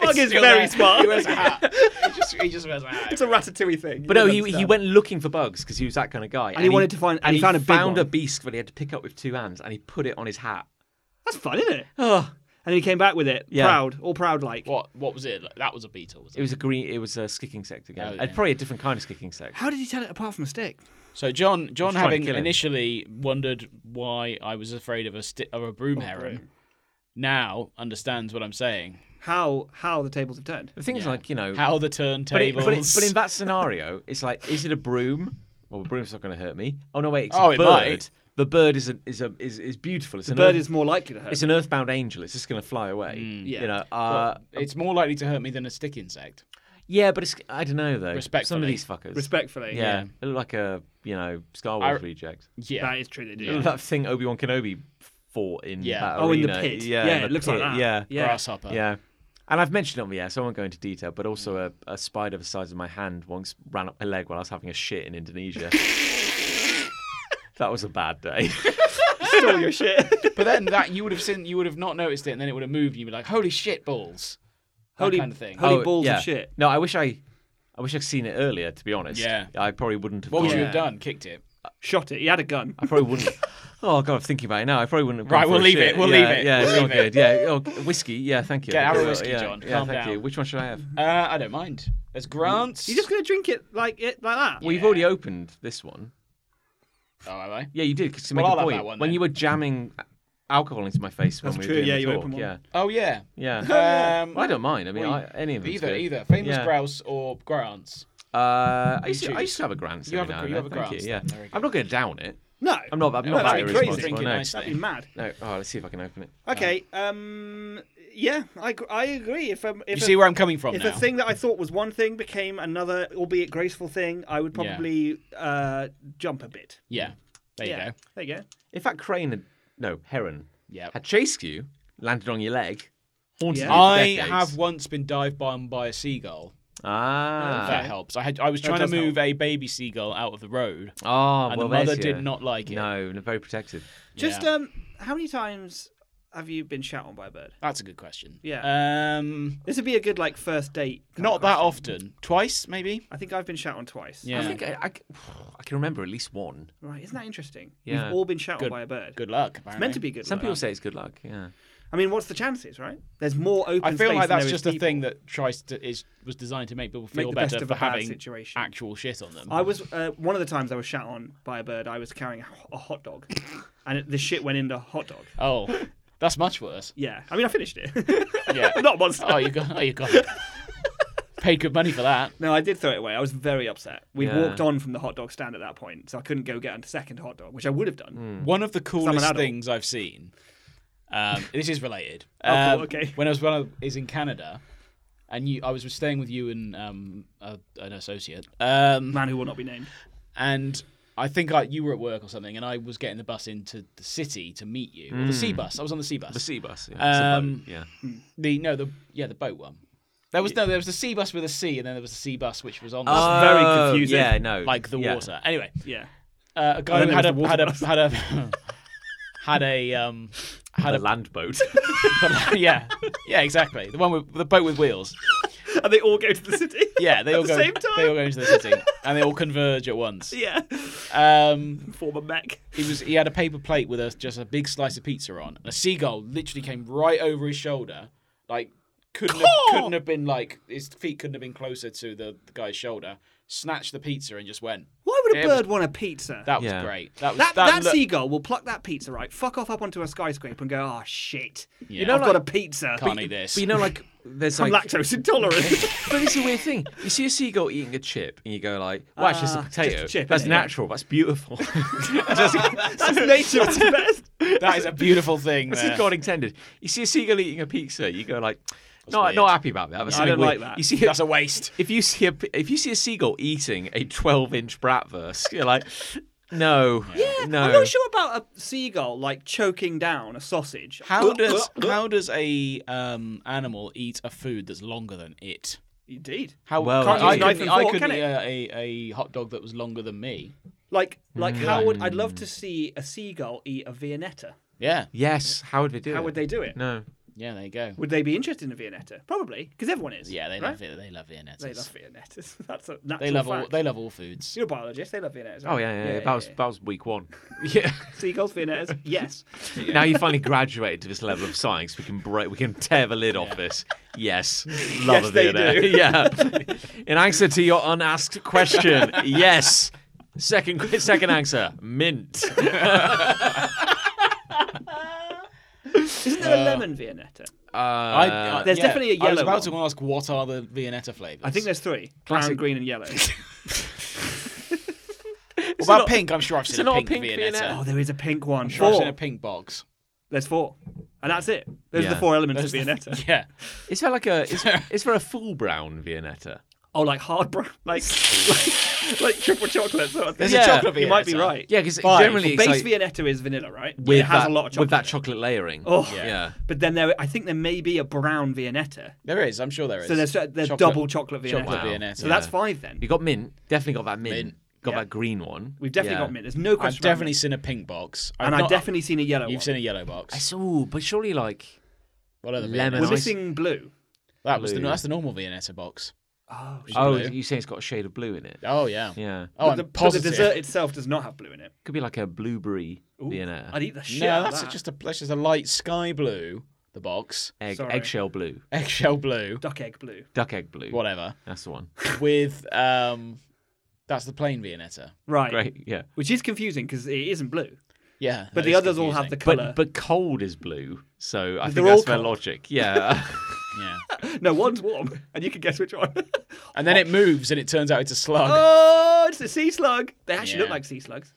Speaker 2: Bug is
Speaker 3: still
Speaker 2: very
Speaker 3: there.
Speaker 2: smart.
Speaker 3: He wears a hat. He just, he just wears a hat.
Speaker 2: It's a ratatouille thing.
Speaker 1: But no, he, he went looking for bugs because he was that kind of guy. And,
Speaker 2: he wanted to find- and he found a big one.
Speaker 1: beast that he had to pick up with two hands, and he put it on his hat.
Speaker 2: That's fun, isn't it?
Speaker 1: Oh,
Speaker 2: And he came back with it,
Speaker 1: Yeah.
Speaker 2: proud, all proud like.
Speaker 3: What? What was it? Like, that was a beetle. Was it?
Speaker 1: it was a green. It was a skick insect again.
Speaker 3: Oh,
Speaker 1: And
Speaker 3: yeah.
Speaker 1: probably a different kind of skick insect.
Speaker 2: How did he tell it apart from a stick?
Speaker 3: So John,
Speaker 1: Just trying
Speaker 3: John,
Speaker 1: to
Speaker 3: having
Speaker 1: kill him.
Speaker 3: initially wondered why I was afraid of a sti- of a
Speaker 1: Oh,
Speaker 3: broom heron, now understands what I'm saying.
Speaker 2: How how the tables have turned.
Speaker 1: The thing is,
Speaker 3: Yeah.
Speaker 1: like you know,
Speaker 3: How the
Speaker 1: but, it-
Speaker 3: turntables.
Speaker 1: but, it- but in that scenario, it's like, is it a broom? Well, a broom's not going to hurt me. Oh no, wait, it's
Speaker 3: Oh,
Speaker 1: a
Speaker 3: it
Speaker 1: bird.
Speaker 3: might.
Speaker 1: The bird is a, is a is, is beautiful. It's
Speaker 2: The
Speaker 1: an
Speaker 2: bird
Speaker 1: earth-
Speaker 2: is more likely to hurt.
Speaker 1: It's an earthbound angel. It's just going to fly away.
Speaker 2: Yeah.
Speaker 1: You know. Uh,
Speaker 3: it's more likely to hurt me than a stick insect.
Speaker 1: yeah, but it's I don't know though. Some of
Speaker 3: Respectfully.
Speaker 1: these fuckers.
Speaker 2: Respectfully.
Speaker 1: Yeah, they look like a you know Star Wars
Speaker 3: I-
Speaker 1: reject.
Speaker 3: Yeah.
Speaker 2: That is true, they do.
Speaker 1: That thing Obi Wan Kenobi fought in
Speaker 3: Yeah.
Speaker 1: that
Speaker 2: Oh, in the
Speaker 1: arena.
Speaker 2: pit.
Speaker 1: Yeah,
Speaker 2: Yeah,
Speaker 1: in the
Speaker 2: it looks like
Speaker 1: pit,
Speaker 2: that.
Speaker 1: Yeah,
Speaker 2: Yeah.
Speaker 3: Grasshopper.
Speaker 1: yeah. And I've mentioned it on the air, so I won't go into detail. But also, a, a spider the size of my hand once ran up my leg while I was having a shit in Indonesia. that was a bad day. Stole your shit.
Speaker 3: But then that you would have seen, you would have not noticed it, and then it would have moved, and you'd be like, "Holy shit, balls!" That
Speaker 2: Holy-
Speaker 3: kind of thing.
Speaker 2: holy- balls of shit.
Speaker 1: Oh, No, I wish I, I wish I'd seen it earlier. To be honest,
Speaker 3: Yeah.
Speaker 1: I probably wouldn't have.
Speaker 3: what would
Speaker 1: gone-
Speaker 3: you have done? Kicked it.
Speaker 2: Shot it. He had a gun.
Speaker 1: I probably wouldn't. Oh god, I'm thinking about it now. I probably wouldn't. Have gone
Speaker 3: Right,
Speaker 1: for
Speaker 3: we'll
Speaker 1: a
Speaker 3: leave
Speaker 1: shit.
Speaker 3: it, we'll
Speaker 1: yeah,
Speaker 3: leave it,
Speaker 1: Yeah, it's
Speaker 3: we'll
Speaker 1: not
Speaker 3: leave
Speaker 1: good. Yeah, oh, whiskey. Yeah, thank you.
Speaker 3: Get
Speaker 1: I
Speaker 3: our
Speaker 1: will,
Speaker 3: whiskey,
Speaker 1: yeah,
Speaker 3: John,
Speaker 1: Yeah,
Speaker 3: calm
Speaker 1: thank
Speaker 3: down.
Speaker 1: you. Which one should I have?
Speaker 3: Uh, I don't mind. There's Grant's.
Speaker 2: You're just gonna drink it like it like that.
Speaker 1: Well, you've already opened this one.
Speaker 3: Oh, am I?
Speaker 1: Yeah, you did. Cause to
Speaker 3: Well,
Speaker 1: make
Speaker 3: I'll
Speaker 1: a
Speaker 3: have
Speaker 1: point,
Speaker 3: that one
Speaker 1: when
Speaker 3: then.
Speaker 1: you were jamming alcohol into my face when
Speaker 2: That's
Speaker 1: we
Speaker 2: true,
Speaker 1: were doing
Speaker 2: yeah,
Speaker 1: the
Speaker 2: you
Speaker 1: talk,
Speaker 2: opened one.
Speaker 1: yeah,
Speaker 3: Oh yeah.
Speaker 1: yeah.
Speaker 3: Um,
Speaker 1: I don't mind. I mean,
Speaker 3: well,
Speaker 1: I, any of them.
Speaker 3: either
Speaker 1: good.
Speaker 3: either famous
Speaker 1: yeah.
Speaker 3: grouse or Grant's.
Speaker 1: Uh, I used, to, I
Speaker 3: choose.
Speaker 1: used to have a Grant.
Speaker 3: You have a-
Speaker 1: now
Speaker 3: you
Speaker 1: and
Speaker 3: have
Speaker 1: then,
Speaker 3: a
Speaker 1: thank
Speaker 3: Grant's
Speaker 1: you, Yeah,
Speaker 3: then, there we go.
Speaker 1: I'm not going to down it.
Speaker 2: No,
Speaker 1: I'm not. I'm
Speaker 3: No,
Speaker 1: not that
Speaker 3: that'd be crazy.
Speaker 1: irresponsible.
Speaker 3: Drinking
Speaker 1: no.
Speaker 3: nicely.
Speaker 2: that'd be mad.
Speaker 1: No. Oh, let's see if I can open it.
Speaker 2: Okay. Um. Yeah, I gr- I agree. If um, if
Speaker 3: You
Speaker 2: a-
Speaker 3: see where I'm coming from
Speaker 2: if
Speaker 3: now.
Speaker 2: a thing that I thought was one thing became another, albeit graceful thing, I would
Speaker 3: Yeah.
Speaker 2: probably uh, jump a bit.
Speaker 3: Yeah. There
Speaker 2: yeah.
Speaker 3: you go.
Speaker 2: There you go.
Speaker 1: If that crane had no heron,
Speaker 3: Yeah.
Speaker 1: had chased you, landed on your leg, haunted
Speaker 2: Yeah.
Speaker 1: you for
Speaker 3: I
Speaker 1: decades.
Speaker 3: have once been dive bombed by a seagull.
Speaker 1: Ah.
Speaker 3: If that helps. I had I was trying to
Speaker 2: does help.
Speaker 3: move a baby seagull out of the road,
Speaker 1: Oh,
Speaker 3: and
Speaker 1: well,
Speaker 3: the mother
Speaker 1: there's
Speaker 3: did
Speaker 1: ya.
Speaker 3: not like it.
Speaker 1: No, no, very protective.
Speaker 2: Just
Speaker 3: Yeah.
Speaker 2: um, how many times have you been shot on by a bird?
Speaker 3: That's a good question.
Speaker 2: Yeah.
Speaker 3: Um,
Speaker 2: This would be a good like first date. kind
Speaker 3: not
Speaker 2: of
Speaker 3: that
Speaker 2: question.
Speaker 3: often. Twice, maybe.
Speaker 2: I think I've been shot on twice.
Speaker 3: Yeah.
Speaker 1: I think I, I c- I can remember at least one.
Speaker 2: Right, isn't that interesting?
Speaker 1: Yeah.
Speaker 2: We've all been shot on
Speaker 3: Good-
Speaker 2: by a bird.
Speaker 3: Good luck. Apparently.
Speaker 2: It's meant to be good.
Speaker 1: Some
Speaker 2: luck.
Speaker 1: people say it's good luck. Yeah.
Speaker 2: I mean, what's the chances, right? There's more open.
Speaker 3: I feel
Speaker 2: space
Speaker 3: like
Speaker 2: than
Speaker 3: that's
Speaker 2: there is
Speaker 3: just a
Speaker 2: people.
Speaker 3: thing that tries to is was designed to make people feel
Speaker 2: the best
Speaker 3: better
Speaker 2: of
Speaker 3: for
Speaker 2: a bad
Speaker 3: having
Speaker 2: situation.
Speaker 3: actual shit on them.
Speaker 2: I was uh, one of the times I was shot on by a bird. I was carrying a ho- a hot dog, and it, the shit went in the hot dog.
Speaker 3: oh, that's much worse.
Speaker 2: Yeah, I mean, I finished it.
Speaker 3: Yeah.
Speaker 2: Not once.
Speaker 3: oh, you got. Oh, you got. It. Paid good money for that.
Speaker 2: No, I did throw it away. I was very upset. We
Speaker 1: Yeah.
Speaker 2: walked on from the hot dog stand at that point, so I couldn't go get a second hot dog, which I would have done.
Speaker 3: One of the coolest
Speaker 2: adult.
Speaker 3: things I've seen. Um, this is related.
Speaker 2: Oh, cool,
Speaker 3: Um,
Speaker 2: okay.
Speaker 3: When I was when I is in Canada, and you, I was staying with you and um, a, an associate. Um,
Speaker 2: Man who will not be named.
Speaker 3: and I think I, you were at work or something, and I was getting the bus into the city to meet you.
Speaker 2: Hmm.
Speaker 3: Or the sea bus. I was on the sea bus.
Speaker 1: The sea bus. Yeah.
Speaker 3: Um,
Speaker 1: it's a boat, yeah.
Speaker 3: The no, the yeah, the boat one. There was no, there was the sea bus with a C, and then there was the sea bus which was on the,
Speaker 2: very
Speaker 1: Oh,
Speaker 2: confusing.
Speaker 1: Yeah, no.
Speaker 3: like the
Speaker 1: yeah.
Speaker 3: water. Anyway,
Speaker 2: Yeah.
Speaker 3: uh, a guy
Speaker 2: And
Speaker 3: who had
Speaker 2: then there
Speaker 3: a,
Speaker 2: was
Speaker 3: had
Speaker 2: the
Speaker 3: a had a had a um had
Speaker 1: A
Speaker 3: a
Speaker 1: land boat.
Speaker 3: yeah yeah exactly the one with the boat with wheels.
Speaker 2: And they all go to the city.
Speaker 3: Yeah, they all
Speaker 2: the
Speaker 3: go
Speaker 2: same time.
Speaker 3: they all go into the city and they all converge at once.
Speaker 2: yeah.
Speaker 3: Um,
Speaker 2: Form a mech.
Speaker 3: he was he had a paper plate with a, just a big slice of pizza on. A seagull literally came right over his shoulder, like couldn't have, couldn't have been like his feet couldn't have been closer to the, the guy's shoulder. Snatched the pizza and just went.
Speaker 2: Why would a
Speaker 3: It was-
Speaker 2: bird want a pizza?
Speaker 3: That was
Speaker 1: Yeah.
Speaker 3: great. That was
Speaker 2: that, that
Speaker 3: look-
Speaker 2: seagull will pluck that pizza, right? Fuck off up onto a skyscraper and go, oh shit.
Speaker 3: Yeah.
Speaker 2: You know, I've
Speaker 1: like-
Speaker 2: got a pizza.
Speaker 3: can't eat this.
Speaker 1: But you know, like there's
Speaker 2: I'm
Speaker 1: like.
Speaker 2: lactose intolerant.
Speaker 1: but it's a weird thing. You see a seagull eating a chip, and you go like, "Well, it's just a
Speaker 2: Ah, just a
Speaker 1: potato.
Speaker 2: chip,
Speaker 1: That's
Speaker 2: innit?
Speaker 1: natural. That's beautiful." Just-
Speaker 2: That's nature at its best.
Speaker 3: that is a beautiful thing.
Speaker 1: This
Speaker 3: there.
Speaker 1: is God intended. You see a seagull eating a pizza, you go like, "Not,
Speaker 3: weird.
Speaker 1: not happy about that." That's
Speaker 2: I don't
Speaker 1: something
Speaker 2: like
Speaker 1: weird."
Speaker 2: that.
Speaker 1: You see, a-
Speaker 3: That's a waste.
Speaker 1: if you see a if you see a seagull eating a 12 inch bratwurst, you're like, "No, yeah, no."
Speaker 2: I'm not sure about a seagull like choking down a sausage.
Speaker 3: How does how does a um, animal eat a food that's longer than it?
Speaker 2: Indeed.
Speaker 3: How
Speaker 1: Well,
Speaker 3: can't
Speaker 1: it
Speaker 3: I,
Speaker 1: is.
Speaker 3: I,
Speaker 2: Knife and
Speaker 3: I
Speaker 2: fork,
Speaker 3: could
Speaker 2: can
Speaker 3: eat
Speaker 2: it?
Speaker 3: a, a, a hot dog that was longer than me.
Speaker 2: Like like how would I'd love to see a seagull eat a Viennetta.
Speaker 3: Yeah,
Speaker 1: Yes, how would they do it?
Speaker 2: How would they do it?
Speaker 1: No,
Speaker 3: yeah, there you go.
Speaker 2: Would they be interested in a Viennetta? Probably, because everyone is.
Speaker 3: Yeah, they
Speaker 2: right?
Speaker 3: love it. They love Viennettas.
Speaker 2: They love Viennettas. That's a natural
Speaker 3: They love
Speaker 2: fact.
Speaker 3: all. They love all foods.
Speaker 2: You're a biologist. They love Viennettas.
Speaker 1: Oh
Speaker 2: right?
Speaker 1: yeah, yeah, yeah. That was that was week one. Yeah.
Speaker 2: Seagulls, Viennettas. yes.
Speaker 1: now you finally graduated to this level of science. We can break. We can tear the lid off this. Yes, love
Speaker 2: Yes,
Speaker 1: of
Speaker 2: they
Speaker 1: the
Speaker 2: do.
Speaker 1: Yeah. In answer to your unasked question, yes. Second qu- second answer, mint.
Speaker 2: Isn't there a lemon Viennetta?
Speaker 1: Uh,
Speaker 3: I, I-
Speaker 2: There's
Speaker 3: yeah,
Speaker 2: definitely a
Speaker 3: I was
Speaker 2: yellow
Speaker 3: about
Speaker 2: one.
Speaker 3: to ask what are the Viennetta flavors.
Speaker 2: I think there's three:
Speaker 1: Classic.
Speaker 2: brown, green, and yellow.
Speaker 3: What about pink. I'm sure I've
Speaker 1: it
Speaker 3: seen
Speaker 1: not
Speaker 3: a
Speaker 1: a
Speaker 3: pink,
Speaker 1: pink Viennetta?
Speaker 2: oh,
Speaker 3: Viennetta.
Speaker 2: there is a pink one.
Speaker 3: Sure, I've seen a
Speaker 2: Four.
Speaker 3: pink box.
Speaker 2: There's four, and that's it. Those are
Speaker 1: Yeah.
Speaker 2: the four elements
Speaker 3: There's
Speaker 2: of
Speaker 3: the-
Speaker 2: Viennetta.
Speaker 3: Yeah,
Speaker 1: is there like a is, is there a full brown Viennetta?
Speaker 2: oh, like hard brown, like like, like triple chocolate sort of thing.
Speaker 3: There's
Speaker 1: Yeah.
Speaker 3: a chocolate
Speaker 2: you
Speaker 3: Vienna,
Speaker 2: might be
Speaker 3: so-
Speaker 2: right.
Speaker 1: Yeah, 'cause
Speaker 2: Fine.
Speaker 1: generally it's
Speaker 2: base
Speaker 1: like-
Speaker 2: Viennetta is vanilla, right?
Speaker 1: with
Speaker 2: it has
Speaker 1: that,
Speaker 2: a lot of chocolate.
Speaker 1: with that chocolate layering.
Speaker 2: Oh.
Speaker 1: yeah.
Speaker 2: But then there, I think there may be a brown Viennetta.
Speaker 3: There is, I'm sure there is.
Speaker 2: So there's, there's
Speaker 3: Chocolate-
Speaker 2: double chocolate Viennetta.
Speaker 3: Chocolate
Speaker 1: Wow.
Speaker 3: Vienna.
Speaker 2: So that's
Speaker 1: Yeah.
Speaker 2: five then.
Speaker 1: You got mint. Definitely got that mint.
Speaker 3: Mint.
Speaker 1: Got
Speaker 2: Yeah.
Speaker 1: that green one.
Speaker 2: We've definitely
Speaker 1: Yeah.
Speaker 2: got mint. There's no
Speaker 3: I've
Speaker 2: question. about
Speaker 3: definitely
Speaker 2: mint.
Speaker 3: seen a pink box. I've
Speaker 2: and I've
Speaker 3: not-
Speaker 2: definitely seen a yellow
Speaker 3: You've
Speaker 2: one.
Speaker 3: seen a yellow
Speaker 1: I
Speaker 3: box.
Speaker 1: saw, but surely like
Speaker 3: What other
Speaker 1: Lemon
Speaker 3: Lemon.
Speaker 2: We're
Speaker 1: ice.
Speaker 2: missing blue.
Speaker 3: That was the,
Speaker 1: blue.
Speaker 3: that's the normal Viennetta box.
Speaker 2: Oh, shit.
Speaker 1: oh,
Speaker 3: blue.
Speaker 1: you saying it's got a shade of blue in it?
Speaker 3: Oh yeah.
Speaker 1: Yeah,
Speaker 3: Oh,
Speaker 2: but,
Speaker 3: I'm
Speaker 2: the, but the
Speaker 3: positive.
Speaker 2: dessert itself does not have blue in it.
Speaker 1: could be like a blueberry
Speaker 2: Ooh,
Speaker 1: Vienna
Speaker 2: I'd eat the shit
Speaker 3: no,
Speaker 2: out of
Speaker 3: that's
Speaker 2: that.
Speaker 3: just a that's just a light sky blue. The box,
Speaker 1: egg,
Speaker 2: sorry.
Speaker 1: eggshell blue,
Speaker 3: eggshell blue,
Speaker 2: duck egg blue.
Speaker 1: duck egg blue.
Speaker 3: whatever.
Speaker 1: That's the one.
Speaker 3: With um, that's the plain Viennetta.
Speaker 2: Right.
Speaker 1: Great, yeah.
Speaker 2: Which is confusing because it isn't blue.
Speaker 3: Yeah. that
Speaker 2: But the
Speaker 3: is
Speaker 2: others all have the
Speaker 3: confusing.
Speaker 2: colour.
Speaker 1: But but cold is blue, so I
Speaker 2: They're
Speaker 1: think that's
Speaker 2: all
Speaker 1: fair
Speaker 2: cold.
Speaker 1: logic. Yeah,
Speaker 3: Yeah.
Speaker 2: No, one's warm, and you can guess which one.
Speaker 3: And then it moves, and it turns out it's a slug.
Speaker 2: oh, it's a sea slug. They actually look
Speaker 3: Yeah.
Speaker 2: like sea slugs.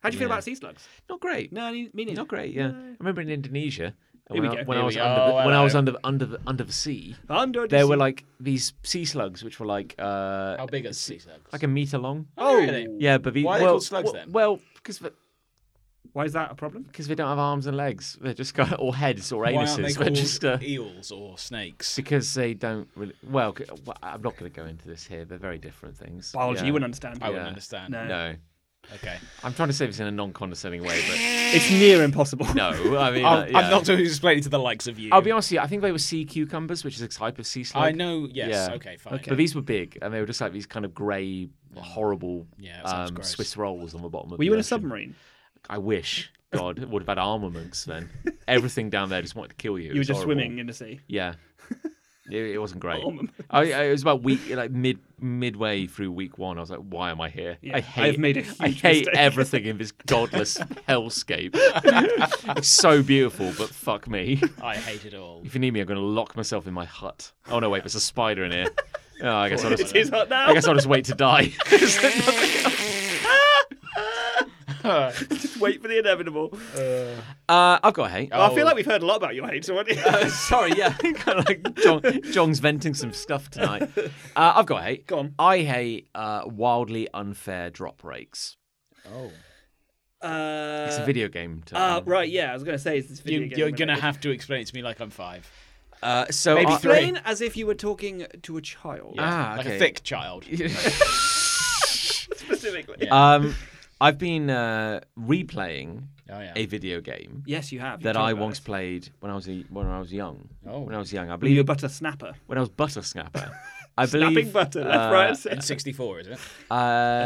Speaker 2: How do you feel about sea slugs?
Speaker 1: not great.
Speaker 2: No, I mean, meaning
Speaker 1: Not great. Yeah, I remember in Indonesia
Speaker 2: Here
Speaker 1: when,
Speaker 2: we
Speaker 1: I,
Speaker 2: go.
Speaker 1: when I
Speaker 3: Here
Speaker 1: was
Speaker 3: we
Speaker 1: under
Speaker 3: go.
Speaker 1: the, when I was
Speaker 3: Hello.
Speaker 1: under under the under the sea.
Speaker 2: Under the
Speaker 1: There were
Speaker 2: sea-
Speaker 1: like these sea slugs, which were like uh,
Speaker 3: How big are sea slugs?
Speaker 1: like a meter long.
Speaker 3: oh, really?
Speaker 1: Yeah, but the,
Speaker 3: Why are they
Speaker 1: well,
Speaker 3: called slugs
Speaker 1: w-
Speaker 3: then?
Speaker 1: Well, because
Speaker 2: Why is that a problem?
Speaker 1: because they don't have arms and legs. They're just got or heads or
Speaker 3: Why aren't they
Speaker 1: anuses. They're
Speaker 3: called
Speaker 1: just uh,
Speaker 3: eels or snakes?
Speaker 1: because they don't really. Well, c- well, I'm not going to go into this here. They're very different things.
Speaker 2: Biology,
Speaker 1: Yeah.
Speaker 2: you wouldn't understand.
Speaker 3: I wouldn't
Speaker 1: Yeah.
Speaker 3: understand.
Speaker 2: No.
Speaker 1: No,
Speaker 3: Okay.
Speaker 1: I'm trying to say this in a non-condescending way, but
Speaker 2: It's near impossible.
Speaker 1: no. I mean,
Speaker 3: I'm,
Speaker 1: uh, yeah.
Speaker 3: I'm not going to explain it to the likes of you.
Speaker 1: I'll be honest with you. I think they were sea cucumbers, which is a type of sea slug.
Speaker 3: I know. Yes.
Speaker 1: Yeah.
Speaker 3: Okay. Fine. Mm.
Speaker 1: But these were big, and they were just like these kind of grey, horrible
Speaker 3: Yeah, that sounds
Speaker 1: um,
Speaker 3: gross.
Speaker 1: Swiss rolls on the bottom of.
Speaker 2: Were
Speaker 1: the
Speaker 2: you in a
Speaker 1: ocean.
Speaker 2: submarine?
Speaker 1: I wish God it would have had armaments then. Everything down there just wanted to kill you.
Speaker 2: You were
Speaker 1: It's
Speaker 2: just
Speaker 1: horrible.
Speaker 2: swimming in the sea.
Speaker 1: Yeah. It, it wasn't great.
Speaker 2: Armaments.
Speaker 1: I, I, it was about week, like mid midway through week one. I was like, "Why am I here?
Speaker 2: Yeah,
Speaker 1: I
Speaker 2: I've
Speaker 1: hate.
Speaker 2: made a
Speaker 1: I
Speaker 2: huge
Speaker 1: hate
Speaker 2: mistake."
Speaker 1: everything in this godless hellscape. it's so beautiful, but fuck me.
Speaker 3: I hate it all.
Speaker 1: If you need me, I'm going to lock myself in my hut. Oh no, wait, there's a spider in here. Oh, I guess I'll
Speaker 2: It
Speaker 1: just,
Speaker 2: is hot now.
Speaker 1: I guess I'll just wait to die.
Speaker 2: Just wait for the inevitable.
Speaker 1: uh, I've got a hate.
Speaker 2: Well, I feel like we've heard Oh. a lot about your hate already.
Speaker 1: Sorry, yeah, kind of like John, John's venting some stuff tonight. Uh, I've got a hate.
Speaker 2: Go on.
Speaker 1: I hate uh, wildly unfair drop breaks.
Speaker 3: Oh.
Speaker 1: It's a
Speaker 2: uh,
Speaker 1: video game term.
Speaker 2: uh, right, yeah, I was going to say it's this video
Speaker 3: You,
Speaker 2: game
Speaker 3: you're gonna
Speaker 2: related.
Speaker 3: have to explain it to me like I'm five.
Speaker 1: Uh, so
Speaker 3: maybe
Speaker 1: I-
Speaker 3: three.
Speaker 2: Explain as if you were talking to a child
Speaker 1: Ah,
Speaker 3: like
Speaker 1: okay.
Speaker 3: a thick child.
Speaker 2: specifically.
Speaker 1: um, I've been uh, replaying
Speaker 3: Oh yeah.
Speaker 1: a video game
Speaker 2: Yes, you have.
Speaker 1: that
Speaker 2: You've
Speaker 1: I
Speaker 2: told
Speaker 1: once
Speaker 2: us.
Speaker 1: played when I was a, when I was young.
Speaker 3: Oh.
Speaker 1: When I was young, I
Speaker 2: Were you
Speaker 1: believe
Speaker 2: a butter snapper?
Speaker 1: when I was butter snapper. I
Speaker 2: Snapping
Speaker 1: believe
Speaker 2: butter, left,
Speaker 1: uh,
Speaker 2: right, and
Speaker 3: In
Speaker 2: centre.
Speaker 3: '64, is it?
Speaker 1: Uh,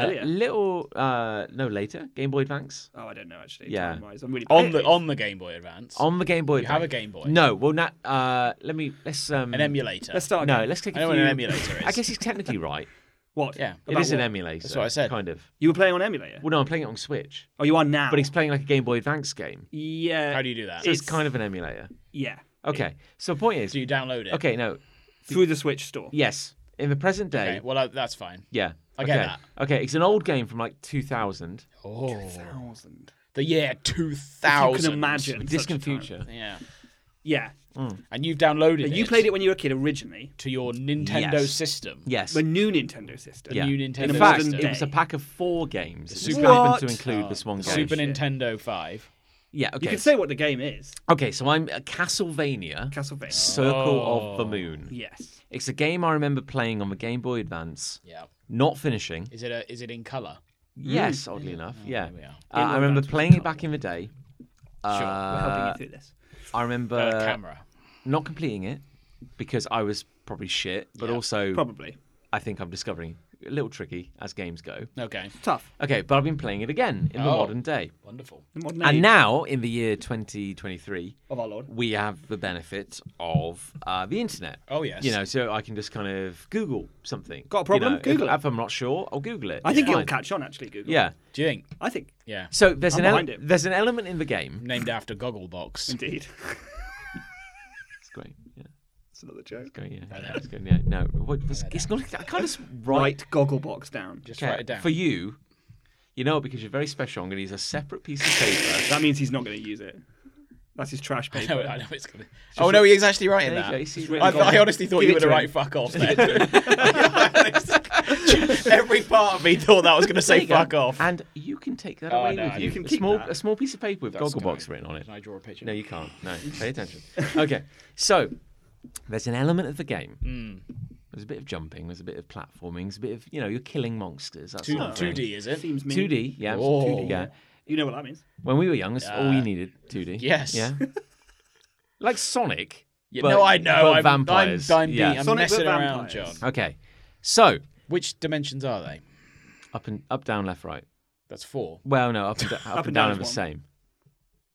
Speaker 2: Earlier.
Speaker 1: little uh, no later Game Boy Advance
Speaker 2: Oh, I don't know actually.
Speaker 1: Yeah.
Speaker 2: Time-wise. I'm really
Speaker 3: On the on the Game Boy Advance.
Speaker 1: on the Game Boy.
Speaker 3: you have a
Speaker 1: Advance.
Speaker 3: Game Boy.
Speaker 1: No, well, not. Uh, let me let's um.
Speaker 3: An emulator.
Speaker 2: Let's start.
Speaker 1: no,
Speaker 2: again.
Speaker 1: let's take a
Speaker 3: I know what
Speaker 1: few.
Speaker 3: an emulator is.
Speaker 1: I guess he's technically right.
Speaker 2: What?
Speaker 3: Yeah.
Speaker 1: it
Speaker 2: About
Speaker 1: is an
Speaker 2: what?
Speaker 1: emulator.
Speaker 3: That's what I said.
Speaker 1: Kind of.
Speaker 2: You were playing on emulator.
Speaker 1: Well, no, I'm playing it on Switch,
Speaker 2: Oh, you are now.
Speaker 1: but he's playing like a Game Boy Advance game.
Speaker 2: yeah.
Speaker 3: How do you do that?
Speaker 1: So it's,
Speaker 2: It's-
Speaker 1: kind of an emulator.
Speaker 2: Yeah.
Speaker 1: Okay. So the point is,
Speaker 3: Do you download it?
Speaker 1: okay, no,
Speaker 2: Through the Switch store.
Speaker 1: yes, in the present day,
Speaker 3: Okay, well, uh, that's fine.
Speaker 1: yeah.
Speaker 3: I get
Speaker 1: okay. Okay, it's an old game from like 2000,
Speaker 3: Oh.
Speaker 2: Thousand.
Speaker 3: The year 2000.
Speaker 2: You can imagine.
Speaker 1: disc
Speaker 2: such a
Speaker 1: and
Speaker 2: time.
Speaker 1: future.
Speaker 3: Yeah.
Speaker 2: Yeah.
Speaker 3: And you've downloaded it.
Speaker 2: You played it when you were a kid originally.
Speaker 3: to your Nintendo
Speaker 1: Yes.
Speaker 3: system.
Speaker 1: Yes.
Speaker 2: The new Nintendo system.
Speaker 1: yeah.
Speaker 3: new
Speaker 1: in
Speaker 3: Nintendo
Speaker 1: fact,
Speaker 2: system.
Speaker 1: it was a pack of four games. It just
Speaker 3: Super-
Speaker 1: happened to
Speaker 2: What?
Speaker 1: include this one
Speaker 3: The
Speaker 1: game.
Speaker 3: Uh, Super
Speaker 2: shit.
Speaker 3: Nintendo 5.
Speaker 1: Yeah.
Speaker 2: You
Speaker 1: Okay.
Speaker 2: can say what the game is.
Speaker 1: okay. So I'm uh, a Castlevania.
Speaker 2: Castlevania.
Speaker 1: Circle of the
Speaker 3: Oh.
Speaker 1: Moon.
Speaker 2: yes.
Speaker 1: It's a game I remember playing on the Game Boy Advance,
Speaker 3: Yeah.
Speaker 1: not finishing.
Speaker 3: Is it a, is it in color?
Speaker 1: Yes, oddly enough. Yeah.
Speaker 3: we are.
Speaker 1: Uh, I remember playing it back in the day.
Speaker 3: Sure.
Speaker 2: We're helping
Speaker 1: Uh,
Speaker 2: you through this.
Speaker 1: I remember
Speaker 3: Uh, camera.
Speaker 1: not completing it because I was probably shit, but also
Speaker 2: Probably.
Speaker 1: I think I'm discovering a little tricky as games go.
Speaker 3: Okay.
Speaker 2: Tough.
Speaker 1: Okay, but I've been playing it again in the
Speaker 3: Oh.
Speaker 1: modern day.
Speaker 3: Wonderful.
Speaker 2: The modern age
Speaker 1: And now, in the year 2023,
Speaker 2: of our Lord.
Speaker 1: we have the benefit of uh, the internet.
Speaker 3: Oh, yes.
Speaker 1: You know, so I can just kind of Google something.
Speaker 2: Got a problem?
Speaker 1: You know,
Speaker 2: Google
Speaker 1: if,
Speaker 2: it.
Speaker 1: if I'm not sure, I'll Google it.
Speaker 2: I think
Speaker 1: Fine.
Speaker 2: it'll catch on actually, Google.
Speaker 1: Yeah.
Speaker 3: Do you think?
Speaker 2: I think.
Speaker 3: Yeah.
Speaker 1: So there's
Speaker 2: I'm
Speaker 1: an ele-
Speaker 2: behind it.
Speaker 1: there's an element in the game.
Speaker 3: Named after Gogglebox.
Speaker 2: Indeed.
Speaker 1: It's great. Yeah.
Speaker 2: That's another joke.
Speaker 1: Great, yeah. It's good, yeah. No, what, it's, it's not. I can't just write
Speaker 2: Write Gogglebox down.
Speaker 3: Just
Speaker 1: Okay,
Speaker 3: write it down.
Speaker 1: For you, you know, because you're very special, I'm going to use a separate piece of paper.
Speaker 2: That means he's not going to use it. That's his trash
Speaker 3: I
Speaker 2: paper.
Speaker 3: know, it- I know it's gonna. Oh no, he is actually right in
Speaker 1: There you
Speaker 3: that.
Speaker 1: go, you see,
Speaker 2: really
Speaker 3: I,
Speaker 2: got
Speaker 3: thought- I
Speaker 2: him.
Speaker 3: honestly thought
Speaker 2: Give
Speaker 3: you
Speaker 2: it
Speaker 3: were
Speaker 2: to
Speaker 3: gonna write
Speaker 2: him.
Speaker 3: fuck off. There. Every part of me thought that I was gonna
Speaker 1: There
Speaker 3: say
Speaker 1: you go.
Speaker 3: fuck off.
Speaker 1: And you can take that
Speaker 3: Oh,
Speaker 1: away
Speaker 3: no,
Speaker 1: with you.
Speaker 3: you
Speaker 2: can
Speaker 1: a
Speaker 2: keep
Speaker 1: small,
Speaker 2: that.
Speaker 1: a small piece of paper with
Speaker 3: That's
Speaker 1: Gogglebox
Speaker 3: kind.
Speaker 1: written on it.
Speaker 3: Can I draw a picture?
Speaker 1: No, you can't. No, pay attention. Okay, so there's an element of the game.
Speaker 3: Hmm.
Speaker 1: There's a bit of jumping. There's a bit of platforming. There's a bit of you know you're killing monsters. That's
Speaker 3: two two D is it?
Speaker 2: Seems mean.
Speaker 1: Two D. Yeah. it's
Speaker 3: Oh.
Speaker 1: 2D, Yeah.
Speaker 2: You know what that means.
Speaker 1: When we were young, that's all
Speaker 3: Yeah.
Speaker 1: we needed. Two D.
Speaker 3: Yes.
Speaker 1: Yeah. like Sonic.
Speaker 3: Yeah,
Speaker 1: but-
Speaker 3: no, I know.
Speaker 1: but
Speaker 3: I'm,
Speaker 1: vampires.
Speaker 3: I'm, I'm,
Speaker 1: Yeah.
Speaker 3: being- I'm
Speaker 2: Sonic
Speaker 3: messing
Speaker 2: but
Speaker 3: around, John.
Speaker 2: vampires.
Speaker 1: Okay, so
Speaker 3: Which dimensions are they?
Speaker 1: up and up, down, left, right.
Speaker 3: That's four.
Speaker 1: Well, no, up and, up and down,
Speaker 2: down
Speaker 1: are
Speaker 2: is
Speaker 1: the
Speaker 2: one.
Speaker 1: same.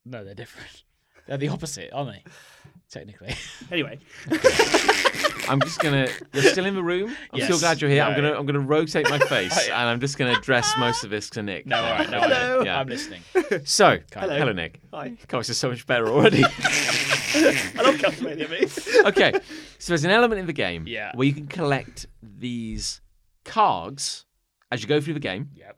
Speaker 3: No, they're different. They're the opposite, aren't they? Technically.
Speaker 2: Anyway,
Speaker 1: I'm just gonna. You're still in the room. I'm
Speaker 3: Yes.
Speaker 1: still glad you're here. I'm
Speaker 3: Yeah,
Speaker 1: gonna.
Speaker 3: yeah.
Speaker 1: I'm gonna rotate my face, and I'm just gonna address most of this to Nick.
Speaker 3: No, all right, no,
Speaker 1: Hello.
Speaker 3: I'm,
Speaker 1: Yeah.
Speaker 3: I'm listening. Oh,
Speaker 1: So, hello,
Speaker 3: Hello.
Speaker 1: Nick. Hi. Gosh, it's so much better already.
Speaker 2: I love Castlevania, mate.
Speaker 1: okay, so there's an element in the game
Speaker 3: Yeah.
Speaker 1: where you can collect these cards as you go through the game,
Speaker 3: Yep.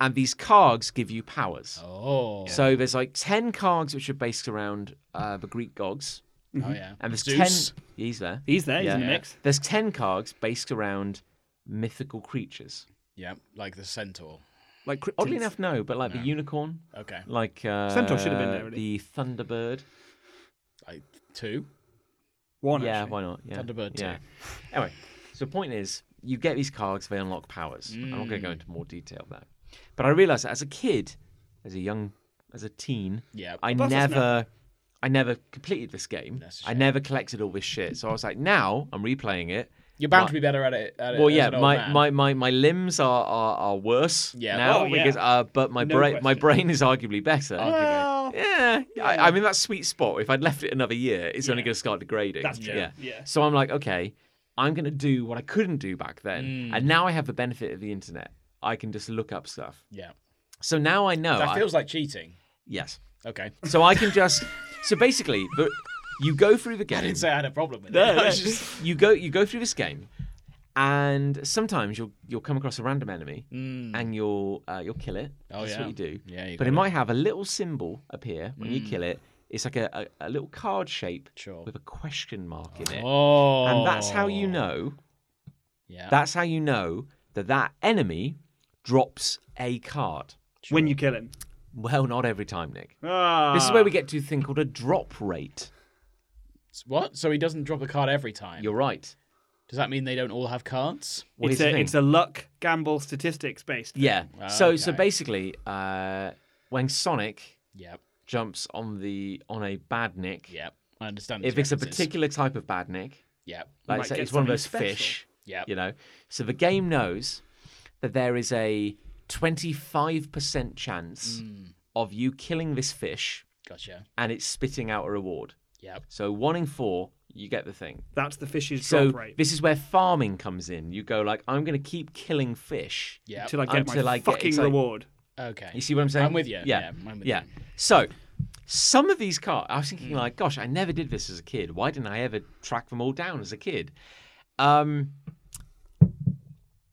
Speaker 1: and these cards give you powers.
Speaker 3: Oh.
Speaker 1: So there's like ten cards which are based around uh, the Greek gods,
Speaker 3: oh yeah.
Speaker 1: and there's
Speaker 3: Zeus.
Speaker 1: ten. He's there.
Speaker 2: He's there. He's in the
Speaker 1: Yeah.
Speaker 2: mix.
Speaker 1: There's ten cards based around mythical creatures.
Speaker 3: Yep. Like the centaur.
Speaker 2: Like cryptids.
Speaker 1: Oddly enough, no, but like the unicorn,
Speaker 3: Okay.
Speaker 1: like uh,
Speaker 2: Centaur should have been there already.
Speaker 1: The Thunderbird.
Speaker 3: Like two.
Speaker 2: one.
Speaker 1: yeah,
Speaker 2: actually.
Speaker 1: why not? Yeah.
Speaker 3: Thunderbird
Speaker 1: yeah. Anyway, so the point is, you get these cards, they unlock powers. I'm not going
Speaker 2: Mm.
Speaker 1: to go into more detail of that. But I realised that as a kid, as a young, as a teen,
Speaker 3: Yeah.
Speaker 1: I
Speaker 2: But that's
Speaker 1: never, I never completed this game.
Speaker 3: That's a
Speaker 1: I
Speaker 3: shame.
Speaker 1: never collected all this shit. So I was like, now I'm replaying it.
Speaker 3: You're bound to be better at it. At it
Speaker 1: Well,
Speaker 3: as
Speaker 1: yeah,
Speaker 3: an old
Speaker 1: my,
Speaker 3: man.
Speaker 1: my, my, my limbs are, are, are worse
Speaker 3: Yeah.
Speaker 1: now
Speaker 2: Oh, yeah.
Speaker 1: because uh, but my
Speaker 2: No
Speaker 1: brain my
Speaker 2: question.
Speaker 1: brain is arguably better.
Speaker 2: Well,
Speaker 1: Yeah, I, I'm in that sweet spot. If I'd left it another year, it's only
Speaker 2: Yeah.
Speaker 1: going to start degrading.
Speaker 2: That's true.
Speaker 1: Yeah.
Speaker 2: Yeah.
Speaker 1: So I'm like, okay, I'm going to do what I couldn't do back then, and now I have the benefit of the internet. I can just look up stuff.
Speaker 3: Yeah.
Speaker 1: So now I know.
Speaker 3: That
Speaker 1: Oh, I-
Speaker 3: feels like cheating.
Speaker 1: yes.
Speaker 3: Okay.
Speaker 1: So I can just. so basically, the, you go through the game.
Speaker 3: I didn't say I had a problem with
Speaker 1: No,
Speaker 3: it.
Speaker 1: no.
Speaker 3: I was just-
Speaker 1: you go you go through this game, and sometimes you'll you'll come across a random enemy, and you'll uh, you'll kill it.
Speaker 3: Oh,
Speaker 1: That's
Speaker 3: yeah.
Speaker 1: what you do.
Speaker 3: Yeah, you
Speaker 1: but it
Speaker 3: gotta-
Speaker 1: might have a little symbol appear when you kill
Speaker 2: Mm.
Speaker 1: it. It's like a, a, a little card shape
Speaker 3: Sure.
Speaker 1: with a question mark in it,
Speaker 3: Oh.
Speaker 1: and that's how you know.
Speaker 3: Yeah.
Speaker 1: That's how you know that that enemy drops a card.
Speaker 2: When you kill him.
Speaker 1: Well, not every time, Nick.
Speaker 2: Ah.
Speaker 1: This is where we get to a thing called a drop rate.
Speaker 3: what? So he doesn't drop a card every time.
Speaker 1: You're right.
Speaker 3: Does that mean they don't all have cards?
Speaker 1: Well, here's
Speaker 2: it's
Speaker 1: the
Speaker 2: a
Speaker 1: thing.
Speaker 2: it's a Ah, luck gamble statistics based.
Speaker 1: Yeah. so so
Speaker 3: okay.
Speaker 1: basically, uh, when Sonic
Speaker 3: Yep.
Speaker 1: jumps on the on a bad nick,
Speaker 3: Yep. I understand.
Speaker 1: if it's
Speaker 3: these
Speaker 1: a
Speaker 3: references.
Speaker 1: particular type of bad nick,
Speaker 3: Yep.
Speaker 1: like
Speaker 2: might
Speaker 1: say
Speaker 2: get
Speaker 1: it's one of
Speaker 2: something
Speaker 1: those
Speaker 2: special.
Speaker 1: fish,
Speaker 3: Yep.
Speaker 1: you know, so the game knows that there is a twenty five percent chance
Speaker 2: Hmm.
Speaker 1: of you killing this fish
Speaker 3: Gotcha.
Speaker 1: and it's spitting out a reward.
Speaker 3: Yep.
Speaker 1: So one in four, you get the thing.
Speaker 2: That's the fish's
Speaker 1: So
Speaker 2: drop rate.
Speaker 1: this is where farming comes in. You go like, I'm going to keep killing fish
Speaker 3: Yep.
Speaker 2: Till I get
Speaker 1: until
Speaker 2: my
Speaker 1: I get-
Speaker 2: fucking
Speaker 1: it's like-
Speaker 2: reward.
Speaker 3: Okay.
Speaker 1: You see what I'm saying?
Speaker 3: I'm with you.
Speaker 1: Yeah.
Speaker 3: Yeah, I'm with
Speaker 1: yeah.
Speaker 3: you. Mm.
Speaker 1: So, some of these cards, I was thinking, like, gosh, I never did this as a kid. Why didn't I ever track them all down as a kid? Um,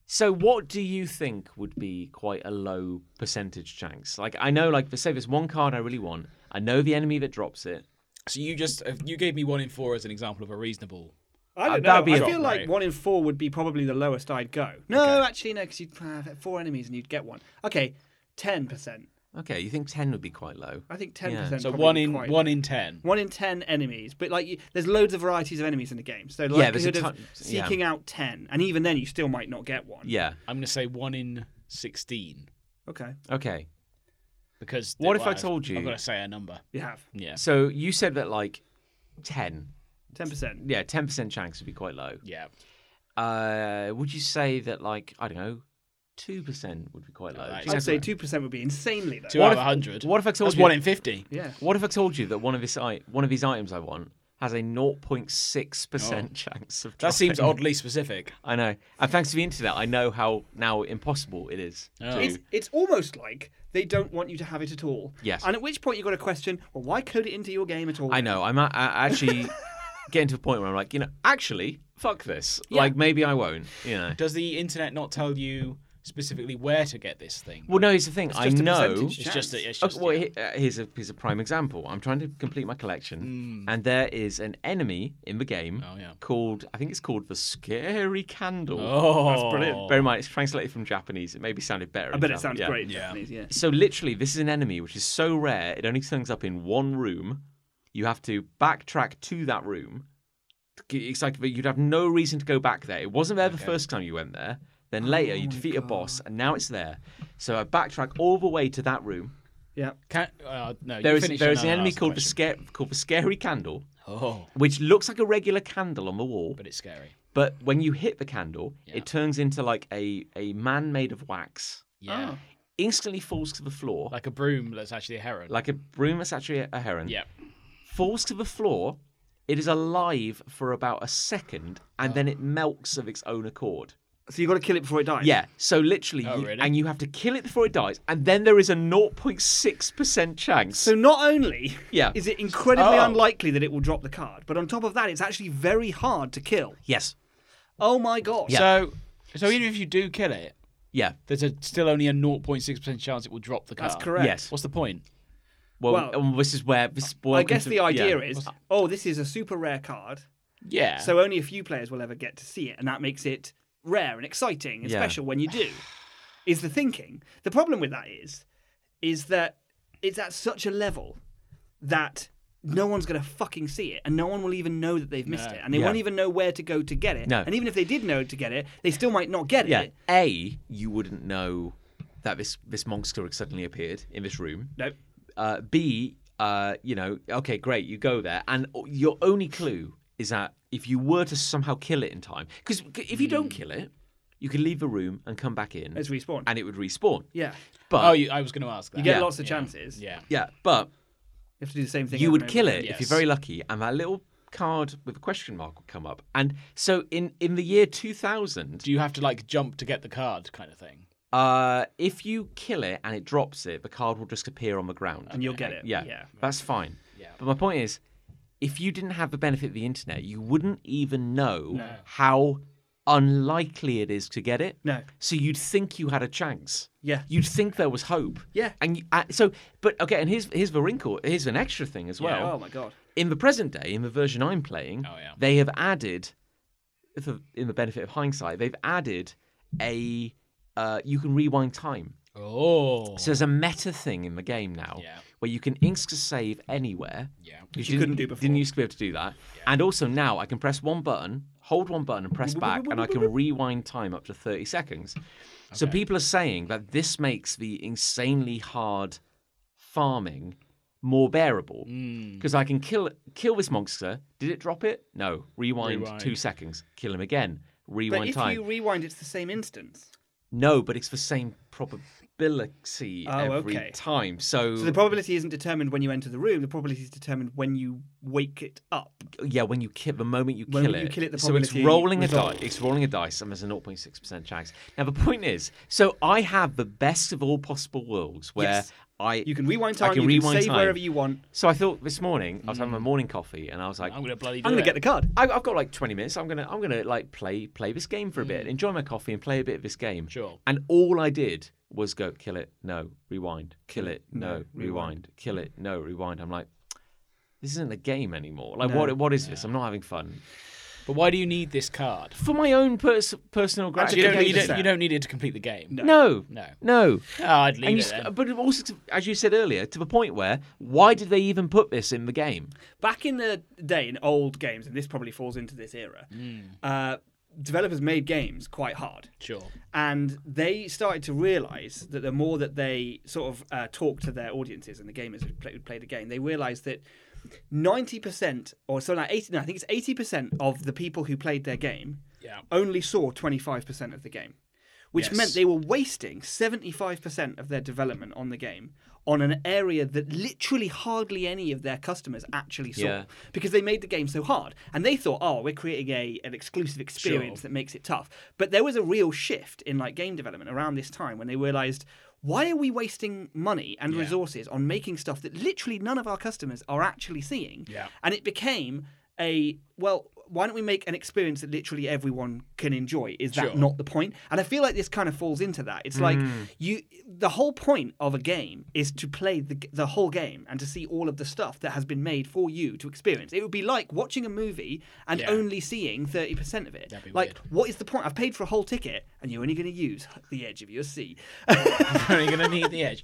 Speaker 1: so, what do you think would be quite a low percentage chance? Like, I know, like, for say there's one card I really want, I know the enemy that drops it.
Speaker 3: So you just uh, you gave me one in four as an example of a reasonable.
Speaker 2: I
Speaker 1: Uh, that'd
Speaker 2: don't know.
Speaker 1: be
Speaker 2: I
Speaker 1: a
Speaker 2: feel
Speaker 1: drop
Speaker 2: like
Speaker 3: rate.
Speaker 2: one in four would be probably the lowest I'd go. No, actually, no, because you'd uh, have four enemies and you'd get one. Okay, ten percent.
Speaker 1: Okay, you think 10 would be quite low.
Speaker 2: I think ten
Speaker 1: Yeah.
Speaker 2: percent.
Speaker 3: So one in one in ten.
Speaker 2: One in ten enemies, but like you, there's loads of varieties of enemies in the game, so the
Speaker 1: Yeah, there's a
Speaker 2: likelihood of
Speaker 1: ton- yeah.
Speaker 2: seeking out ten, and even then you still might not get one.
Speaker 1: Yeah.
Speaker 3: I'm gonna say one in sixteen
Speaker 2: Okay,
Speaker 1: Okay.
Speaker 3: because
Speaker 1: What if I
Speaker 3: I've-
Speaker 1: told you-
Speaker 3: I'm gonna say a number.
Speaker 2: you have
Speaker 3: Yeah.
Speaker 1: So, you said that, like, 10.
Speaker 2: ten percent.
Speaker 1: Yeah, 10% chance would be quite low.
Speaker 3: Yeah.
Speaker 1: uh, would you say that like I don't know, two percent would be quite low?
Speaker 3: Alright.
Speaker 1: Do you
Speaker 2: I'd
Speaker 1: think
Speaker 2: say
Speaker 1: that's
Speaker 2: two percent would be insanely low.
Speaker 3: Two
Speaker 1: What
Speaker 3: out of
Speaker 1: if-
Speaker 3: a hundred.
Speaker 1: what if I told
Speaker 3: That's
Speaker 1: you-
Speaker 3: one in fifty?
Speaker 2: Yeah,
Speaker 1: right? What if I told you that one of this I- one of these items I want has a 0.6
Speaker 2: Oh.
Speaker 1: percent chance of
Speaker 3: That seems
Speaker 1: dropping?
Speaker 3: oddly specific.
Speaker 1: I know, and thanks to the internet, I know how now impossible it is.
Speaker 3: Oh.
Speaker 2: it's it's almost like they don't want you to have it at all.
Speaker 1: Yes.
Speaker 2: and at which point you got to question, well, why code it into your game at all?
Speaker 1: I know. I'm a- I- actually getting to a point where I'm like, you know, actually, fuck this. Like maybe I won't. You know.
Speaker 3: Does the internet not tell you specifically where to get this thing.
Speaker 1: Well, no, here's the thing. I
Speaker 2: just a
Speaker 1: know.
Speaker 2: percentage
Speaker 3: It's just that it's
Speaker 1: Oh,
Speaker 3: just
Speaker 1: well,
Speaker 3: yeah.
Speaker 1: he- uh, here's a here's a prime example. I'm trying to complete my collection, and there is an enemy in the game
Speaker 3: Hmm. Oh, yeah.
Speaker 1: called I think it's called the Scary Candle.
Speaker 3: oh,
Speaker 5: brilliant.
Speaker 1: Bear in mind, it's translated from Japanese. It maybe sounded better.
Speaker 2: I
Speaker 1: in
Speaker 2: bet it
Speaker 1: Jap-
Speaker 2: sounds
Speaker 1: yeah.
Speaker 2: great. in
Speaker 3: Yeah.
Speaker 2: Japanese, yeah.
Speaker 1: So literally, this is an enemy which is so rare it only turns up in one room. You have to backtrack to that room. to get excited, but you'd have no reason to go back there. It wasn't there the first time you went there. Then later,
Speaker 3: Oh
Speaker 1: you defeat a boss, and now it's there. So I backtrack all the way to that room.
Speaker 2: Yeah.
Speaker 3: Can, uh, no, you
Speaker 1: There is
Speaker 3: finish
Speaker 1: there
Speaker 3: and
Speaker 1: is an
Speaker 3: I'll
Speaker 1: enemy
Speaker 3: ask
Speaker 1: called the
Speaker 3: question.
Speaker 1: scare, called the scary candle,
Speaker 3: Oh,
Speaker 1: which looks like a regular candle on the wall,
Speaker 3: but it's scary.
Speaker 1: but when you hit the candle, it turns into like a a man made of wax.
Speaker 3: Yeah,
Speaker 1: Instantly falls to the floor like,
Speaker 3: like a broom that's actually a heron.
Speaker 1: a broom that's actually a- a heron.
Speaker 3: yeah,
Speaker 1: Falls to the floor. It is alive for about a second, and then it melts of its own accord.
Speaker 2: So you got to kill it before it dies.
Speaker 1: Yeah. So literally,
Speaker 3: Oh,
Speaker 1: you-
Speaker 3: really?
Speaker 1: and you have to kill it before it dies, and then there is a 0.6% chance.
Speaker 2: So not only
Speaker 1: Yeah.
Speaker 2: is it incredibly
Speaker 1: Oh.
Speaker 2: unlikely that it will drop the card, but on top of that, it's actually very hard to kill.
Speaker 1: yes.
Speaker 2: Oh my god!
Speaker 3: So, so even if you do kill it,
Speaker 1: Yeah.
Speaker 3: there's a, still only a 0.6 percent chance it will drop the car.
Speaker 2: That's correct.
Speaker 1: Yes.
Speaker 3: What's the point?
Speaker 1: Well,
Speaker 2: Well,
Speaker 1: um, this is where this.
Speaker 2: I guess the idea is, oh, this is a super rare card,
Speaker 3: Yeah.
Speaker 2: so only a few players will ever get to see it, and that makes it rare and exciting and
Speaker 1: Yeah.
Speaker 2: special when you do. Is the thinking the problem with that is, is that it's at such a level that no one's going to fucking see it, and no one will even know that they've missed it, and they
Speaker 1: Yeah.
Speaker 2: won't even know where to go to get it.
Speaker 1: No.
Speaker 2: And even if they did know to get it, they still might not get
Speaker 1: yeah.
Speaker 2: it.
Speaker 1: A, you wouldn't know that this this monster had suddenly appeared in this room.
Speaker 2: No.
Speaker 1: Uh, B, uh, you know, okay, great, you go there, and o- your only clue is that if you were to somehow kill it in time, because if you don't kill it, you could leave the room and come back in,
Speaker 2: It's respawn.
Speaker 1: and it would respawn.
Speaker 2: Yeah.
Speaker 1: But
Speaker 3: oh, you, I was going to ask that.
Speaker 2: You get
Speaker 1: Yeah.
Speaker 2: lots of chances.
Speaker 3: yeah.
Speaker 1: yeah, but
Speaker 2: You have to do the same thing.
Speaker 1: you
Speaker 2: over
Speaker 1: would
Speaker 2: and over
Speaker 1: kill
Speaker 2: again.
Speaker 1: it if
Speaker 3: Yes.
Speaker 1: you're very lucky and that little card with a question mark would come up and so in in the year 2000
Speaker 3: Do you have to like jump to get the card, kind of thing?
Speaker 1: uh if you kill it and it drops it the card will just appear on the ground
Speaker 2: And you'll get it.
Speaker 1: yeah,
Speaker 2: Yeah.
Speaker 1: that's fine but my point is if you didn't have the benefit of the internet you wouldn't even know how unlikely it is to get it
Speaker 2: No.
Speaker 1: so you'd think you had a chance
Speaker 2: Yeah.
Speaker 1: you'd think there was hope
Speaker 2: Yeah.
Speaker 1: and you, uh, so but okay and here's here's the wrinkle here's an extra thing as well
Speaker 2: Oh my god.
Speaker 1: in the present day, in the version I'm playing,
Speaker 3: Oh, yeah.
Speaker 1: they have added, if of- in the benefit of hindsight, they've added a uh, you can rewind time.
Speaker 3: Oh.
Speaker 1: So there's a meta thing in the game now
Speaker 3: Yeah.
Speaker 1: where you can insta save anywhere.
Speaker 3: Yeah.
Speaker 1: Which
Speaker 2: you couldn't
Speaker 1: didn't-
Speaker 2: do before.
Speaker 1: Didn't used to be able to do that. And also now I can press one button, hold one button, and press back, and I can rewind time up to 30 seconds. So people are saying that this makes the insanely hard farming more bearable
Speaker 2: Hmm.
Speaker 1: because I can kill kill this monster. Did it drop it? No. Rewind, two
Speaker 3: Rewind.
Speaker 1: seconds. Kill him again.
Speaker 2: But
Speaker 1: Rewind
Speaker 2: if
Speaker 1: time.
Speaker 2: you rewind, it's the same instance.
Speaker 1: No, but it's the same probability
Speaker 2: Oh,
Speaker 1: every
Speaker 2: okay.
Speaker 1: time. So,
Speaker 2: So the probability isn't determined when you enter the room. The probability is determined when you wake it up.
Speaker 1: yeah, when you kill the moment you
Speaker 2: When
Speaker 1: kill
Speaker 2: you
Speaker 1: it,
Speaker 2: kill it, the
Speaker 1: so it's
Speaker 2: probability
Speaker 1: rolling a dice.
Speaker 2: resolves.
Speaker 1: It's rolling a dice, and there's a 0.6 percent chance. Now the point is, so I have the best of all possible worlds where
Speaker 2: Yes.
Speaker 1: I
Speaker 2: You can rewind
Speaker 1: I
Speaker 2: time.
Speaker 1: can
Speaker 2: you
Speaker 1: rewind
Speaker 2: can save
Speaker 1: time.
Speaker 2: wherever you want.
Speaker 1: So I thought this morning I was having my morning coffee, and I was like,
Speaker 3: I'm going to bloody do
Speaker 2: Mm. I'm gonna
Speaker 3: it.
Speaker 2: get the card.
Speaker 1: I, I've got like 20 minutes. I'm gonna I'm gonna like play play this game for a
Speaker 2: Mm.
Speaker 1: bit, enjoy my coffee, and play a bit of this game.
Speaker 3: Sure.
Speaker 1: And all I did was go kill it, no, rewind, kill it, no, rewind, kill it, no, rewind. I'm like, this isn't a game anymore. Like what what is this? I'm not having fun
Speaker 3: But why do you need this card?
Speaker 1: for my own pers- personal
Speaker 3: You don't,
Speaker 1: gratification.
Speaker 2: complete
Speaker 3: need
Speaker 2: the
Speaker 3: it,
Speaker 2: set.
Speaker 3: you don't need it to complete the game. No.
Speaker 1: No,
Speaker 3: No.
Speaker 1: no.
Speaker 3: I'd leave
Speaker 1: And you,
Speaker 3: it then.
Speaker 1: s- but also, to, as you said earlier, to the point where why did they even put this in the game?
Speaker 2: Back in the day, in old games, and this probably falls into this era,
Speaker 1: Hmm.
Speaker 2: uh, developers made games quite hard.
Speaker 3: Sure.
Speaker 2: and they started to realize that the more that they sort of uh, talked to their audiences and the gamers who play, who play the game, they realized that 90% or something like 80, no, I think it's 80% of the people who played their game
Speaker 3: Yeah.
Speaker 2: only saw 25% of the game, which
Speaker 3: Yes.
Speaker 2: meant they were wasting 75% of their development on the game on an area that literally hardly any of their customers actually saw
Speaker 1: Yeah.
Speaker 2: because they made the game so hard and they thought oh we're creating a an exclusive experience that makes it tough but there was a real shift in like game development around this time when they realized why are we wasting money and resources on making stuff that literally none of our customers are actually seeing
Speaker 3: Yeah.
Speaker 2: and it became a well why don't we make an experience that literally everyone can enjoy? Is that
Speaker 3: Sure. Mm.
Speaker 2: not the point? And I feel like this kind of falls into that. It's like you, the whole point of a game is to play the g- the whole game and to see all of the stuff that has been made for you to experience. It would be like watching a movie and
Speaker 3: Yeah.
Speaker 2: only seeing thirty percent of it.
Speaker 3: That'd be
Speaker 2: like,
Speaker 3: weird.
Speaker 2: what is the point? I've paid for a whole ticket, and you're only going to use the edge of your seat.
Speaker 3: You're going to need the edge.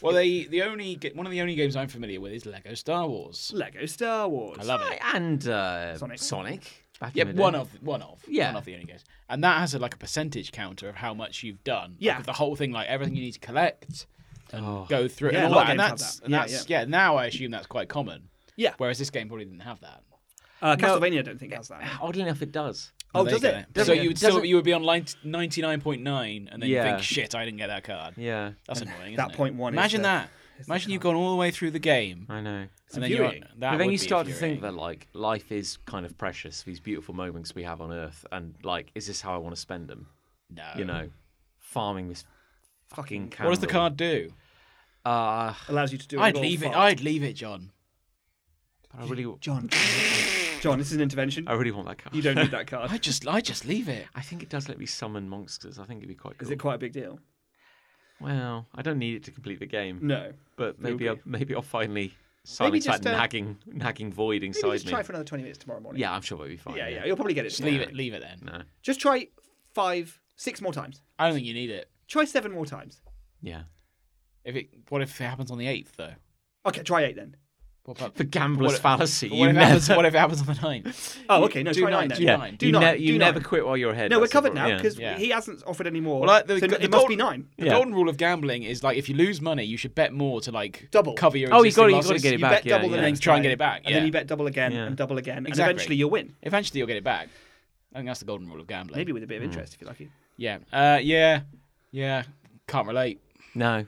Speaker 3: Well, they the only ga- one of the only games I'm familiar with is Lego Star Wars.
Speaker 2: Lego Star Wars.
Speaker 3: I love it.
Speaker 1: and uh,
Speaker 2: Sonic.
Speaker 1: back in
Speaker 3: Yeah,
Speaker 1: the day.
Speaker 3: one of one of
Speaker 1: Yeah.
Speaker 3: one of the only games, and that has a, like a percentage counter of how much you've done. Like,
Speaker 2: Yeah.
Speaker 3: of the whole thing, like everything you need to collect and
Speaker 1: Oh.
Speaker 3: go through,
Speaker 2: Yeah,
Speaker 3: and
Speaker 2: a
Speaker 3: all
Speaker 2: lot
Speaker 3: that.
Speaker 2: of
Speaker 3: And
Speaker 2: games have
Speaker 3: that's
Speaker 2: that.
Speaker 3: and
Speaker 2: Yeah,
Speaker 3: that's yeah. Now I assume that's quite common.
Speaker 2: Yeah.
Speaker 3: Whereas this game probably didn't have that.
Speaker 2: Uh, Castlevania, I don't think has that.
Speaker 1: Oddly enough, it does.
Speaker 2: Oh,
Speaker 3: There
Speaker 2: does
Speaker 3: you
Speaker 2: it?
Speaker 3: go.
Speaker 2: Does
Speaker 3: so
Speaker 2: it?
Speaker 3: you would still
Speaker 1: Doesn't-
Speaker 3: you would be on line ninety nine point nine, and then you
Speaker 1: Yeah.
Speaker 3: think, shit, I didn't get that card.
Speaker 1: Yeah,
Speaker 3: That's annoying. isn't
Speaker 2: that
Speaker 3: it?
Speaker 2: point one is
Speaker 3: Imagine
Speaker 2: the-
Speaker 3: that. Imagine you've gone all the way through the game,
Speaker 1: I know.
Speaker 3: and then you're
Speaker 2: infuriating.
Speaker 1: but
Speaker 3: that
Speaker 1: then
Speaker 3: would
Speaker 1: you
Speaker 3: be
Speaker 1: start to think
Speaker 3: infuriating.
Speaker 1: that like life is kind of precious. These beautiful moments we have on Earth, and like, is this how I want to spend them?
Speaker 3: no,
Speaker 1: You know, farming this fucking. Candle.
Speaker 3: Oh. what does the card do?
Speaker 1: Uh,
Speaker 2: Allows you to do.
Speaker 3: I'd
Speaker 2: little
Speaker 3: leave it.
Speaker 2: fart.
Speaker 3: I'd leave it, John.
Speaker 1: but I really,
Speaker 2: John. John, this is an intervention.
Speaker 1: I really want that card.
Speaker 2: You don't need that card.
Speaker 3: I just, I just leave it.
Speaker 1: I think it does let me summon monsters. I think it'd be quite cool.
Speaker 2: Is it quite a big deal?
Speaker 1: Well, I don't need it to complete the game.
Speaker 2: No.
Speaker 1: but maybe
Speaker 2: Mm, be.
Speaker 1: I'll, maybe I'll finally silence
Speaker 2: just,
Speaker 1: that
Speaker 2: uh,
Speaker 1: nagging nagging void
Speaker 2: Maybe
Speaker 1: inside
Speaker 2: just
Speaker 1: me.
Speaker 2: try for another 20 minutes tomorrow morning.
Speaker 1: yeah, I'm sure it'll be fine.
Speaker 2: Yeah, yeah. You'll probably get it.
Speaker 3: Just
Speaker 2: tomorrow.
Speaker 3: leave it. Leave it then.
Speaker 1: No.
Speaker 2: Just try five, six more times.
Speaker 3: I don't think you need it.
Speaker 2: Try seven more times.
Speaker 1: Yeah.
Speaker 3: If it, what if it happens on the eighth though?
Speaker 2: Okay, try eight then.
Speaker 3: What about?
Speaker 1: The gambler's
Speaker 3: What-
Speaker 1: fallacy.
Speaker 3: What
Speaker 1: You
Speaker 3: if, it happens,
Speaker 1: never,
Speaker 3: what if it happens on the ninth?
Speaker 2: Oh, okay. No,
Speaker 3: do
Speaker 2: try
Speaker 3: nine,
Speaker 2: nine,
Speaker 3: do
Speaker 2: then.
Speaker 1: yeah.
Speaker 3: nine.
Speaker 2: Do
Speaker 1: you,
Speaker 2: nine,
Speaker 1: ne-
Speaker 2: do
Speaker 1: you
Speaker 2: nine.
Speaker 1: never quit while you're ahead.
Speaker 2: No, we're
Speaker 1: that's the
Speaker 2: covered now
Speaker 1: problem,
Speaker 2: because
Speaker 3: Yeah.
Speaker 2: he hasn't offered any more.
Speaker 3: Well, like, the-
Speaker 2: so
Speaker 3: the
Speaker 2: it must be
Speaker 3: gold-
Speaker 2: nine.
Speaker 3: The
Speaker 1: Yeah.
Speaker 3: golden rule of gambling is like if you lose money, you should bet more to like
Speaker 2: Double.
Speaker 3: cover your.
Speaker 1: Oh, you
Speaker 3: existing
Speaker 1: got
Speaker 3: losses.
Speaker 1: to get it
Speaker 2: You
Speaker 1: back.
Speaker 2: bet double
Speaker 1: yeah,
Speaker 2: the
Speaker 1: yeah.
Speaker 2: next
Speaker 3: Try and
Speaker 2: time,
Speaker 3: get it back,
Speaker 2: And then
Speaker 3: yeah.
Speaker 2: you bet double again
Speaker 1: Yeah.
Speaker 2: and double again,
Speaker 3: Exactly.
Speaker 2: and eventually you'll win.
Speaker 3: Eventually, you'll get it back. I think that's the golden rule of gambling.
Speaker 2: Maybe with a bit of
Speaker 1: Mm.
Speaker 2: interest if you're lucky.
Speaker 3: Yeah. Uh, yeah. Yeah. Can't relate.
Speaker 1: No.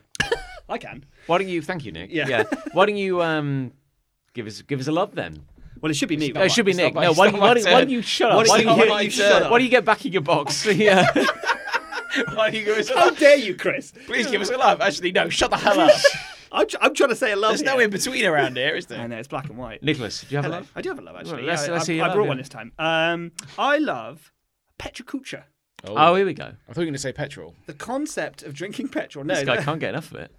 Speaker 2: I can.
Speaker 1: Why don't you? Thank you, Nick.
Speaker 2: Yeah.
Speaker 1: Why don't you um, give us give us a love then?
Speaker 2: Well, it should be me.
Speaker 1: No, it should be
Speaker 3: it's not
Speaker 1: Nick.
Speaker 3: my-
Speaker 1: No,
Speaker 3: it's
Speaker 1: why
Speaker 3: not
Speaker 1: don't you-
Speaker 3: my
Speaker 1: why don't why
Speaker 3: turn.
Speaker 1: don't you shut
Speaker 2: Why
Speaker 1: up?
Speaker 2: don't
Speaker 1: Why
Speaker 2: you
Speaker 1: don't
Speaker 2: get-
Speaker 1: you-
Speaker 2: you
Speaker 1: shut
Speaker 2: shut
Speaker 1: up?
Speaker 2: up?
Speaker 1: Why don't you get back in your box? Yeah.
Speaker 3: Why do you give us a
Speaker 2: How
Speaker 3: love?
Speaker 2: dare you, Chris?
Speaker 3: Please give us a love. Actually, no. Shut the hell up.
Speaker 2: I'm, tr- I'm trying to say a love.
Speaker 3: There's no
Speaker 2: here.
Speaker 3: in between around here, is
Speaker 2: I
Speaker 3: there?
Speaker 2: know it's black and white.
Speaker 1: Nicholas, do you have a
Speaker 2: Hello.
Speaker 1: love?
Speaker 2: I do have a love actually.
Speaker 1: Well, let's-
Speaker 2: I,
Speaker 1: let's
Speaker 2: I-
Speaker 1: hear your
Speaker 2: I
Speaker 1: love,
Speaker 2: brought
Speaker 1: yeah.
Speaker 2: one this time. Um, I love Petra Kucha.
Speaker 1: Oh, here we go.
Speaker 3: I thought you were going to say petrol.
Speaker 2: The concept of drinking petrol. No,
Speaker 1: This guy
Speaker 2: no,
Speaker 1: can't get enough of it.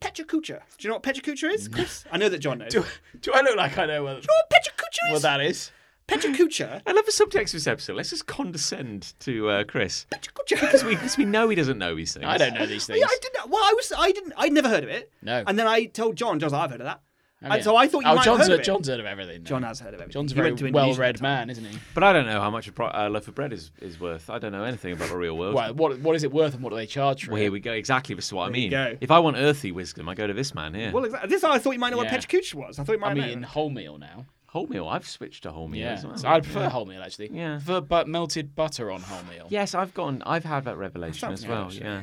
Speaker 2: Petra Kucha. Do you know what Petra Kucha is, Chris? I know that John knows.
Speaker 3: Do, do I look like I know what,
Speaker 2: what Petra Kucha
Speaker 3: what
Speaker 2: is?
Speaker 3: that is?
Speaker 2: Petra Kucha.
Speaker 1: I love the subtext of this episode. Let's just condescend to uh, Chris
Speaker 2: Petra Kucha.
Speaker 1: because we, 'cause we know he doesn't know these things.
Speaker 3: I don't know these things.
Speaker 2: Yeah, I didn't. Well, I was. I didn't. I'd never heard of it.
Speaker 3: No.
Speaker 2: And then I told John. John's. Like, I've heard of that.
Speaker 3: Oh, yeah.
Speaker 2: And so I thought you
Speaker 3: oh,
Speaker 2: might
Speaker 3: John's
Speaker 2: have heard
Speaker 3: a,
Speaker 2: of it.
Speaker 3: John's heard of everything.
Speaker 2: John
Speaker 3: then.
Speaker 2: has heard of it.
Speaker 3: John's a
Speaker 2: He
Speaker 3: very
Speaker 2: went to Indonesia
Speaker 3: well-read
Speaker 2: at the time.
Speaker 3: man, isn't he?
Speaker 1: But I don't know how much a pro- uh, loaf of bread is, is worth. I don't know anything about the real world.
Speaker 3: Well, what what is it worth and what do they charge for
Speaker 1: Well,
Speaker 3: it?
Speaker 1: here we go. Exactly, this is what I mean.
Speaker 2: go.
Speaker 1: If I want earthy wisdom, I go to this man here.
Speaker 2: Well, exactly. This I thought you might know what
Speaker 3: Yeah.
Speaker 2: Petra Kucha was. I thought you might
Speaker 3: I'm
Speaker 2: know.
Speaker 3: eating wholemeal now.
Speaker 1: wholemeal. I've switched to wholemeal
Speaker 3: Yeah,
Speaker 1: as well.
Speaker 3: so I prefer wholemeal actually.
Speaker 1: Yeah.
Speaker 3: I prefer but melted butter on wholemeal.
Speaker 1: Yes, I've gone. I've had that revelation
Speaker 2: Sounds
Speaker 1: as well.
Speaker 2: good,
Speaker 1: Yeah.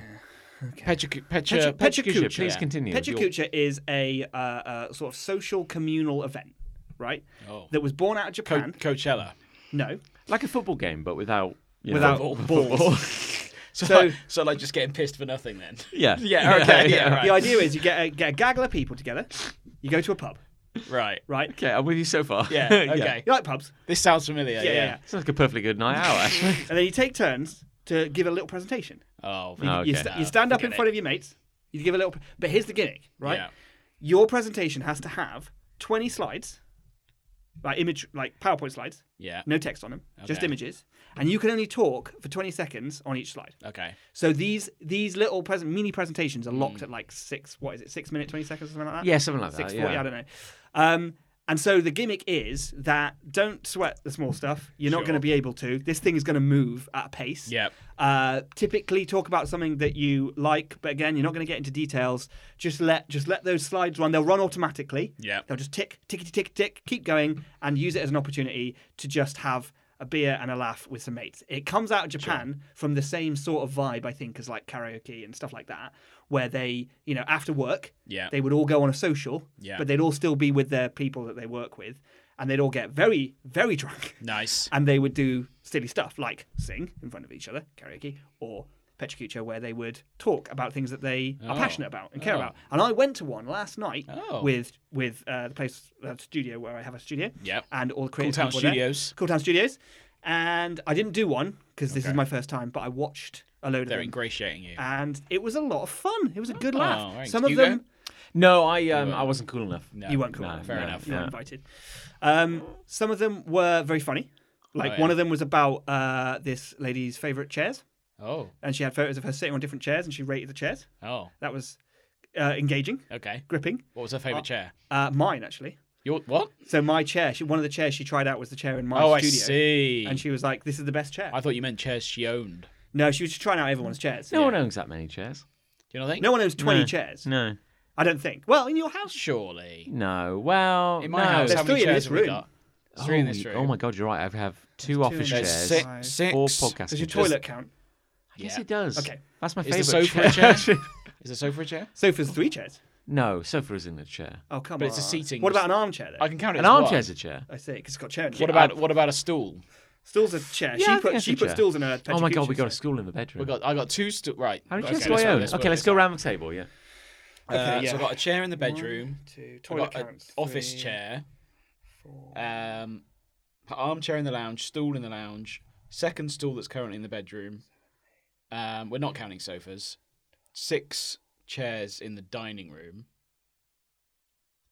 Speaker 3: Petra, Petra,
Speaker 2: Petra- Petra
Speaker 3: Petra
Speaker 2: Kucha,
Speaker 1: Please
Speaker 3: yeah.
Speaker 1: continue.
Speaker 2: Petra
Speaker 1: You're-
Speaker 2: Kucha is a uh, uh, sort of social communal event, right?
Speaker 3: Oh.
Speaker 2: That was born out of
Speaker 3: Co-
Speaker 2: Japan.
Speaker 3: Coachella.
Speaker 2: no,
Speaker 1: Like a football game, but without you know,
Speaker 2: without
Speaker 1: football.
Speaker 2: balls.
Speaker 3: So,
Speaker 2: So-
Speaker 3: like, so like just getting pissed for nothing then.
Speaker 1: Yeah.
Speaker 3: Yeah. Okay. Yeah. right.
Speaker 2: the idea is you get a, get a gaggle of people together. You go to a pub,
Speaker 3: right.
Speaker 2: right?
Speaker 1: Okay, I'm with you so far.
Speaker 3: Yeah. Okay.
Speaker 2: You like pubs,
Speaker 3: This sounds familiar. Uh, Yeah.
Speaker 2: yeah, yeah,
Speaker 1: Sounds like a perfectly good night out, actually.
Speaker 2: and then you take turns to give a little presentation.
Speaker 3: Oh.
Speaker 1: No.
Speaker 2: You,
Speaker 1: Okay.
Speaker 2: sta-
Speaker 3: Ah,
Speaker 2: you stand up in
Speaker 3: forget
Speaker 2: front of your mates. You give a little. Pre- but here's the gimmick, right?
Speaker 3: Yeah.
Speaker 2: Your presentation has to have 20 slides, like image, like PowerPoint slides,
Speaker 3: Yeah.
Speaker 2: no text on them, just
Speaker 3: Okay.
Speaker 2: images, and you can only talk for 20 seconds on each slide.
Speaker 3: Okay.
Speaker 2: So these these little present mini presentations are locked at like six. What is it? Six minutes, twenty seconds, something like that.
Speaker 1: Hmm. Yeah, something like that,
Speaker 2: Six forty.
Speaker 1: yeah.
Speaker 2: I don't know. Um, and so the gimmick is that don't sweat the small stuff. You're not
Speaker 3: Sure.
Speaker 2: going to be able to. This thing is going to move at a pace.
Speaker 3: Yep.
Speaker 2: Uh, typically, talk about something that you like, but again, you're not going to get into details. Just let just let those slides run. They'll run automatically.
Speaker 3: Yep.
Speaker 2: They'll just tick, tickety tick, tick. Keep going and use it as an opportunity to just have a beer and a laugh with some mates. It comes out of Japan from the same sort of vibe, I think, as like karaoke and stuff like that, where they, you know, after work,
Speaker 3: Yeah.
Speaker 2: they would all go on a social,
Speaker 3: Yeah.
Speaker 2: but they'd all still be with their people that they work with, and they'd all get very, very drunk
Speaker 3: Nice.
Speaker 2: and they would do silly stuff like sing in front of each other, karaoke, or Petricucho where they would talk about things that they are
Speaker 3: Oh.
Speaker 2: passionate about and care
Speaker 3: Oh.
Speaker 2: about. And I went to one last night
Speaker 3: Oh.
Speaker 2: with with uh, the place, uh, studio where I have a studio.
Speaker 3: Yep.
Speaker 2: And all the creative
Speaker 3: Town
Speaker 2: people were there.
Speaker 3: Studios.
Speaker 2: Cool Town Studios. And I didn't do one because this is my first time, but I watched a load
Speaker 3: They're Oh,
Speaker 2: of them.
Speaker 3: ingratiating you.
Speaker 2: And it was a lot of fun. It was a good laugh.
Speaker 3: thanks.
Speaker 2: Some of
Speaker 3: Hugo?
Speaker 2: them
Speaker 1: No, I um, I wasn't cool enough.
Speaker 3: No,
Speaker 2: you weren't cool
Speaker 1: no,
Speaker 2: enough.
Speaker 3: fair
Speaker 1: no,
Speaker 3: enough.
Speaker 2: You
Speaker 1: no.
Speaker 2: weren't invited. Um, some of them were very funny. Like
Speaker 3: Oh, yeah.
Speaker 2: one of them was about uh, this lady's favorite chairs,
Speaker 3: Oh,
Speaker 2: and she had photos of her sitting on different chairs, and she rated the chairs.
Speaker 3: oh,
Speaker 2: That was uh, engaging,
Speaker 3: okay.
Speaker 2: gripping.
Speaker 3: What was her favorite chair?
Speaker 2: Uh, mine actually.
Speaker 3: Your what?
Speaker 2: So my chair, she, one of the chairs she tried out was the chair in my
Speaker 3: Oh, I
Speaker 2: studio,
Speaker 3: see.
Speaker 2: and she was like, "This is the best chair."
Speaker 3: I thought you meant chairs she owned.
Speaker 2: No, she was just trying out everyone's chairs.
Speaker 1: No one owns that many chairs.
Speaker 3: Do you know what I think?
Speaker 2: No one owns twenty
Speaker 1: No.
Speaker 2: chairs.
Speaker 1: No,
Speaker 2: I don't think. Well, in your house,
Speaker 3: Surely.
Speaker 1: no. Well,
Speaker 3: In my
Speaker 1: no.
Speaker 3: house,
Speaker 2: There's
Speaker 3: how many
Speaker 2: three in
Speaker 3: chairs
Speaker 2: this
Speaker 3: have we
Speaker 2: room.
Speaker 3: got?
Speaker 1: oh,
Speaker 3: Three in this
Speaker 1: y-
Speaker 3: room.
Speaker 1: Oh my god, you're right. I have two
Speaker 2: There's two
Speaker 1: office
Speaker 2: in
Speaker 3: There's
Speaker 1: chairs,
Speaker 3: six.
Speaker 2: Five.
Speaker 3: six.
Speaker 1: four podcasting
Speaker 2: does your
Speaker 1: chairs.
Speaker 2: toilet count?
Speaker 1: Yes,
Speaker 3: Yeah.
Speaker 1: it does.
Speaker 2: Okay.
Speaker 1: that's my
Speaker 3: Is the
Speaker 1: favorite
Speaker 3: sofa a chair? Is the sofa a chair?
Speaker 2: Sofa's three chairs.
Speaker 1: No, sofa is in the chair.
Speaker 2: Oh come
Speaker 3: But
Speaker 2: on.
Speaker 3: it's a seating-
Speaker 2: What about an armchair? Then?
Speaker 3: I can count it.
Speaker 1: An
Speaker 3: as one.
Speaker 1: armchair's a chair.
Speaker 2: I see, 'cause it's got a chair. in it.
Speaker 3: What about what about a stool?
Speaker 2: Stools are
Speaker 1: Yeah,
Speaker 2: chair.
Speaker 1: I
Speaker 2: she
Speaker 1: think
Speaker 2: put
Speaker 1: that's
Speaker 2: she
Speaker 1: a
Speaker 2: put
Speaker 1: chair.
Speaker 2: stools in her.
Speaker 1: Oh my god, we got a
Speaker 2: Petricucci, so-
Speaker 1: school in the bedroom.
Speaker 3: We got I got two stool. Right.
Speaker 1: How many
Speaker 3: okay,
Speaker 1: chairs do I
Speaker 3: work
Speaker 1: own?
Speaker 3: this,
Speaker 1: Okay,
Speaker 3: work
Speaker 1: let's
Speaker 3: this
Speaker 1: go
Speaker 3: out.
Speaker 1: round the table. Yeah.
Speaker 2: Okay,
Speaker 3: Uh,
Speaker 2: yeah.
Speaker 3: So I got a chair in the bedroom.
Speaker 2: Two
Speaker 3: I
Speaker 2: toilet
Speaker 3: got an
Speaker 2: counts.
Speaker 3: office
Speaker 2: three,
Speaker 3: chair,
Speaker 2: four.
Speaker 3: um, armchair in the lounge, stool in the lounge, second stool that's currently in the bedroom. Um, we're not counting sofas. Six chairs in the dining room.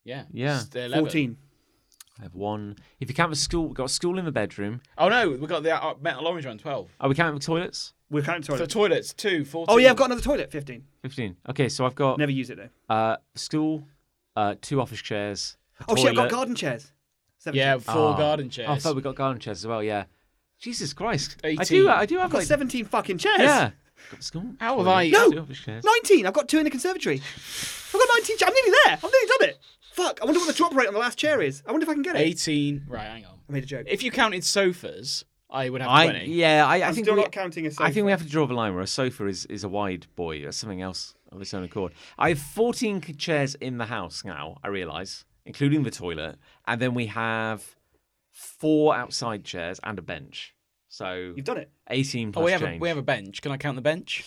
Speaker 3: Yeah.
Speaker 1: Yeah.
Speaker 3: it's 11.
Speaker 2: Fourteen.
Speaker 1: I have one. If you count the school, we've got a school in the bedroom.
Speaker 3: Oh no, we got the uh, metal orange one. Twelve.
Speaker 1: Are we counting the toilets?
Speaker 2: We're counting
Speaker 3: The
Speaker 2: toilet.
Speaker 3: toilets two. 14.
Speaker 2: Oh yeah, I've got another toilet. Fifteen.
Speaker 1: 15. Okay, so I've got
Speaker 2: Never use it though.
Speaker 1: uh, school, uh, two office chairs. a
Speaker 2: Oh shit, I've got
Speaker 1: toilet.
Speaker 2: garden chairs. Seventeen.
Speaker 3: Yeah, four
Speaker 1: Ah.
Speaker 3: garden
Speaker 1: Oh,
Speaker 3: chairs.
Speaker 1: fuck, we got garden chairs as well, yeah. Jesus Christ. I
Speaker 3: 18.
Speaker 1: do, I do have
Speaker 2: I've got
Speaker 1: like.
Speaker 2: seventeen fucking chairs.
Speaker 1: Yeah. Got school.
Speaker 3: How have
Speaker 1: toilet,
Speaker 3: I-
Speaker 2: No!
Speaker 1: two office chairs.
Speaker 2: Nineteen. I've got two in the conservatory. I've got nineteen. Chairs. I'm nearly there. I've nearly done it. Fuck. I wonder what the drop rate on the last chair is. I wonder if I can get it.
Speaker 3: Eighteen. Right, hang on.
Speaker 2: I made a joke.
Speaker 3: If you counted sofas, I would have
Speaker 1: I,
Speaker 3: twenty.
Speaker 1: yeah, I, I
Speaker 2: I'm
Speaker 1: think
Speaker 2: still
Speaker 1: we,
Speaker 2: not counting a
Speaker 1: I
Speaker 2: sofa.
Speaker 1: think we have to draw the line where a sofa is, is a wide boy. That's something else of its own accord. I have 14 c- chairs in the house now, I realise, including the toilet. And then we have four outside chairs and a bench. So
Speaker 2: You've done it.
Speaker 1: 18 plus
Speaker 3: Oh, we have a,
Speaker 1: change.
Speaker 3: we have a bench. Can I count the bench?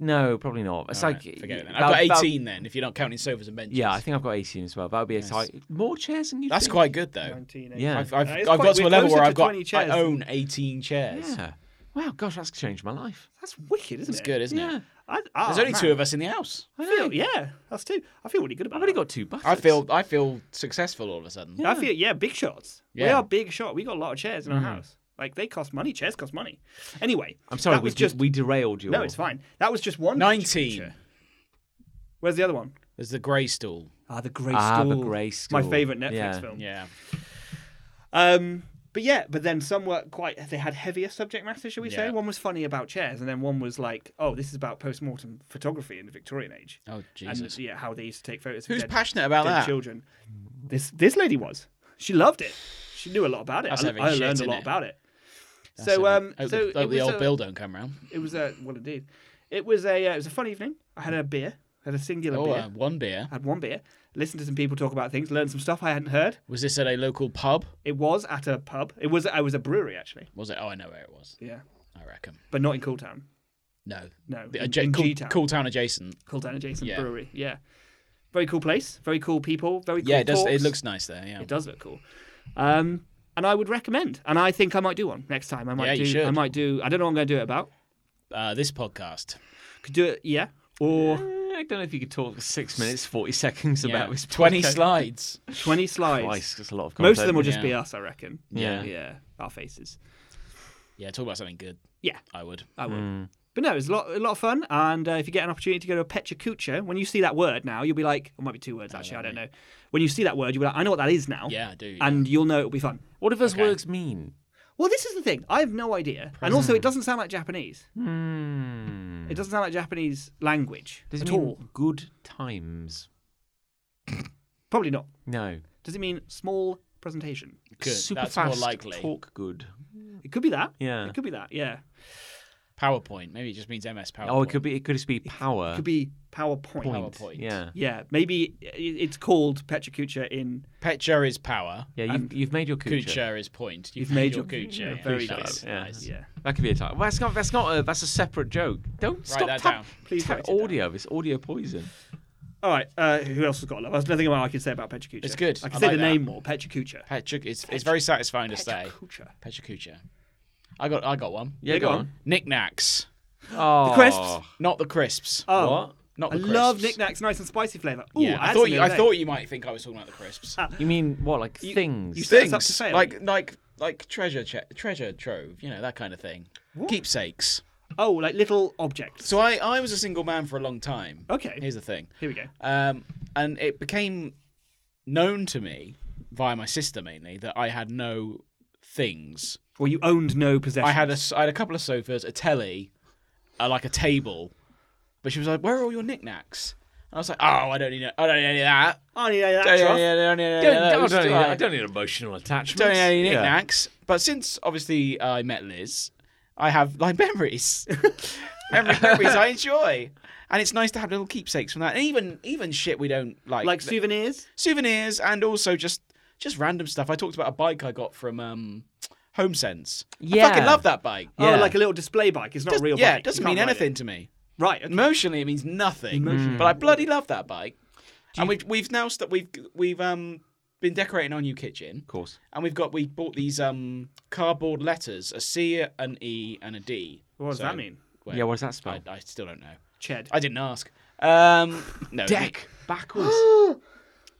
Speaker 1: No, probably not. It's
Speaker 3: All
Speaker 1: like
Speaker 3: right, forget it. Then.
Speaker 1: that-
Speaker 3: I've
Speaker 1: that-
Speaker 3: got 18 then. If you're not counting sofas and benches.
Speaker 1: yeah, I think I've got 18 as well. That would be a tight. More chairs than you.
Speaker 3: that's
Speaker 1: think?
Speaker 3: quite good though.
Speaker 2: Nineteen.
Speaker 1: Yeah.
Speaker 3: I've, I've,
Speaker 2: Uh,
Speaker 3: I've
Speaker 2: it's
Speaker 3: got
Speaker 2: quite-
Speaker 3: to a
Speaker 2: we're
Speaker 3: level
Speaker 2: closer
Speaker 3: where
Speaker 2: to
Speaker 3: I've got
Speaker 2: 20 chairs.
Speaker 3: I own 18 chairs.
Speaker 1: Yeah. Wow, gosh, that's changed my life.
Speaker 2: That's wicked, isn't
Speaker 3: It's
Speaker 2: it?
Speaker 3: good, isn't
Speaker 1: Yeah.
Speaker 3: it?
Speaker 2: I, ah,
Speaker 3: There's only
Speaker 2: man.
Speaker 3: two of us in the house.
Speaker 2: I feel, yeah, that's two. I feel really good about.
Speaker 1: I've already
Speaker 2: that.
Speaker 1: got two buttons.
Speaker 3: I feel I feel successful all of a sudden.
Speaker 2: I feel yeah, big shots. We
Speaker 3: Yeah.
Speaker 2: are big shot. We got a lot of chairs in our house. Like they cost money. Chairs cost money. Anyway,
Speaker 1: Mm. I'm sorry,
Speaker 2: That
Speaker 1: we,
Speaker 2: was
Speaker 1: de-
Speaker 2: just
Speaker 1: we derailed you.
Speaker 2: no. It's fine. That was just one.
Speaker 3: 19.
Speaker 2: Where's the other one?
Speaker 3: There's the grey stool.
Speaker 2: Ah, the Grey
Speaker 1: Ah,
Speaker 2: Stool.
Speaker 1: The Grey
Speaker 2: My
Speaker 1: Stool.
Speaker 2: favorite Netflix
Speaker 1: Yeah.
Speaker 2: film.
Speaker 3: Yeah.
Speaker 2: Um, but yeah, but then some were quite. They had heavier subject matter, shall we say?
Speaker 3: Yeah.
Speaker 2: One was funny about chairs, and then one was like, oh, this is about post-mortem photography in the Victorian age,
Speaker 3: Oh
Speaker 2: and
Speaker 3: Jesus.
Speaker 2: yeah, how they used to take photos. Of
Speaker 3: Who's
Speaker 2: dead-
Speaker 3: passionate about
Speaker 2: dead
Speaker 3: that?
Speaker 2: children. This this lady was. She loved it. She knew a lot about it.
Speaker 3: That's
Speaker 2: I,
Speaker 3: heavy
Speaker 2: I
Speaker 3: shit,
Speaker 2: learned a
Speaker 3: isn't
Speaker 2: lot
Speaker 3: it?
Speaker 2: about it.
Speaker 3: That's
Speaker 2: so
Speaker 3: it.
Speaker 2: um,
Speaker 3: Hope the,
Speaker 2: so
Speaker 3: hope
Speaker 2: it,
Speaker 3: the
Speaker 2: was
Speaker 3: old
Speaker 2: a,
Speaker 3: bill don't come round.
Speaker 2: it was a well indeed. It was a uh, it was a fun evening. I had a beer. I had a singular
Speaker 3: Oh,
Speaker 2: beer.
Speaker 3: uh, one beer.
Speaker 2: I had one beer. Listened to some people talk about things. Learned some stuff I hadn't heard.
Speaker 3: Was this at a local pub?
Speaker 2: It was at a pub. It was I was a brewery actually.
Speaker 3: Was it? Oh, I know where it was.
Speaker 2: Yeah,
Speaker 3: I reckon.
Speaker 2: but not in Cooltown.
Speaker 3: No.
Speaker 2: No,
Speaker 3: The
Speaker 2: in-
Speaker 3: adja-
Speaker 2: in
Speaker 3: cool,
Speaker 2: G-Town.
Speaker 3: cool town adjacent.
Speaker 2: Cooltown adjacent
Speaker 3: Yeah.
Speaker 2: brewery. Yeah, very cool place. Very cool people. Very cool
Speaker 3: Yeah, it does. It
Speaker 2: talks.
Speaker 3: looks nice there. Yeah.
Speaker 2: It does look cool. Um, and I would recommend. And I think I might do one next time. I might
Speaker 3: Yeah,
Speaker 2: do.
Speaker 3: you should.
Speaker 2: I might do. I don't know what I'm going to do it about.
Speaker 3: Uh, this podcast.
Speaker 2: Could do it. Yeah. Or
Speaker 1: Eh, I don't know if you could talk for six minutes, 40 seconds
Speaker 3: Yeah.
Speaker 1: about this.
Speaker 3: 20
Speaker 1: podcast.
Speaker 3: slides.
Speaker 2: 20 slides.
Speaker 1: Christ, that's a lot of content.
Speaker 2: Most of them will just be
Speaker 3: Yeah.
Speaker 2: us, I reckon.
Speaker 1: Yeah.
Speaker 2: Yeah. Our faces.
Speaker 3: Yeah, talk about something good.
Speaker 2: Yeah.
Speaker 3: I would.
Speaker 2: I would. But no, it was a lot, a lot of fun. And uh, if you get an opportunity to go to a Pechacucho, when you see that word now, you'll be like, it might be two words actually, I don't know. When you see that word, you'll be like, I know what that is now.
Speaker 3: Yeah, I do.
Speaker 2: And you'll know it'll be fun.
Speaker 1: What do those words mean?
Speaker 2: Well, this is the thing. I have no idea. And also, it doesn't sound like Japanese.
Speaker 1: Hmm.
Speaker 2: It doesn't sound like Japanese language
Speaker 1: Does
Speaker 2: at
Speaker 1: it mean
Speaker 2: all.
Speaker 1: good times?
Speaker 2: Probably not.
Speaker 1: No.
Speaker 2: Does it mean small presentation?
Speaker 3: Good.
Speaker 1: Super
Speaker 3: That's
Speaker 1: fast.
Speaker 3: more likely.
Speaker 1: Talk good.
Speaker 2: It could be that.
Speaker 1: Yeah.
Speaker 2: It could be that. Yeah.
Speaker 3: PowerPoint. Maybe it just means MS PowerPoint.
Speaker 1: Oh, it could be. It could just be power.
Speaker 2: Could be PowerPoint.
Speaker 3: PowerPoint.
Speaker 1: Yeah.
Speaker 2: Yeah, maybe i- it's called Petra Kucha in.
Speaker 3: Petcher is power.
Speaker 1: Yeah, you've, you've made your cooch.
Speaker 3: Kucha is point. You've,
Speaker 2: You've
Speaker 3: made
Speaker 2: made
Speaker 3: your
Speaker 2: your-
Speaker 3: Kucha.
Speaker 2: yeah,
Speaker 3: Yeah,
Speaker 2: very
Speaker 3: nice.
Speaker 2: good.
Speaker 1: Yeah.
Speaker 3: nice.
Speaker 2: Yeah.
Speaker 1: That could be a title. Well, that's not. That's not. A, that's a separate joke. Don't stop.
Speaker 3: that
Speaker 1: tap-
Speaker 3: down.
Speaker 2: Please
Speaker 1: tap
Speaker 2: write it down.
Speaker 1: audio. It's audio poison.
Speaker 2: All right, uh, who else has got love? There's nothing more I can say about Petra Kucha.
Speaker 3: It's good.
Speaker 2: I can
Speaker 3: I
Speaker 2: say
Speaker 3: like
Speaker 2: the
Speaker 3: that.
Speaker 2: name more. Petra Kucha.
Speaker 3: Petcher. It's, it's very satisfying to say.
Speaker 2: Petra Kucha.
Speaker 3: Petcher Kucha. I got I got one.
Speaker 1: Yeah,
Speaker 2: Yeah,
Speaker 1: go
Speaker 2: go
Speaker 1: on.
Speaker 3: Knickknacks,
Speaker 1: Oh,
Speaker 2: crisps?
Speaker 3: not the crisps.
Speaker 2: Oh,
Speaker 1: What?
Speaker 3: not
Speaker 2: I
Speaker 3: the crisps.
Speaker 2: love knickknacks, nice and spicy flavour. Ooh,
Speaker 3: Yeah, I
Speaker 2: had
Speaker 3: thought
Speaker 2: some
Speaker 3: you,
Speaker 2: the other
Speaker 3: I
Speaker 2: day.
Speaker 3: thought you might think I was talking about the crisps.
Speaker 1: You mean what? Like things?
Speaker 2: you set us up to
Speaker 3: Things
Speaker 2: fail.
Speaker 3: like like like treasure che- treasure trove, you know that kind of thing. Keepsakes.
Speaker 2: oh, like little objects.
Speaker 3: So I I was a single man for a long time.
Speaker 2: Okay,
Speaker 3: Here's the thing.
Speaker 2: here we go.
Speaker 3: Um, and it became known to me via my sister mainly that I had no things.
Speaker 2: Well, you owned no possessions.
Speaker 3: I had a, s- I had a couple of sofas, a telly, uh, like a table. But she was like, "Where are all your knickknacks?" And I was like, "Oh, I don't need, I don't need any of that.
Speaker 2: Oh, yeah, yeah,
Speaker 3: I
Speaker 2: that's
Speaker 3: don't
Speaker 2: right.
Speaker 3: need, I don't need any
Speaker 1: Don't,
Speaker 3: of
Speaker 1: I,
Speaker 3: those.
Speaker 1: don't need, I
Speaker 3: don't
Speaker 1: don't need emotional attachments.
Speaker 3: need any
Speaker 1: Yeah.
Speaker 3: knickknacks." But since obviously I met Liz, I have like memories, Memory, memories I enjoy, and it's nice to have little keepsakes from that, and even even shit we don't like,
Speaker 2: Like
Speaker 3: th-
Speaker 2: souvenirs.
Speaker 3: souvenirs, and also just just random stuff. I talked about a bike I got from um, HomeSense. I fucking
Speaker 1: Yeah.
Speaker 3: love that bike.
Speaker 1: Yeah.
Speaker 2: Oh, like a little display bike. It's not
Speaker 3: Does-
Speaker 2: a real
Speaker 3: yeah,
Speaker 2: bike.
Speaker 3: it doesn't
Speaker 2: You can't
Speaker 3: mean
Speaker 2: ride
Speaker 3: anything
Speaker 2: it.
Speaker 3: to me.
Speaker 2: Right. okay.
Speaker 3: Emotionally, it means nothing. But I bloody love that bike. And we've we've now st- we've we've um been decorating our new kitchen.
Speaker 1: Of course.
Speaker 3: And we've got we bought these um cardboard letters: a C, an E, and a D.
Speaker 2: What does
Speaker 3: So-
Speaker 2: that mean?
Speaker 3: Wait,
Speaker 1: Yeah, what does that
Speaker 3: I,
Speaker 1: spell?
Speaker 3: I still don't know.
Speaker 2: Ched.
Speaker 3: I didn't ask. Um, no.
Speaker 1: Deck backwards.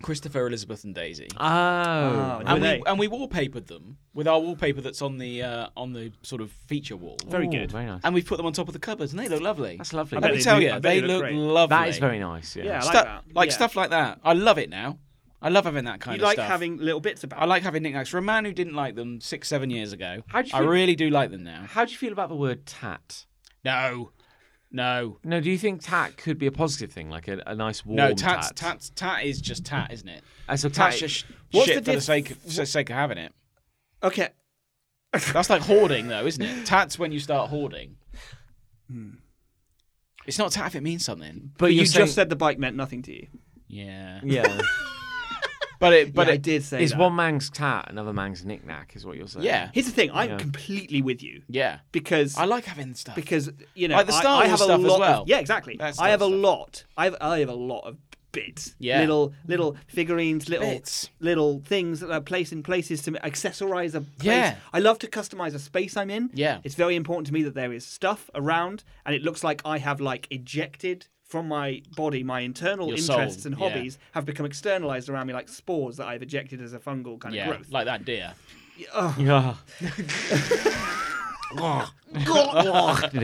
Speaker 3: Christopher, Elizabeth, and Daisy.
Speaker 1: Oh.
Speaker 2: Oh,
Speaker 3: and
Speaker 2: were
Speaker 3: we
Speaker 2: they?
Speaker 3: and we wallpapered them with our wallpaper that's on the uh, on the sort of feature wall.
Speaker 2: Very good.
Speaker 1: Very nice.
Speaker 3: And we put them on top of the cupboards, and they look lovely.
Speaker 1: That's lovely.
Speaker 2: I
Speaker 3: Let
Speaker 2: bet
Speaker 3: me
Speaker 2: they
Speaker 3: tell
Speaker 2: do-
Speaker 3: you,
Speaker 2: I bet
Speaker 3: they
Speaker 2: they look
Speaker 3: look
Speaker 2: great.
Speaker 3: lovely.
Speaker 1: that is very nice. Yeah.
Speaker 2: Yeah, I like
Speaker 3: Stuff-
Speaker 2: that.
Speaker 3: like
Speaker 2: Yeah.
Speaker 3: stuff like that. I love it now. I love having that kind
Speaker 2: You
Speaker 3: of
Speaker 2: like
Speaker 3: stuff.
Speaker 2: having little bits about.
Speaker 3: I like having knickknacks. For a man who didn't like them six, seven years ago,
Speaker 1: How do you
Speaker 3: I
Speaker 1: feel-
Speaker 3: really do like them now.
Speaker 1: How do you feel about the word tat?
Speaker 3: No, no,
Speaker 1: No, do you think tat could be a positive thing, like a, a nice warm
Speaker 3: no. Tat,
Speaker 1: tat?
Speaker 3: tat, tat is just tat, isn't it?
Speaker 1: Uh, so tat,
Speaker 3: Tat's just sh-
Speaker 2: What's
Speaker 3: shit
Speaker 2: the
Speaker 3: for the
Speaker 2: diff-
Speaker 3: sake of, for the sake of having it.
Speaker 2: it. Okay.
Speaker 3: That's like hoarding, though, isn't it? Tat's when you start hoarding. It's not tat if it means something.
Speaker 2: Hmm. But you
Speaker 1: you're saying-
Speaker 2: just said the bike meant nothing to you.
Speaker 3: Yeah,
Speaker 1: yeah.
Speaker 3: but it, but
Speaker 2: But I
Speaker 3: it,
Speaker 2: did say
Speaker 1: Is
Speaker 2: that.
Speaker 1: one man's tat another man's knickknack? Is what you're saying?
Speaker 3: yeah,
Speaker 2: Here's the thing. I'm
Speaker 1: Yeah.
Speaker 2: completely with you
Speaker 3: yeah.
Speaker 2: because
Speaker 3: I like having stuff.
Speaker 2: because you know
Speaker 3: Like the
Speaker 2: I-
Speaker 3: Star
Speaker 2: I,
Speaker 3: Wars
Speaker 2: have a
Speaker 3: stuff as
Speaker 2: lot of-
Speaker 3: well.
Speaker 2: yeah, exactly.
Speaker 3: That Star
Speaker 2: I have a
Speaker 3: Wars stuff.
Speaker 2: lot. I have I have a lot of bits.
Speaker 3: Yeah.
Speaker 2: Little little figurines, little
Speaker 3: Bits.
Speaker 2: little things that are placed in places to accessorize a place.
Speaker 3: Yeah.
Speaker 2: I love to customize a space I'm in.
Speaker 3: Yeah.
Speaker 2: It's very important to me that there is stuff around and it looks like I have like ejected from my body my internal
Speaker 3: Your
Speaker 2: interests
Speaker 3: soul,
Speaker 2: and
Speaker 3: yeah.
Speaker 2: hobbies have become externalized around me like spores that I've ejected as a fungal kind
Speaker 3: yeah,
Speaker 2: of growth.
Speaker 3: like that deer.
Speaker 1: Yeah. Did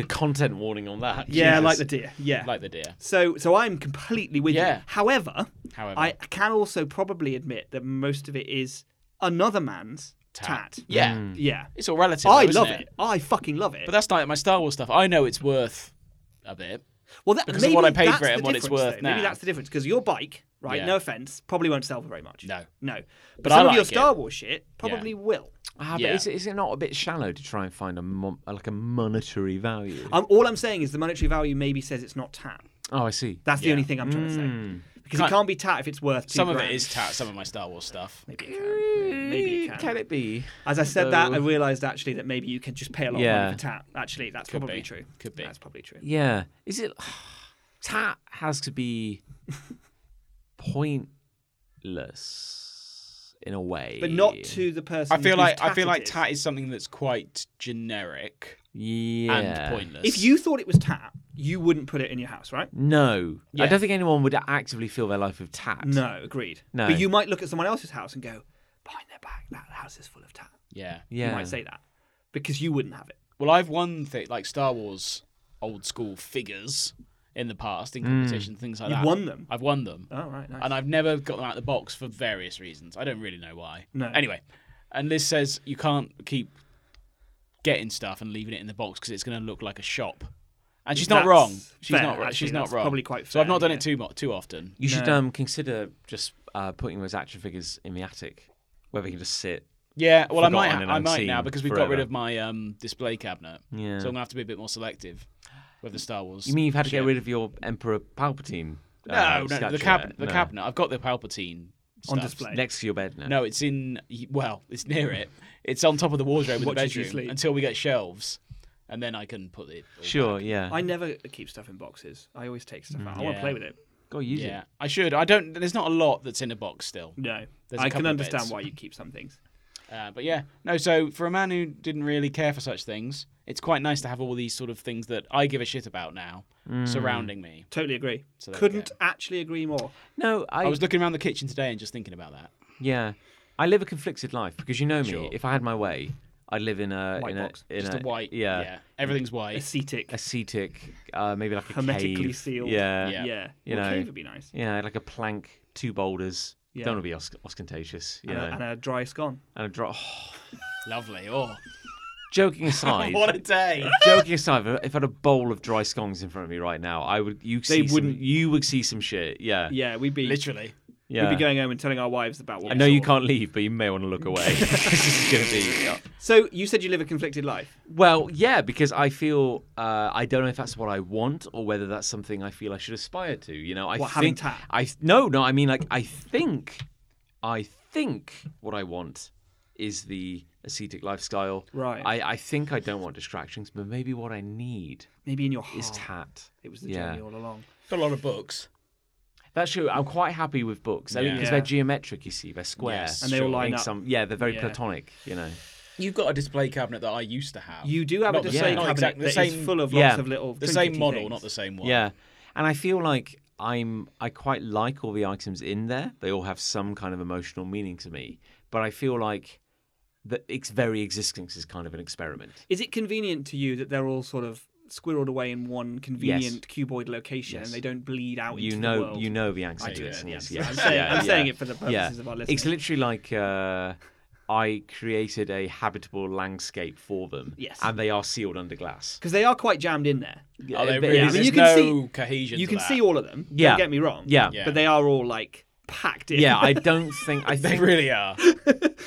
Speaker 1: a content warning on that.
Speaker 2: yeah,
Speaker 1: Jesus.
Speaker 2: like the deer. Yeah.
Speaker 3: like the deer.
Speaker 2: So, so I'm completely with
Speaker 3: Yeah.
Speaker 2: you. However,
Speaker 3: However.
Speaker 2: I can also probably admit that most of it is another man's tat.
Speaker 3: Yeah,
Speaker 2: Yeah,
Speaker 3: it's all relative.
Speaker 2: I
Speaker 3: though, isn't
Speaker 2: love it. I fucking love it.
Speaker 3: But that's like my Star Wars stuff. I know it's worth a bit.
Speaker 2: well, that,
Speaker 3: because of
Speaker 2: maybe
Speaker 3: what I paid
Speaker 2: that's
Speaker 3: for it
Speaker 2: the
Speaker 3: and what it's
Speaker 2: difference,
Speaker 3: worth
Speaker 2: though.
Speaker 3: now.
Speaker 2: Maybe that's the difference because your bike, right?
Speaker 3: Yeah.
Speaker 2: No offense, probably won't sell for very much.
Speaker 3: No.
Speaker 2: no. But,
Speaker 3: But I
Speaker 2: some of your
Speaker 3: like it.
Speaker 2: Star Wars shit probably will.
Speaker 1: Ah, but
Speaker 3: Yeah.
Speaker 1: is, it, is it not a bit shallow to try and find a mon- like a monetary value?
Speaker 2: Um, all I'm saying is the monetary value maybe says it's not tat.
Speaker 1: oh, I see.
Speaker 2: That's the only thing I'm trying to say. Because
Speaker 3: Hmm. Can't-
Speaker 2: it can't be tat if it's worth two
Speaker 3: Some of it
Speaker 2: grand.
Speaker 3: is tat. Some of my Star Wars stuff.
Speaker 2: Maybe it can. Maybe it can.
Speaker 1: it be?
Speaker 2: As I said that, I
Speaker 1: So-
Speaker 2: realised actually that maybe you could just pay a lot
Speaker 1: Yeah.
Speaker 2: of money for tat. Actually, that's probably
Speaker 3: be.
Speaker 2: true.
Speaker 3: Could be.
Speaker 2: That's probably true.
Speaker 1: Yeah. Is it? Tat has to be pointless in a way,
Speaker 2: But not to the person.
Speaker 3: I feel
Speaker 2: whose
Speaker 3: like
Speaker 2: tat
Speaker 3: I feel
Speaker 2: it
Speaker 3: like
Speaker 2: is.
Speaker 3: tat is something that's quite generic
Speaker 1: yeah.
Speaker 3: and pointless.
Speaker 2: If you thought it was tat, you wouldn't put it in your house, right?
Speaker 1: No,
Speaker 3: Yeah.
Speaker 1: I don't think anyone would actively fill their life with tat.
Speaker 2: No, agreed.
Speaker 1: No.
Speaker 2: But you might look at someone else's house and go, behind their back, that house is full of tat.
Speaker 3: yeah,
Speaker 1: Yeah.
Speaker 2: You might say that because you wouldn't have it.
Speaker 3: Well, I've won thi- like Star Wars old school figures in the past in competition, things like
Speaker 2: Mm. You've
Speaker 3: that.
Speaker 2: won them?
Speaker 3: I've won them,
Speaker 2: Oh, right, nice.
Speaker 3: and I've never got them out of the box for various reasons. I don't really know why.
Speaker 2: No.
Speaker 3: Anyway, and Liz says you can't keep getting stuff and leaving it in the box because it's going to look like a shop. And she's not
Speaker 2: That's
Speaker 3: wrong. She's
Speaker 2: fair,
Speaker 3: not right.
Speaker 2: actually.
Speaker 3: She's not
Speaker 2: That's
Speaker 3: wrong.
Speaker 2: probably quite
Speaker 3: So I've
Speaker 2: fair,
Speaker 3: not done
Speaker 2: yeah.
Speaker 3: it too mo- too often.
Speaker 1: You should
Speaker 2: No.
Speaker 1: um, consider just uh, putting those action figures in the attic, where they can just sit
Speaker 3: Yeah, well, I might,
Speaker 1: forgotten and
Speaker 3: I might
Speaker 1: unseen
Speaker 3: now because we've got rid
Speaker 1: forever.
Speaker 3: of my um, display cabinet.
Speaker 1: Yeah.
Speaker 3: So I'm gonna have to be a bit more selective with the Star Wars.
Speaker 1: You mean you've had to get
Speaker 3: shit.
Speaker 1: rid of your Emperor Palpatine?
Speaker 3: No,
Speaker 1: uh,
Speaker 3: no,
Speaker 1: statue
Speaker 3: the cab,
Speaker 1: there?
Speaker 3: the
Speaker 1: No.
Speaker 3: cabinet. I've got the Palpatine
Speaker 2: on
Speaker 3: stuff.
Speaker 2: display.
Speaker 1: next to your bed now.
Speaker 3: No, it's in. Well, it's near it. It's on top of the wardrobe in the
Speaker 2: Watches you
Speaker 3: bedroom
Speaker 2: sleep.
Speaker 3: until we get shelves, and then I can put it. all
Speaker 1: Sure, yeah.
Speaker 2: I never keep stuff in boxes. I always take stuff out. I want
Speaker 3: Mm, Yeah.
Speaker 2: to play with it.
Speaker 1: Go use
Speaker 3: Yeah, I should. I don't. There's not a lot that's in a box still.
Speaker 2: No,
Speaker 3: There's a
Speaker 2: I
Speaker 3: couple
Speaker 2: can
Speaker 3: of
Speaker 2: understand
Speaker 3: bits.
Speaker 2: why you keep some things.
Speaker 3: Uh, but yeah, no. So for a man who didn't really care for such things, it's quite nice to have all these sort of things that I give a shit about now
Speaker 1: Mm.
Speaker 3: surrounding me.
Speaker 2: Totally agree.
Speaker 3: So there we
Speaker 2: Couldn't
Speaker 3: go.
Speaker 2: actually agree more.
Speaker 1: it. No, I,
Speaker 3: I was looking around the kitchen today and just thinking about that.
Speaker 1: yeah. I live a conflicted life because you know me.
Speaker 3: Sure.
Speaker 1: If I had my way, I'd live in a
Speaker 2: White
Speaker 1: in a,
Speaker 2: box.
Speaker 1: in
Speaker 3: Just a white. Yeah.
Speaker 1: yeah,
Speaker 3: Everything's white.
Speaker 2: Ascetic.
Speaker 1: ascetic, uh, maybe like a
Speaker 2: Hermetically
Speaker 1: cave.
Speaker 2: sealed.
Speaker 1: Yeah,
Speaker 3: Yeah.
Speaker 2: yeah.
Speaker 1: You
Speaker 2: well,
Speaker 1: know.
Speaker 2: cave would be nice.
Speaker 1: Yeah, like a plank, two boulders.
Speaker 2: Yeah.
Speaker 1: Don't want to be os- ostentatious, you
Speaker 2: And,
Speaker 1: know.
Speaker 2: a, and a dry scone.
Speaker 1: and a dro-
Speaker 3: Lovely. Oh,
Speaker 1: joking aside,
Speaker 3: what a day.
Speaker 1: joking aside, if I had a bowl of dry scongs in front of me right now, I would. You see some-
Speaker 2: wouldn't-
Speaker 1: you would see some shit. Yeah,
Speaker 2: Yeah, we'd be
Speaker 3: Literally.
Speaker 1: yeah.
Speaker 2: we'd be going home and telling our wives about what.
Speaker 1: I
Speaker 2: we
Speaker 1: know you
Speaker 2: saw.
Speaker 1: can't leave, but you may want to look away. this is going to be.
Speaker 2: So you said you live a conflicted life.
Speaker 1: Well, yeah, because I feel uh, I don't know if that's what I want or whether that's something I feel I should aspire to. You know, I
Speaker 2: What, having
Speaker 1: think
Speaker 2: tat?
Speaker 1: I no, no. I mean, like I think, I think what I want is the ascetic lifestyle.
Speaker 2: Right.
Speaker 1: I, I think I don't want distractions, but maybe what I need
Speaker 2: Maybe in your heart.
Speaker 1: is tat.
Speaker 2: It was the
Speaker 1: yeah.
Speaker 2: journey all along.
Speaker 3: Got a lot of books.
Speaker 1: That's true. I'm quite happy with books. I mean,
Speaker 3: Yeah.
Speaker 1: because
Speaker 2: Yeah.
Speaker 1: they're geometric. You see, they're square.
Speaker 3: Yes,
Speaker 2: And they all sure. line
Speaker 1: In
Speaker 2: up.
Speaker 1: Some, yeah, they're very
Speaker 2: Yeah.
Speaker 1: platonic. You know.
Speaker 3: You've got a display cabinet that I used to have.
Speaker 2: You do have
Speaker 3: Not
Speaker 2: a
Speaker 3: the
Speaker 2: display
Speaker 3: same-
Speaker 2: cabinet
Speaker 3: not exactly the
Speaker 2: that is
Speaker 3: same-
Speaker 2: full of
Speaker 1: Yeah.
Speaker 2: lots of little
Speaker 3: the same
Speaker 2: trinket-y
Speaker 3: model,
Speaker 2: things.
Speaker 3: not the same one.
Speaker 1: Yeah, and I feel like I'm I quite like all the items in there. They all have some kind of emotional meaning to me, but I feel like that its very existence is kind of an experiment.
Speaker 2: Is it convenient to you that they're all sort of squirreled away in one convenient cuboid location
Speaker 1: Yes.
Speaker 2: and they don't bleed out
Speaker 1: You
Speaker 2: into the
Speaker 1: know,
Speaker 2: world?
Speaker 1: you know the answer
Speaker 2: I
Speaker 1: to
Speaker 2: do
Speaker 1: this.
Speaker 2: know the
Speaker 1: and
Speaker 2: answer.
Speaker 1: yes,
Speaker 2: I'm saying-
Speaker 1: yeah,
Speaker 2: I'm
Speaker 1: yeah.
Speaker 2: saying it for the
Speaker 1: yeah.
Speaker 2: purposes of our
Speaker 1: It's
Speaker 2: listeners.
Speaker 1: literally like uh, I created a habitable landscape for them.
Speaker 2: Yes.
Speaker 1: and they are sealed under glass. Uh,
Speaker 2: Because they are quite jammed in there.
Speaker 3: Are they
Speaker 1: But
Speaker 3: Oh, really?
Speaker 2: I mean,
Speaker 3: There's
Speaker 2: you can
Speaker 3: no
Speaker 2: see-
Speaker 3: cohesion.
Speaker 2: You
Speaker 3: to
Speaker 2: can
Speaker 3: that.
Speaker 2: see all of them.
Speaker 1: Yeah.
Speaker 2: Don't get me wrong.
Speaker 1: Yeah.
Speaker 3: Yeah.
Speaker 2: But they are all like packed in.
Speaker 1: Yeah, I don't think I
Speaker 3: They
Speaker 1: think
Speaker 3: really are.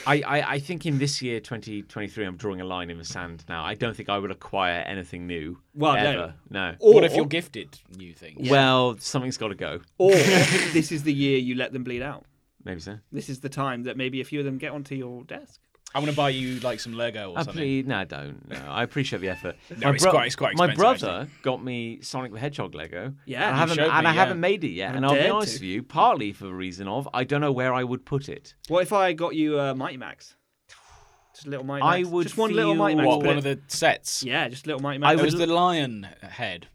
Speaker 1: I, I, I think in this year, 2023, I'm drawing a line in the sand now. I don't think I would acquire anything new.
Speaker 2: Well, no.
Speaker 1: ever. no.
Speaker 2: or,
Speaker 3: what if you're gifted new things?
Speaker 1: Well, something's got to go.
Speaker 2: or this is the year you let them bleed out.
Speaker 1: Maybe so.
Speaker 2: This is the time that maybe a few of them get onto your desk.
Speaker 3: I'm gonna buy you like some Lego or
Speaker 1: I
Speaker 3: something.
Speaker 1: plead, Uh, no, I don't. No, I appreciate the effort.
Speaker 3: No, it's quite- it's quite
Speaker 1: My
Speaker 3: expensive, actually.
Speaker 1: brother got me Sonic the Hedgehog Lego.
Speaker 2: Yeah,
Speaker 1: and I
Speaker 2: you
Speaker 1: haven't,
Speaker 3: showed
Speaker 1: and
Speaker 3: me,
Speaker 1: I
Speaker 3: yeah.
Speaker 1: haven't made it yet.
Speaker 2: I'm
Speaker 1: And I'll be
Speaker 2: dead
Speaker 1: honest
Speaker 2: to.
Speaker 1: with you, partly for the reason of I don't know where I would put it.
Speaker 2: What if I got you a Mighty Max? Just a little Mighty
Speaker 1: I
Speaker 2: Max.
Speaker 1: would
Speaker 2: just one little
Speaker 1: feel-
Speaker 2: Mighty Max.
Speaker 3: What?
Speaker 2: but
Speaker 3: One
Speaker 2: it-
Speaker 3: of the sets.
Speaker 2: Yeah, just a little Mighty
Speaker 1: I
Speaker 2: Max.
Speaker 3: It
Speaker 1: would
Speaker 3: was the lion head.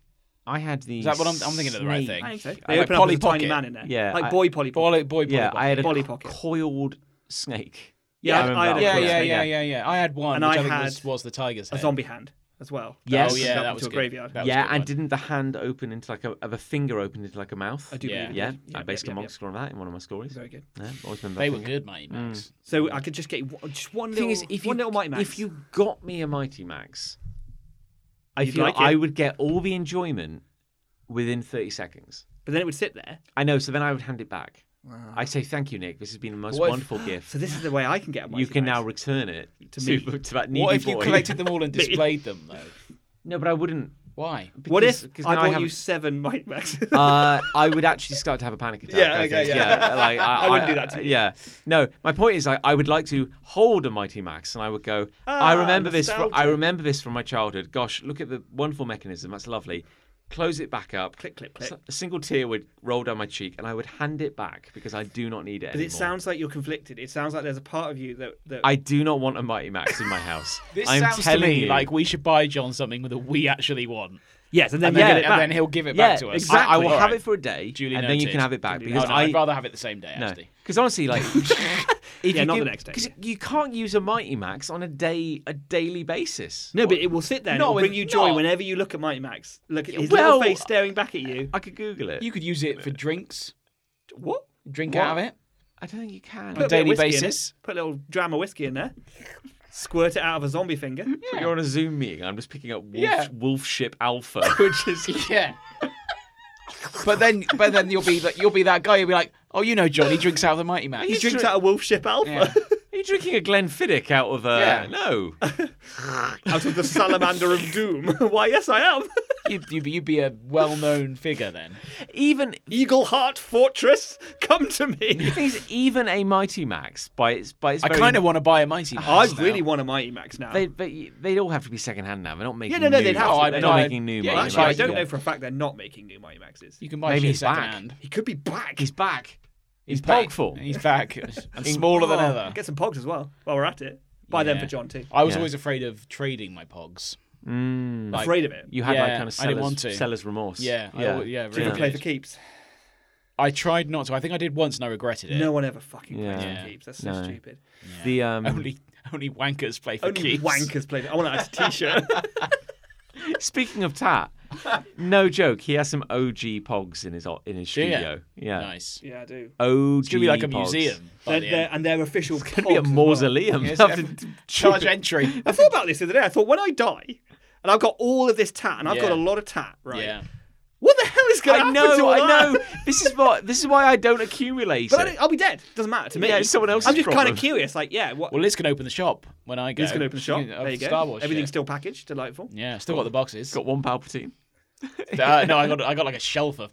Speaker 1: I had the.
Speaker 3: Is that what I'm, I'm thinking of the right
Speaker 1: snake-
Speaker 3: thing?
Speaker 2: I think so. They
Speaker 3: like
Speaker 2: open up
Speaker 3: Polly
Speaker 2: with a tiny
Speaker 3: Pocket.
Speaker 2: man in there.
Speaker 1: Yeah, I-
Speaker 2: Like boy Polly
Speaker 3: Boy,
Speaker 2: Pocket.
Speaker 3: boy, boy.
Speaker 1: Yeah, I had a
Speaker 2: Polly Pocket.
Speaker 1: coiled snake.
Speaker 2: Yeah,
Speaker 1: remember
Speaker 2: I had
Speaker 1: that one.
Speaker 2: a
Speaker 3: yeah,
Speaker 2: coiled
Speaker 3: yeah,
Speaker 2: snake,
Speaker 3: yeah, yeah, yeah. I had one, which
Speaker 2: And
Speaker 3: I,
Speaker 2: I
Speaker 3: think
Speaker 2: had
Speaker 3: was, was the tiger's
Speaker 2: A
Speaker 3: head.
Speaker 2: zombie hand as well.
Speaker 1: Yes.
Speaker 3: Oh
Speaker 2: Opened
Speaker 3: yeah,
Speaker 2: up
Speaker 3: that
Speaker 2: into
Speaker 3: was
Speaker 2: a
Speaker 3: good.
Speaker 2: graveyard.
Speaker 3: That was a
Speaker 1: Yeah,
Speaker 3: good
Speaker 1: and
Speaker 3: one.
Speaker 1: didn't the hand open into like a, of a finger open into like a mouth?
Speaker 2: I do
Speaker 3: Yeah.
Speaker 2: believe it
Speaker 1: Yeah,
Speaker 2: did.
Speaker 1: I
Speaker 2: Yep,
Speaker 1: based
Speaker 2: yep,
Speaker 1: a
Speaker 2: yep,
Speaker 1: monk
Speaker 2: yep.
Speaker 1: score on that in one of my stories.
Speaker 2: Very good.
Speaker 1: Yeah, always remember
Speaker 3: They
Speaker 1: that
Speaker 3: were
Speaker 1: thing.
Speaker 3: good, mate, Max.
Speaker 2: So I could just get one- just one
Speaker 1: The
Speaker 2: little,
Speaker 1: thing is, if
Speaker 2: one
Speaker 1: you
Speaker 2: little Mighty Max.
Speaker 1: if you got me a Mighty Max, I
Speaker 2: You'd
Speaker 1: feel
Speaker 2: like it.
Speaker 1: I would get all the enjoyment within thirty seconds.
Speaker 2: but then it would sit there.
Speaker 1: I know, so then I would hand it back. I'd say thank you, Nick. This has been the most
Speaker 3: What if-
Speaker 1: wonderful
Speaker 2: So
Speaker 1: gift.
Speaker 2: this is the way I can get a Mighty
Speaker 1: You can
Speaker 2: Max.
Speaker 1: now return it to,
Speaker 2: me.
Speaker 1: to, that needy
Speaker 3: What if you
Speaker 1: boy.
Speaker 3: collected them all and displayed them though?
Speaker 1: No, but I wouldn't.
Speaker 3: Why?
Speaker 2: What
Speaker 1: because-
Speaker 2: if
Speaker 1: because
Speaker 2: I
Speaker 1: now
Speaker 2: bought
Speaker 1: have-
Speaker 2: you seven Mighty Max?
Speaker 1: uh, I would actually start to have a panic attack.
Speaker 2: Yeah,
Speaker 1: I
Speaker 2: okay,
Speaker 1: think.
Speaker 2: yeah.
Speaker 1: like, I,
Speaker 2: I wouldn't do that to you.
Speaker 1: Yeah, no. My point is, I, I would like to hold a Mighty Max, and I would go. I remember this. From, I
Speaker 2: nostalgia.
Speaker 1: remember this from my childhood. Gosh, look at the wonderful mechanism. That's lovely. Close it back up.
Speaker 2: Click, click, click.
Speaker 1: S- A single tear would roll down my cheek, and I would hand it back because I do not need it
Speaker 2: But
Speaker 1: anymore.
Speaker 2: it sounds like you're conflicted. It sounds like there's a part of you that that
Speaker 1: I do not want a Mighty Max in my house.
Speaker 3: This
Speaker 1: I'm
Speaker 3: sounds to
Speaker 1: telling
Speaker 3: me
Speaker 1: you,
Speaker 3: like we should buy John something that we actually want,
Speaker 2: yes, and then
Speaker 3: and,
Speaker 2: you
Speaker 3: then,
Speaker 2: get it
Speaker 3: and
Speaker 2: back.
Speaker 3: then he'll give it
Speaker 1: yeah,
Speaker 3: back to us.
Speaker 1: exactly. I, I will
Speaker 3: All
Speaker 1: have
Speaker 3: right.
Speaker 1: it for a day,
Speaker 3: Duly
Speaker 1: and then you
Speaker 3: noted.
Speaker 1: can have it back
Speaker 3: Oh,
Speaker 1: because
Speaker 3: no,
Speaker 1: I
Speaker 3: I'd rather have it the same day.
Speaker 1: No,
Speaker 3: Actually,
Speaker 1: because honestly, like, if
Speaker 2: Yeah,
Speaker 1: you
Speaker 2: not the
Speaker 1: give-
Speaker 2: next day,
Speaker 1: 'cause
Speaker 2: yeah.
Speaker 1: you can't use a Mighty Max on a day a daily basis.
Speaker 2: no, but it will sit there. and
Speaker 3: No,
Speaker 2: it will bring
Speaker 3: it's
Speaker 2: you joy
Speaker 3: not.
Speaker 2: whenever you look at Mighty Max. Look at his
Speaker 1: Well-
Speaker 2: little face staring back at you.
Speaker 1: I could Google it.
Speaker 3: you could use it for drinks.
Speaker 2: What?
Speaker 3: Drink
Speaker 1: What?
Speaker 3: out of it.
Speaker 1: I don't think you can.
Speaker 2: Put a bit of
Speaker 3: daily
Speaker 2: whiskey in it.
Speaker 3: basis?
Speaker 2: Put a little dram of whiskey in there. Squirt it out of a zombie finger.
Speaker 1: But You're on a Zoom meeting. I'm just picking up Wolf,
Speaker 3: Yeah.
Speaker 1: wolf Ship Alpha, which is
Speaker 3: Yeah. but then, but then you'll be like, you'll be that guy. You'll be like, oh, you know, John, he drinks out of the Mighty Max.
Speaker 2: He
Speaker 1: He's
Speaker 2: drinks
Speaker 1: dri-
Speaker 2: out of Wolf Ship Alpha.
Speaker 3: Yeah.
Speaker 1: are you drinking a Glenfiddich out of a?
Speaker 3: Yeah.
Speaker 1: No,
Speaker 2: out of the salamander of doom. Why, yes, I am.
Speaker 3: You'd, you'd, be- you'd be a well-known figure then.
Speaker 1: even
Speaker 2: Eagle Heart Fortress, come to me.
Speaker 1: things, even a Mighty Max by its by its.
Speaker 3: I
Speaker 1: very-
Speaker 3: kind of want to buy a mighty.
Speaker 2: I
Speaker 3: Max now.
Speaker 2: really want a Mighty Max now.
Speaker 1: They, but y- they'd all have to be secondhand now. They're not making.
Speaker 2: no, no,
Speaker 1: new
Speaker 2: they'd have to.
Speaker 1: ones.
Speaker 2: They'd
Speaker 1: They're not
Speaker 2: have-
Speaker 1: making new.
Speaker 3: yeah,
Speaker 2: Well,
Speaker 1: Mighty
Speaker 2: actually, I
Speaker 1: Maxes.
Speaker 2: don't
Speaker 3: yeah.
Speaker 2: know for a fact they're not making new Mighty Maxes.
Speaker 3: You can buy
Speaker 1: Maybe
Speaker 3: shit
Speaker 1: he's back.
Speaker 3: secondhand.
Speaker 2: He could be back.
Speaker 1: He's back. He's,
Speaker 3: back.
Speaker 1: bulkful.
Speaker 3: He's back and smaller than
Speaker 2: Oh,
Speaker 3: ever.
Speaker 2: Get some pogs as well while we're at it. Buy them
Speaker 3: Yeah.
Speaker 2: for John too.
Speaker 3: I was
Speaker 1: Yeah.
Speaker 3: always afraid of trading my pogs.
Speaker 1: Mm.
Speaker 3: Like-
Speaker 2: Afraid of it.
Speaker 1: You had like
Speaker 3: Yeah,
Speaker 1: kind of
Speaker 3: I didn't
Speaker 1: seller's,
Speaker 3: want to.
Speaker 1: seller's remorse.
Speaker 3: Yeah, I
Speaker 1: yeah,
Speaker 3: al- yeah,
Speaker 2: Do you
Speaker 3: really
Speaker 2: play
Speaker 3: did.
Speaker 2: for keeps?
Speaker 3: I tried not to. I think I did once and I regretted it.
Speaker 2: No one ever fucking plays
Speaker 1: Yeah.
Speaker 2: for keeps. That's so
Speaker 1: No.
Speaker 2: stupid.
Speaker 1: The um,
Speaker 3: Only only wankers play for
Speaker 2: Only
Speaker 3: keeps.
Speaker 2: wankers play. I want that as a t-shirt.
Speaker 1: Speaking of Tat, no joke, he has some OG pogs in his o- in his
Speaker 3: Do ya?
Speaker 1: studio. Yeah,
Speaker 3: Nice.
Speaker 2: yeah, I do.
Speaker 1: OG.
Speaker 3: It's gonna be like a
Speaker 1: pogs.
Speaker 3: museum. by
Speaker 2: They're,
Speaker 3: the
Speaker 2: they're,
Speaker 3: end.
Speaker 2: and they're official. It's
Speaker 1: Could be a mausoleum.
Speaker 3: Yes,
Speaker 1: Have
Speaker 3: yeah.
Speaker 1: to trip
Speaker 3: Charge
Speaker 1: it.
Speaker 3: entry.
Speaker 2: I thought about this the other day. I thought when I die, and I've got all of this tat, and I've got
Speaker 3: Yeah.
Speaker 2: a lot of tat, right?
Speaker 3: Yeah.
Speaker 2: What the hell is going to
Speaker 1: I
Speaker 2: happen to
Speaker 1: know,
Speaker 2: all
Speaker 1: I
Speaker 2: that?
Speaker 1: know. This is what this is why I don't accumulate.
Speaker 2: But I
Speaker 1: it.
Speaker 2: don't, I'll be dead. Doesn't matter to me.
Speaker 1: Yeah, it's someone else's
Speaker 2: I'm just kind
Speaker 1: problem.
Speaker 2: of curious. Like, yeah, what?
Speaker 3: Well, Liz can open the shop when I go.
Speaker 2: He's going to open a
Speaker 3: She
Speaker 2: shop.
Speaker 3: can- of
Speaker 2: There you go.
Speaker 3: Star Wars
Speaker 2: Everything's
Speaker 3: shit.
Speaker 2: still packaged. Delightful.
Speaker 3: Yeah, still got the boxes.
Speaker 1: Got one Palpatine.
Speaker 3: Uh, no, I got I got like a shelf of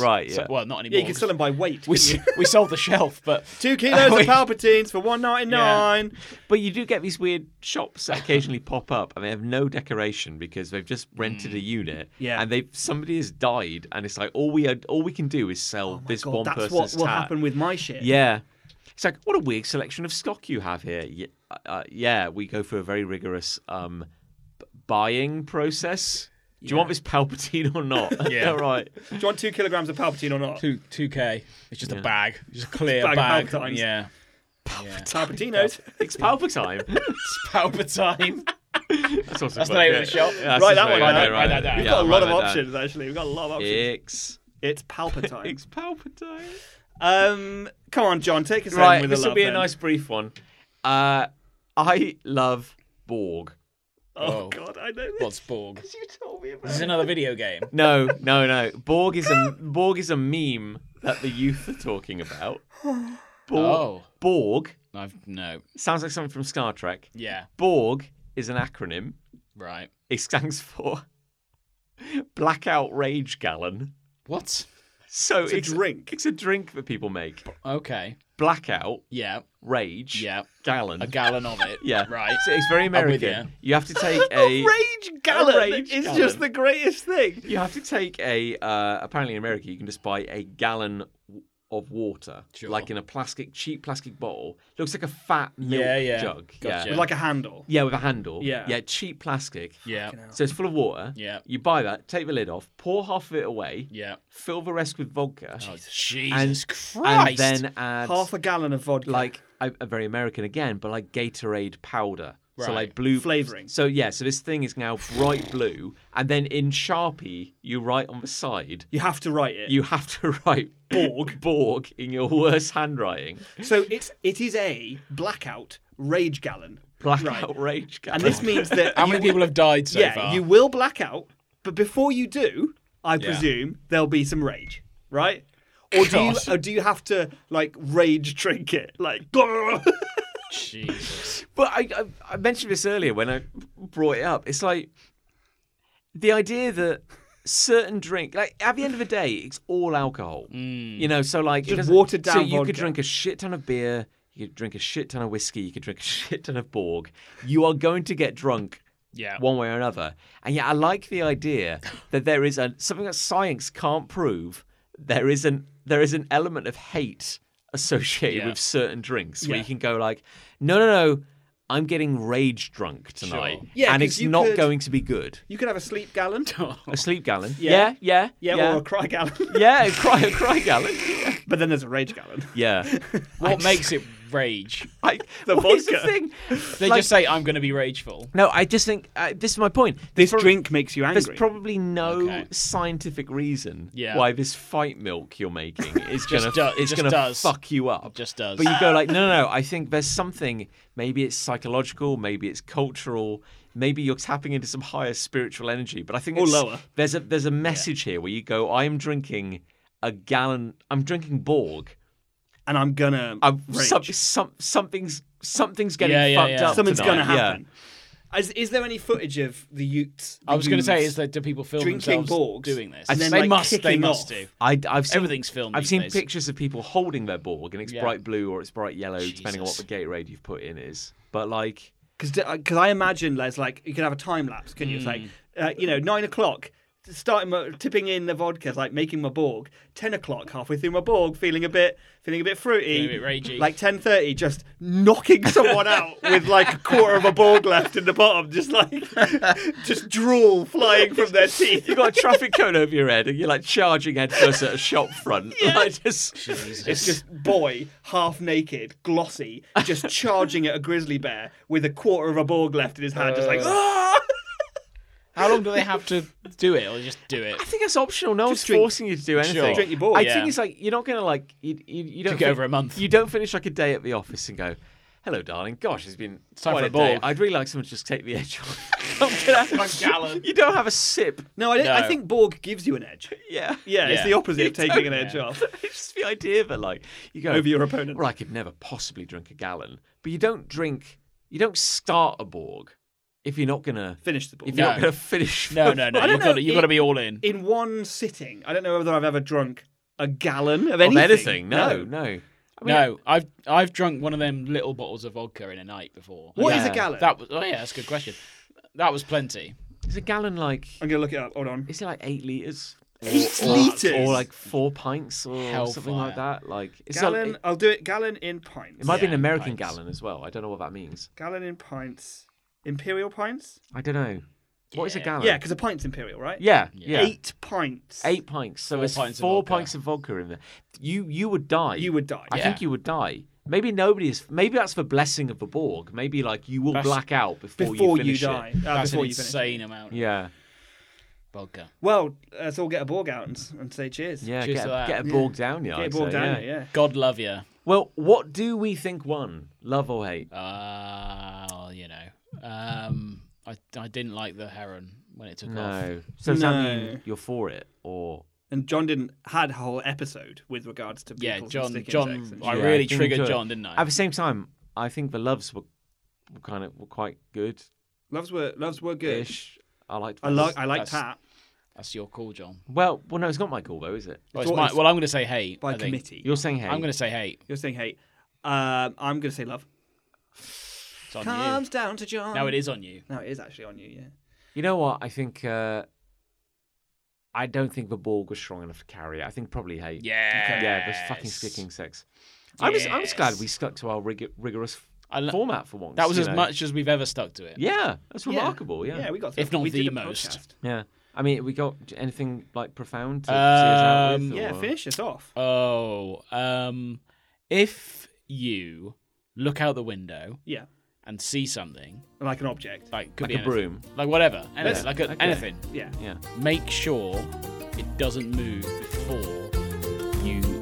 Speaker 1: Right,
Speaker 3: So-
Speaker 1: yeah.
Speaker 3: well, not anymore.
Speaker 2: Yeah, you can sell them by weight.
Speaker 3: we,
Speaker 2: couldn't you?
Speaker 3: s- we sold the shelf, but
Speaker 2: Two kilos
Speaker 3: Wait.
Speaker 2: of Palpatines for one ninety nine.
Speaker 1: But you do get these weird shops that occasionally pop up and they have no decoration because they've just rented a unit.
Speaker 2: Yeah.
Speaker 1: And they've somebody has died and it's like all we had, all we can do is sell this one
Speaker 2: God, that's what
Speaker 1: person's
Speaker 2: will
Speaker 1: tat.
Speaker 2: happen with my shit.
Speaker 1: Yeah. It's like, what a weird selection of stock you have here. Yeah, uh, yeah we go through a very rigorous um, b- buying process. Do you want this Palpatine or not? yeah. right.
Speaker 2: Do you want two kilograms of Palpatine or not?
Speaker 3: two two k. It's just a bag, just a clear
Speaker 2: Just a bag
Speaker 3: bag.
Speaker 2: of Palpatines.
Speaker 3: Yeah,
Speaker 2: Palpatinos.
Speaker 1: It's Palpatine.
Speaker 3: it's Palpatine.
Speaker 1: That's, also
Speaker 3: That's the
Speaker 1: quite-
Speaker 3: name of
Speaker 1: yeah.
Speaker 3: the shop.
Speaker 1: Yeah, that's
Speaker 2: Write
Speaker 1: his
Speaker 2: that
Speaker 1: name.
Speaker 2: one
Speaker 1: Write
Speaker 2: down.
Speaker 1: that- write that down.
Speaker 2: We've
Speaker 1: Yeah,
Speaker 2: got a lot of
Speaker 1: write that down.
Speaker 2: options actually. We've got a lot of options.
Speaker 1: It's,
Speaker 2: It's Palpatine.
Speaker 1: it's Palpatine.
Speaker 2: um, come on, John, take us home
Speaker 1: Right,
Speaker 2: with a
Speaker 1: this will
Speaker 2: love
Speaker 1: be a
Speaker 2: then.
Speaker 1: nice brief one. Uh, I love Borg.
Speaker 2: Oh,
Speaker 3: Oh.
Speaker 2: God, I know. This.
Speaker 3: What's Borg?
Speaker 2: you told me
Speaker 3: This
Speaker 2: about?
Speaker 3: is another video game.
Speaker 1: No, no, no. Borg is a Borg is a meme that the youth are talking about. Borg,
Speaker 3: Oh.
Speaker 1: Borg
Speaker 3: I've no.
Speaker 1: sounds like something from Star Trek.
Speaker 3: Yeah,
Speaker 1: Borg is an acronym.
Speaker 3: right.
Speaker 1: It stands for Blackout Rage Gallon.
Speaker 3: What?
Speaker 1: So it's,
Speaker 2: a drink.
Speaker 1: It's a drink that people make.
Speaker 3: Okay.
Speaker 1: Blackout
Speaker 3: Yeah,
Speaker 1: Rage
Speaker 3: Yeah.
Speaker 1: Gallon.
Speaker 3: a gallon of it.
Speaker 1: yeah,
Speaker 3: Right.
Speaker 1: So it's very
Speaker 3: I'm with
Speaker 1: American. You have to take a.
Speaker 2: Rage Gallon
Speaker 1: Rage
Speaker 2: is
Speaker 1: Gallon.
Speaker 2: just the greatest thing.
Speaker 1: You have to take a. Uh, apparently, in America, you can just buy a gallon w- of water,
Speaker 3: Sure.
Speaker 1: like in a plastic, cheap plastic bottle. Looks like a fat milk
Speaker 3: Yeah, yeah.
Speaker 1: jug.
Speaker 3: Gotcha.
Speaker 1: Yeah.
Speaker 2: With like a handle.
Speaker 1: yeah, with a handle.
Speaker 2: Yeah.
Speaker 1: yeah, cheap plastic.
Speaker 3: Yeah.
Speaker 1: So it's full of water.
Speaker 3: Yeah.
Speaker 1: You buy that, take the lid off, pour half of it away,
Speaker 3: Yeah.
Speaker 1: fill the rest with vodka,
Speaker 3: Oh,
Speaker 1: and-
Speaker 3: Jesus
Speaker 1: and
Speaker 3: Christ.
Speaker 1: then add
Speaker 2: Half a gallon of vodka.
Speaker 1: like a, a very American again, but like Gatorade powder. So
Speaker 3: Right.
Speaker 1: like blue
Speaker 2: Flavouring.
Speaker 1: So yeah, so this thing is now bright blue, and then in Sharpie you write on the side.
Speaker 2: you have to write it.
Speaker 1: You have to write Borg Borg in your worst handwriting.
Speaker 2: So it's it is a blackout rage gallon.
Speaker 1: Blackout rage. Gallon.
Speaker 2: And this means that
Speaker 3: How many people have died so
Speaker 2: yeah,
Speaker 3: far?
Speaker 2: you will black out, but before you do, I presume there'll be some rage, right? Or do you
Speaker 3: God.
Speaker 2: or do you have to like rage drink it? Like grrr.
Speaker 3: Jesus.
Speaker 1: But I, I, I mentioned this earlier when I brought it up. It's like the idea that certain drink, like at the end of the day, it's all alcohol. You know, so like it
Speaker 2: Mm. Just
Speaker 1: doesn't-
Speaker 2: watered down
Speaker 1: So you
Speaker 2: vodka.
Speaker 1: could drink a shit ton of beer, you could drink a shit ton of whiskey, you could drink a shit ton of Borg. You are going to get drunk.
Speaker 3: Yeah.
Speaker 1: One way or another. And yet I like the idea that there is a something that science can't prove, there is an there is an element of hate associated
Speaker 3: Yeah.
Speaker 1: with certain drinks where you
Speaker 2: Yeah.
Speaker 1: can go like, no, no, no, I'm getting rage drunk tonight,
Speaker 3: Sure.
Speaker 2: Yeah,
Speaker 1: and
Speaker 2: 'cause
Speaker 1: it's
Speaker 2: you
Speaker 1: not
Speaker 2: could-
Speaker 1: going to be good.
Speaker 2: you could have a sleep gallon.
Speaker 3: Oh,
Speaker 1: A sleep gallon,
Speaker 2: Yeah.
Speaker 1: yeah, yeah,
Speaker 2: Yeah,
Speaker 1: yeah,
Speaker 2: or a cry gallon.
Speaker 1: yeah, a cry, a cry gallon,
Speaker 2: but then there's a rage gallon.
Speaker 1: yeah.
Speaker 3: What makes it rage?
Speaker 1: I,
Speaker 2: The
Speaker 1: what is
Speaker 2: vodka.
Speaker 1: thing?
Speaker 3: They
Speaker 1: Like-
Speaker 3: just say I'm going to be rageful.
Speaker 1: No, I just think uh, this is my point.
Speaker 2: This
Speaker 1: Pro-
Speaker 2: drink makes you angry.
Speaker 1: There's probably no
Speaker 3: Okay.
Speaker 1: scientific reason
Speaker 3: Yeah.
Speaker 1: why this fight milk you're making is gonna
Speaker 3: do-
Speaker 1: it's
Speaker 3: just
Speaker 1: gonna
Speaker 3: does.
Speaker 1: fuck you up.
Speaker 3: Just does.
Speaker 1: But you go like, no, no, no. I think there's something. Maybe it's psychological. Maybe it's cultural. Maybe you're tapping into some higher spiritual energy. But I think
Speaker 2: Or
Speaker 1: it's-
Speaker 2: lower.
Speaker 1: There's a there's a message here where you go. I am drinking a gallon. I'm drinking Borg.
Speaker 2: and I'm gonna
Speaker 1: I'm
Speaker 2: rage.
Speaker 1: some, some, something's something's getting
Speaker 3: Yeah, yeah,
Speaker 1: fucked
Speaker 3: yeah.
Speaker 1: up.
Speaker 2: Something's
Speaker 1: tonight.
Speaker 2: gonna
Speaker 1: Yeah.
Speaker 2: happen. Is, is there any footage of the Utes?
Speaker 3: I was going to say, is that do people film
Speaker 2: drinking
Speaker 3: themselves
Speaker 2: Borgs
Speaker 3: doing this?
Speaker 2: and then,
Speaker 3: they
Speaker 2: like,
Speaker 3: must. They
Speaker 2: kicking
Speaker 3: must
Speaker 2: off.
Speaker 3: do.
Speaker 1: I, I've seen,
Speaker 3: Everything's filmed
Speaker 1: I've
Speaker 3: these
Speaker 1: seen
Speaker 3: days.
Speaker 1: pictures of people holding their Borg, and it's
Speaker 3: Yeah.
Speaker 1: bright blue or it's bright yellow, depending on what the
Speaker 3: Jesus.
Speaker 1: Gatorade you've put in is. But like,
Speaker 2: Because uh, I imagine Les like you could have a time lapse, couldn't you? It's
Speaker 3: Mm.
Speaker 2: like uh, you know nine o'clock. Starting my, tipping in the vodka, like making my Borg. Ten o'clock, halfway through my Borg, feeling a bit, feeling a bit fruity,
Speaker 3: Feeling a bit ragey.
Speaker 2: Like ten thirty, just knocking someone out with like a quarter of a Borg left in the bottom, just like, just drool flying from their teeth.
Speaker 1: you got a traffic cone over your head, and you're like charging headfirst at a shop front. Like, just
Speaker 2: It's just boy, half naked, glossy, just charging at a grizzly bear with a quarter of a Borg left in his hand, just like,
Speaker 3: Uh.
Speaker 2: "Ah!"
Speaker 3: How long do they have to do it, or just do it?
Speaker 1: I think it's optional. No one's
Speaker 2: Just drink-
Speaker 1: forcing you to do anything.
Speaker 2: drink your Borg.
Speaker 1: I
Speaker 3: Yeah.
Speaker 1: think it's like you're not gonna like you. You, you don't
Speaker 3: Took it over a month.
Speaker 1: You don't finish like a day at the office and go, "Hello, darling. Gosh, it's been
Speaker 3: time
Speaker 1: quite
Speaker 3: for
Speaker 1: a,
Speaker 3: a ball."
Speaker 1: day. I'd really like someone to just take the edge off." I'm gonna- You don't have a sip.
Speaker 2: No, I, don't, I
Speaker 3: No.
Speaker 2: think Borg gives you an edge.
Speaker 1: Yeah.
Speaker 2: Yeah, it's
Speaker 3: Yeah.
Speaker 2: the opposite of
Speaker 1: You
Speaker 2: taking an
Speaker 1: don't-
Speaker 2: edge off.
Speaker 1: it's just the idea that like you go
Speaker 2: Over your opponent.
Speaker 1: Well, I could never possibly drink a gallon, but you don't drink. You don't start a Borg if you're not gonna
Speaker 2: Finish the Borg.
Speaker 1: if you're
Speaker 3: No.
Speaker 1: not gonna finish.
Speaker 3: No, no, no.
Speaker 2: I don't
Speaker 3: You've got
Speaker 2: know,
Speaker 3: to, you've
Speaker 2: it-
Speaker 3: got to be all in.
Speaker 2: In one sitting, I don't know whether I've ever drunk a gallon of
Speaker 1: Of
Speaker 2: anything.
Speaker 1: anything. No, no. I mean,
Speaker 3: no, I've I've drunk one of them little bottles of vodka in a night before.
Speaker 2: What is
Speaker 1: Yeah.
Speaker 2: a gallon?
Speaker 3: That was oh yeah, that's a good question. That was plenty.
Speaker 1: Is a gallon like?
Speaker 2: I'm going to look it up. Hold on.
Speaker 1: Is it like eight liters?
Speaker 2: Eight
Speaker 1: or,
Speaker 2: litres?
Speaker 1: or like four pints, or something
Speaker 3: Hellfire.
Speaker 1: like that. Like it's not-
Speaker 2: Gallon,
Speaker 1: it,
Speaker 2: I'll do it. Gallon in pints.
Speaker 1: it might be an
Speaker 3: Yeah,
Speaker 1: American
Speaker 3: pints.
Speaker 1: gallon as well. I don't know what that means.
Speaker 2: Gallon in pints. Imperial pints?
Speaker 1: I don't know. What is a
Speaker 3: Yeah.
Speaker 1: gallon?
Speaker 2: Yeah, because a pint's imperial, right?
Speaker 1: yeah, yeah.
Speaker 2: Eight pints.
Speaker 1: Eight pints. So it's
Speaker 3: pints of
Speaker 1: four
Speaker 3: vodka.
Speaker 1: pints of vodka in there. You you would die.
Speaker 2: You would die.
Speaker 1: I
Speaker 3: Yeah.
Speaker 1: think you would die. Maybe nobody is. Maybe that's the blessing of the Borg. Maybe like you will
Speaker 3: That's-
Speaker 1: black out before,
Speaker 2: Before
Speaker 1: you
Speaker 2: you,
Speaker 1: finish it.
Speaker 2: die. Uh,
Speaker 3: That's
Speaker 2: before
Speaker 3: an
Speaker 2: you finish.
Speaker 3: insane amount of
Speaker 1: Yeah,
Speaker 3: vodka.
Speaker 2: Well, let's all get a Borg out and, and say cheers.
Speaker 1: yeah.
Speaker 3: Cheers
Speaker 1: Get,
Speaker 3: to
Speaker 1: a-
Speaker 3: that.
Speaker 1: get a Borg down, yeah.
Speaker 2: Get
Speaker 1: I'd
Speaker 2: Borg
Speaker 1: say,
Speaker 2: down
Speaker 1: yeah.
Speaker 2: it, yeah.
Speaker 3: God love you.
Speaker 1: Well, what do we think won? Love or hate?
Speaker 3: Uh, you know, um, I I didn't like the heron when it took off.
Speaker 1: No. So does that
Speaker 2: No.
Speaker 1: mean you're for it or?
Speaker 2: And John didn't had a whole episode with regards to
Speaker 3: Yeah,
Speaker 2: Beatles
Speaker 3: John.
Speaker 2: and stick insects
Speaker 3: John,
Speaker 2: and
Speaker 3: I
Speaker 2: shit.
Speaker 1: Yeah,
Speaker 3: really
Speaker 1: didn't
Speaker 3: triggered
Speaker 1: enjoy it.
Speaker 3: John, didn't I?
Speaker 1: At the same time, I think the loves were, were kind of were quite good
Speaker 2: loves were loves were good.
Speaker 1: ish. I liked.
Speaker 2: I like I like
Speaker 3: That's-
Speaker 2: that
Speaker 3: That's your call, John.
Speaker 1: Well, well, no, it's not my call though, is it?
Speaker 3: Well, it's
Speaker 2: It's what
Speaker 3: my,
Speaker 2: it's-
Speaker 3: well I'm going to say hate.
Speaker 2: by
Speaker 3: I think.
Speaker 2: committee. You're,
Speaker 1: You're saying hate.
Speaker 3: I'm going to say hate.
Speaker 2: saying hate. Um, I'm gonna say love.
Speaker 3: It's on
Speaker 2: Comes down to John.
Speaker 3: you. Now it is on you.
Speaker 2: No, it is actually on you. Yeah.
Speaker 1: You know what? I think. Uh, I don't think the Borg was strong enough to carry it. I think probably hate.
Speaker 3: Yeah.
Speaker 1: Yeah, there's fucking sticking sex. I'm just, I'm just glad we stuck to our rig- rigorous
Speaker 3: I lo-
Speaker 1: format for once.
Speaker 3: That was
Speaker 1: you
Speaker 3: as
Speaker 1: know.
Speaker 3: much as we've ever stuck to it.
Speaker 1: Yeah, that's remarkable. Yeah.
Speaker 2: Yeah,
Speaker 1: yeah.
Speaker 2: we got.
Speaker 3: If
Speaker 2: through-
Speaker 3: not
Speaker 2: we
Speaker 3: the
Speaker 2: did a
Speaker 3: most.
Speaker 2: podcast.
Speaker 1: I mean, we got anything like profound to see us out with?
Speaker 3: Um,
Speaker 2: Yeah,
Speaker 1: or-
Speaker 2: finish us off.
Speaker 3: Oh, um, if you look out the window
Speaker 2: Yeah,
Speaker 3: and see something,
Speaker 2: like an object.
Speaker 3: like could
Speaker 1: Like
Speaker 3: be
Speaker 1: a
Speaker 3: anything,
Speaker 1: broom.
Speaker 3: like whatever, anything, like a,
Speaker 1: okay.
Speaker 3: anything,
Speaker 2: Yeah.
Speaker 1: Yeah.
Speaker 3: make sure it doesn't move before you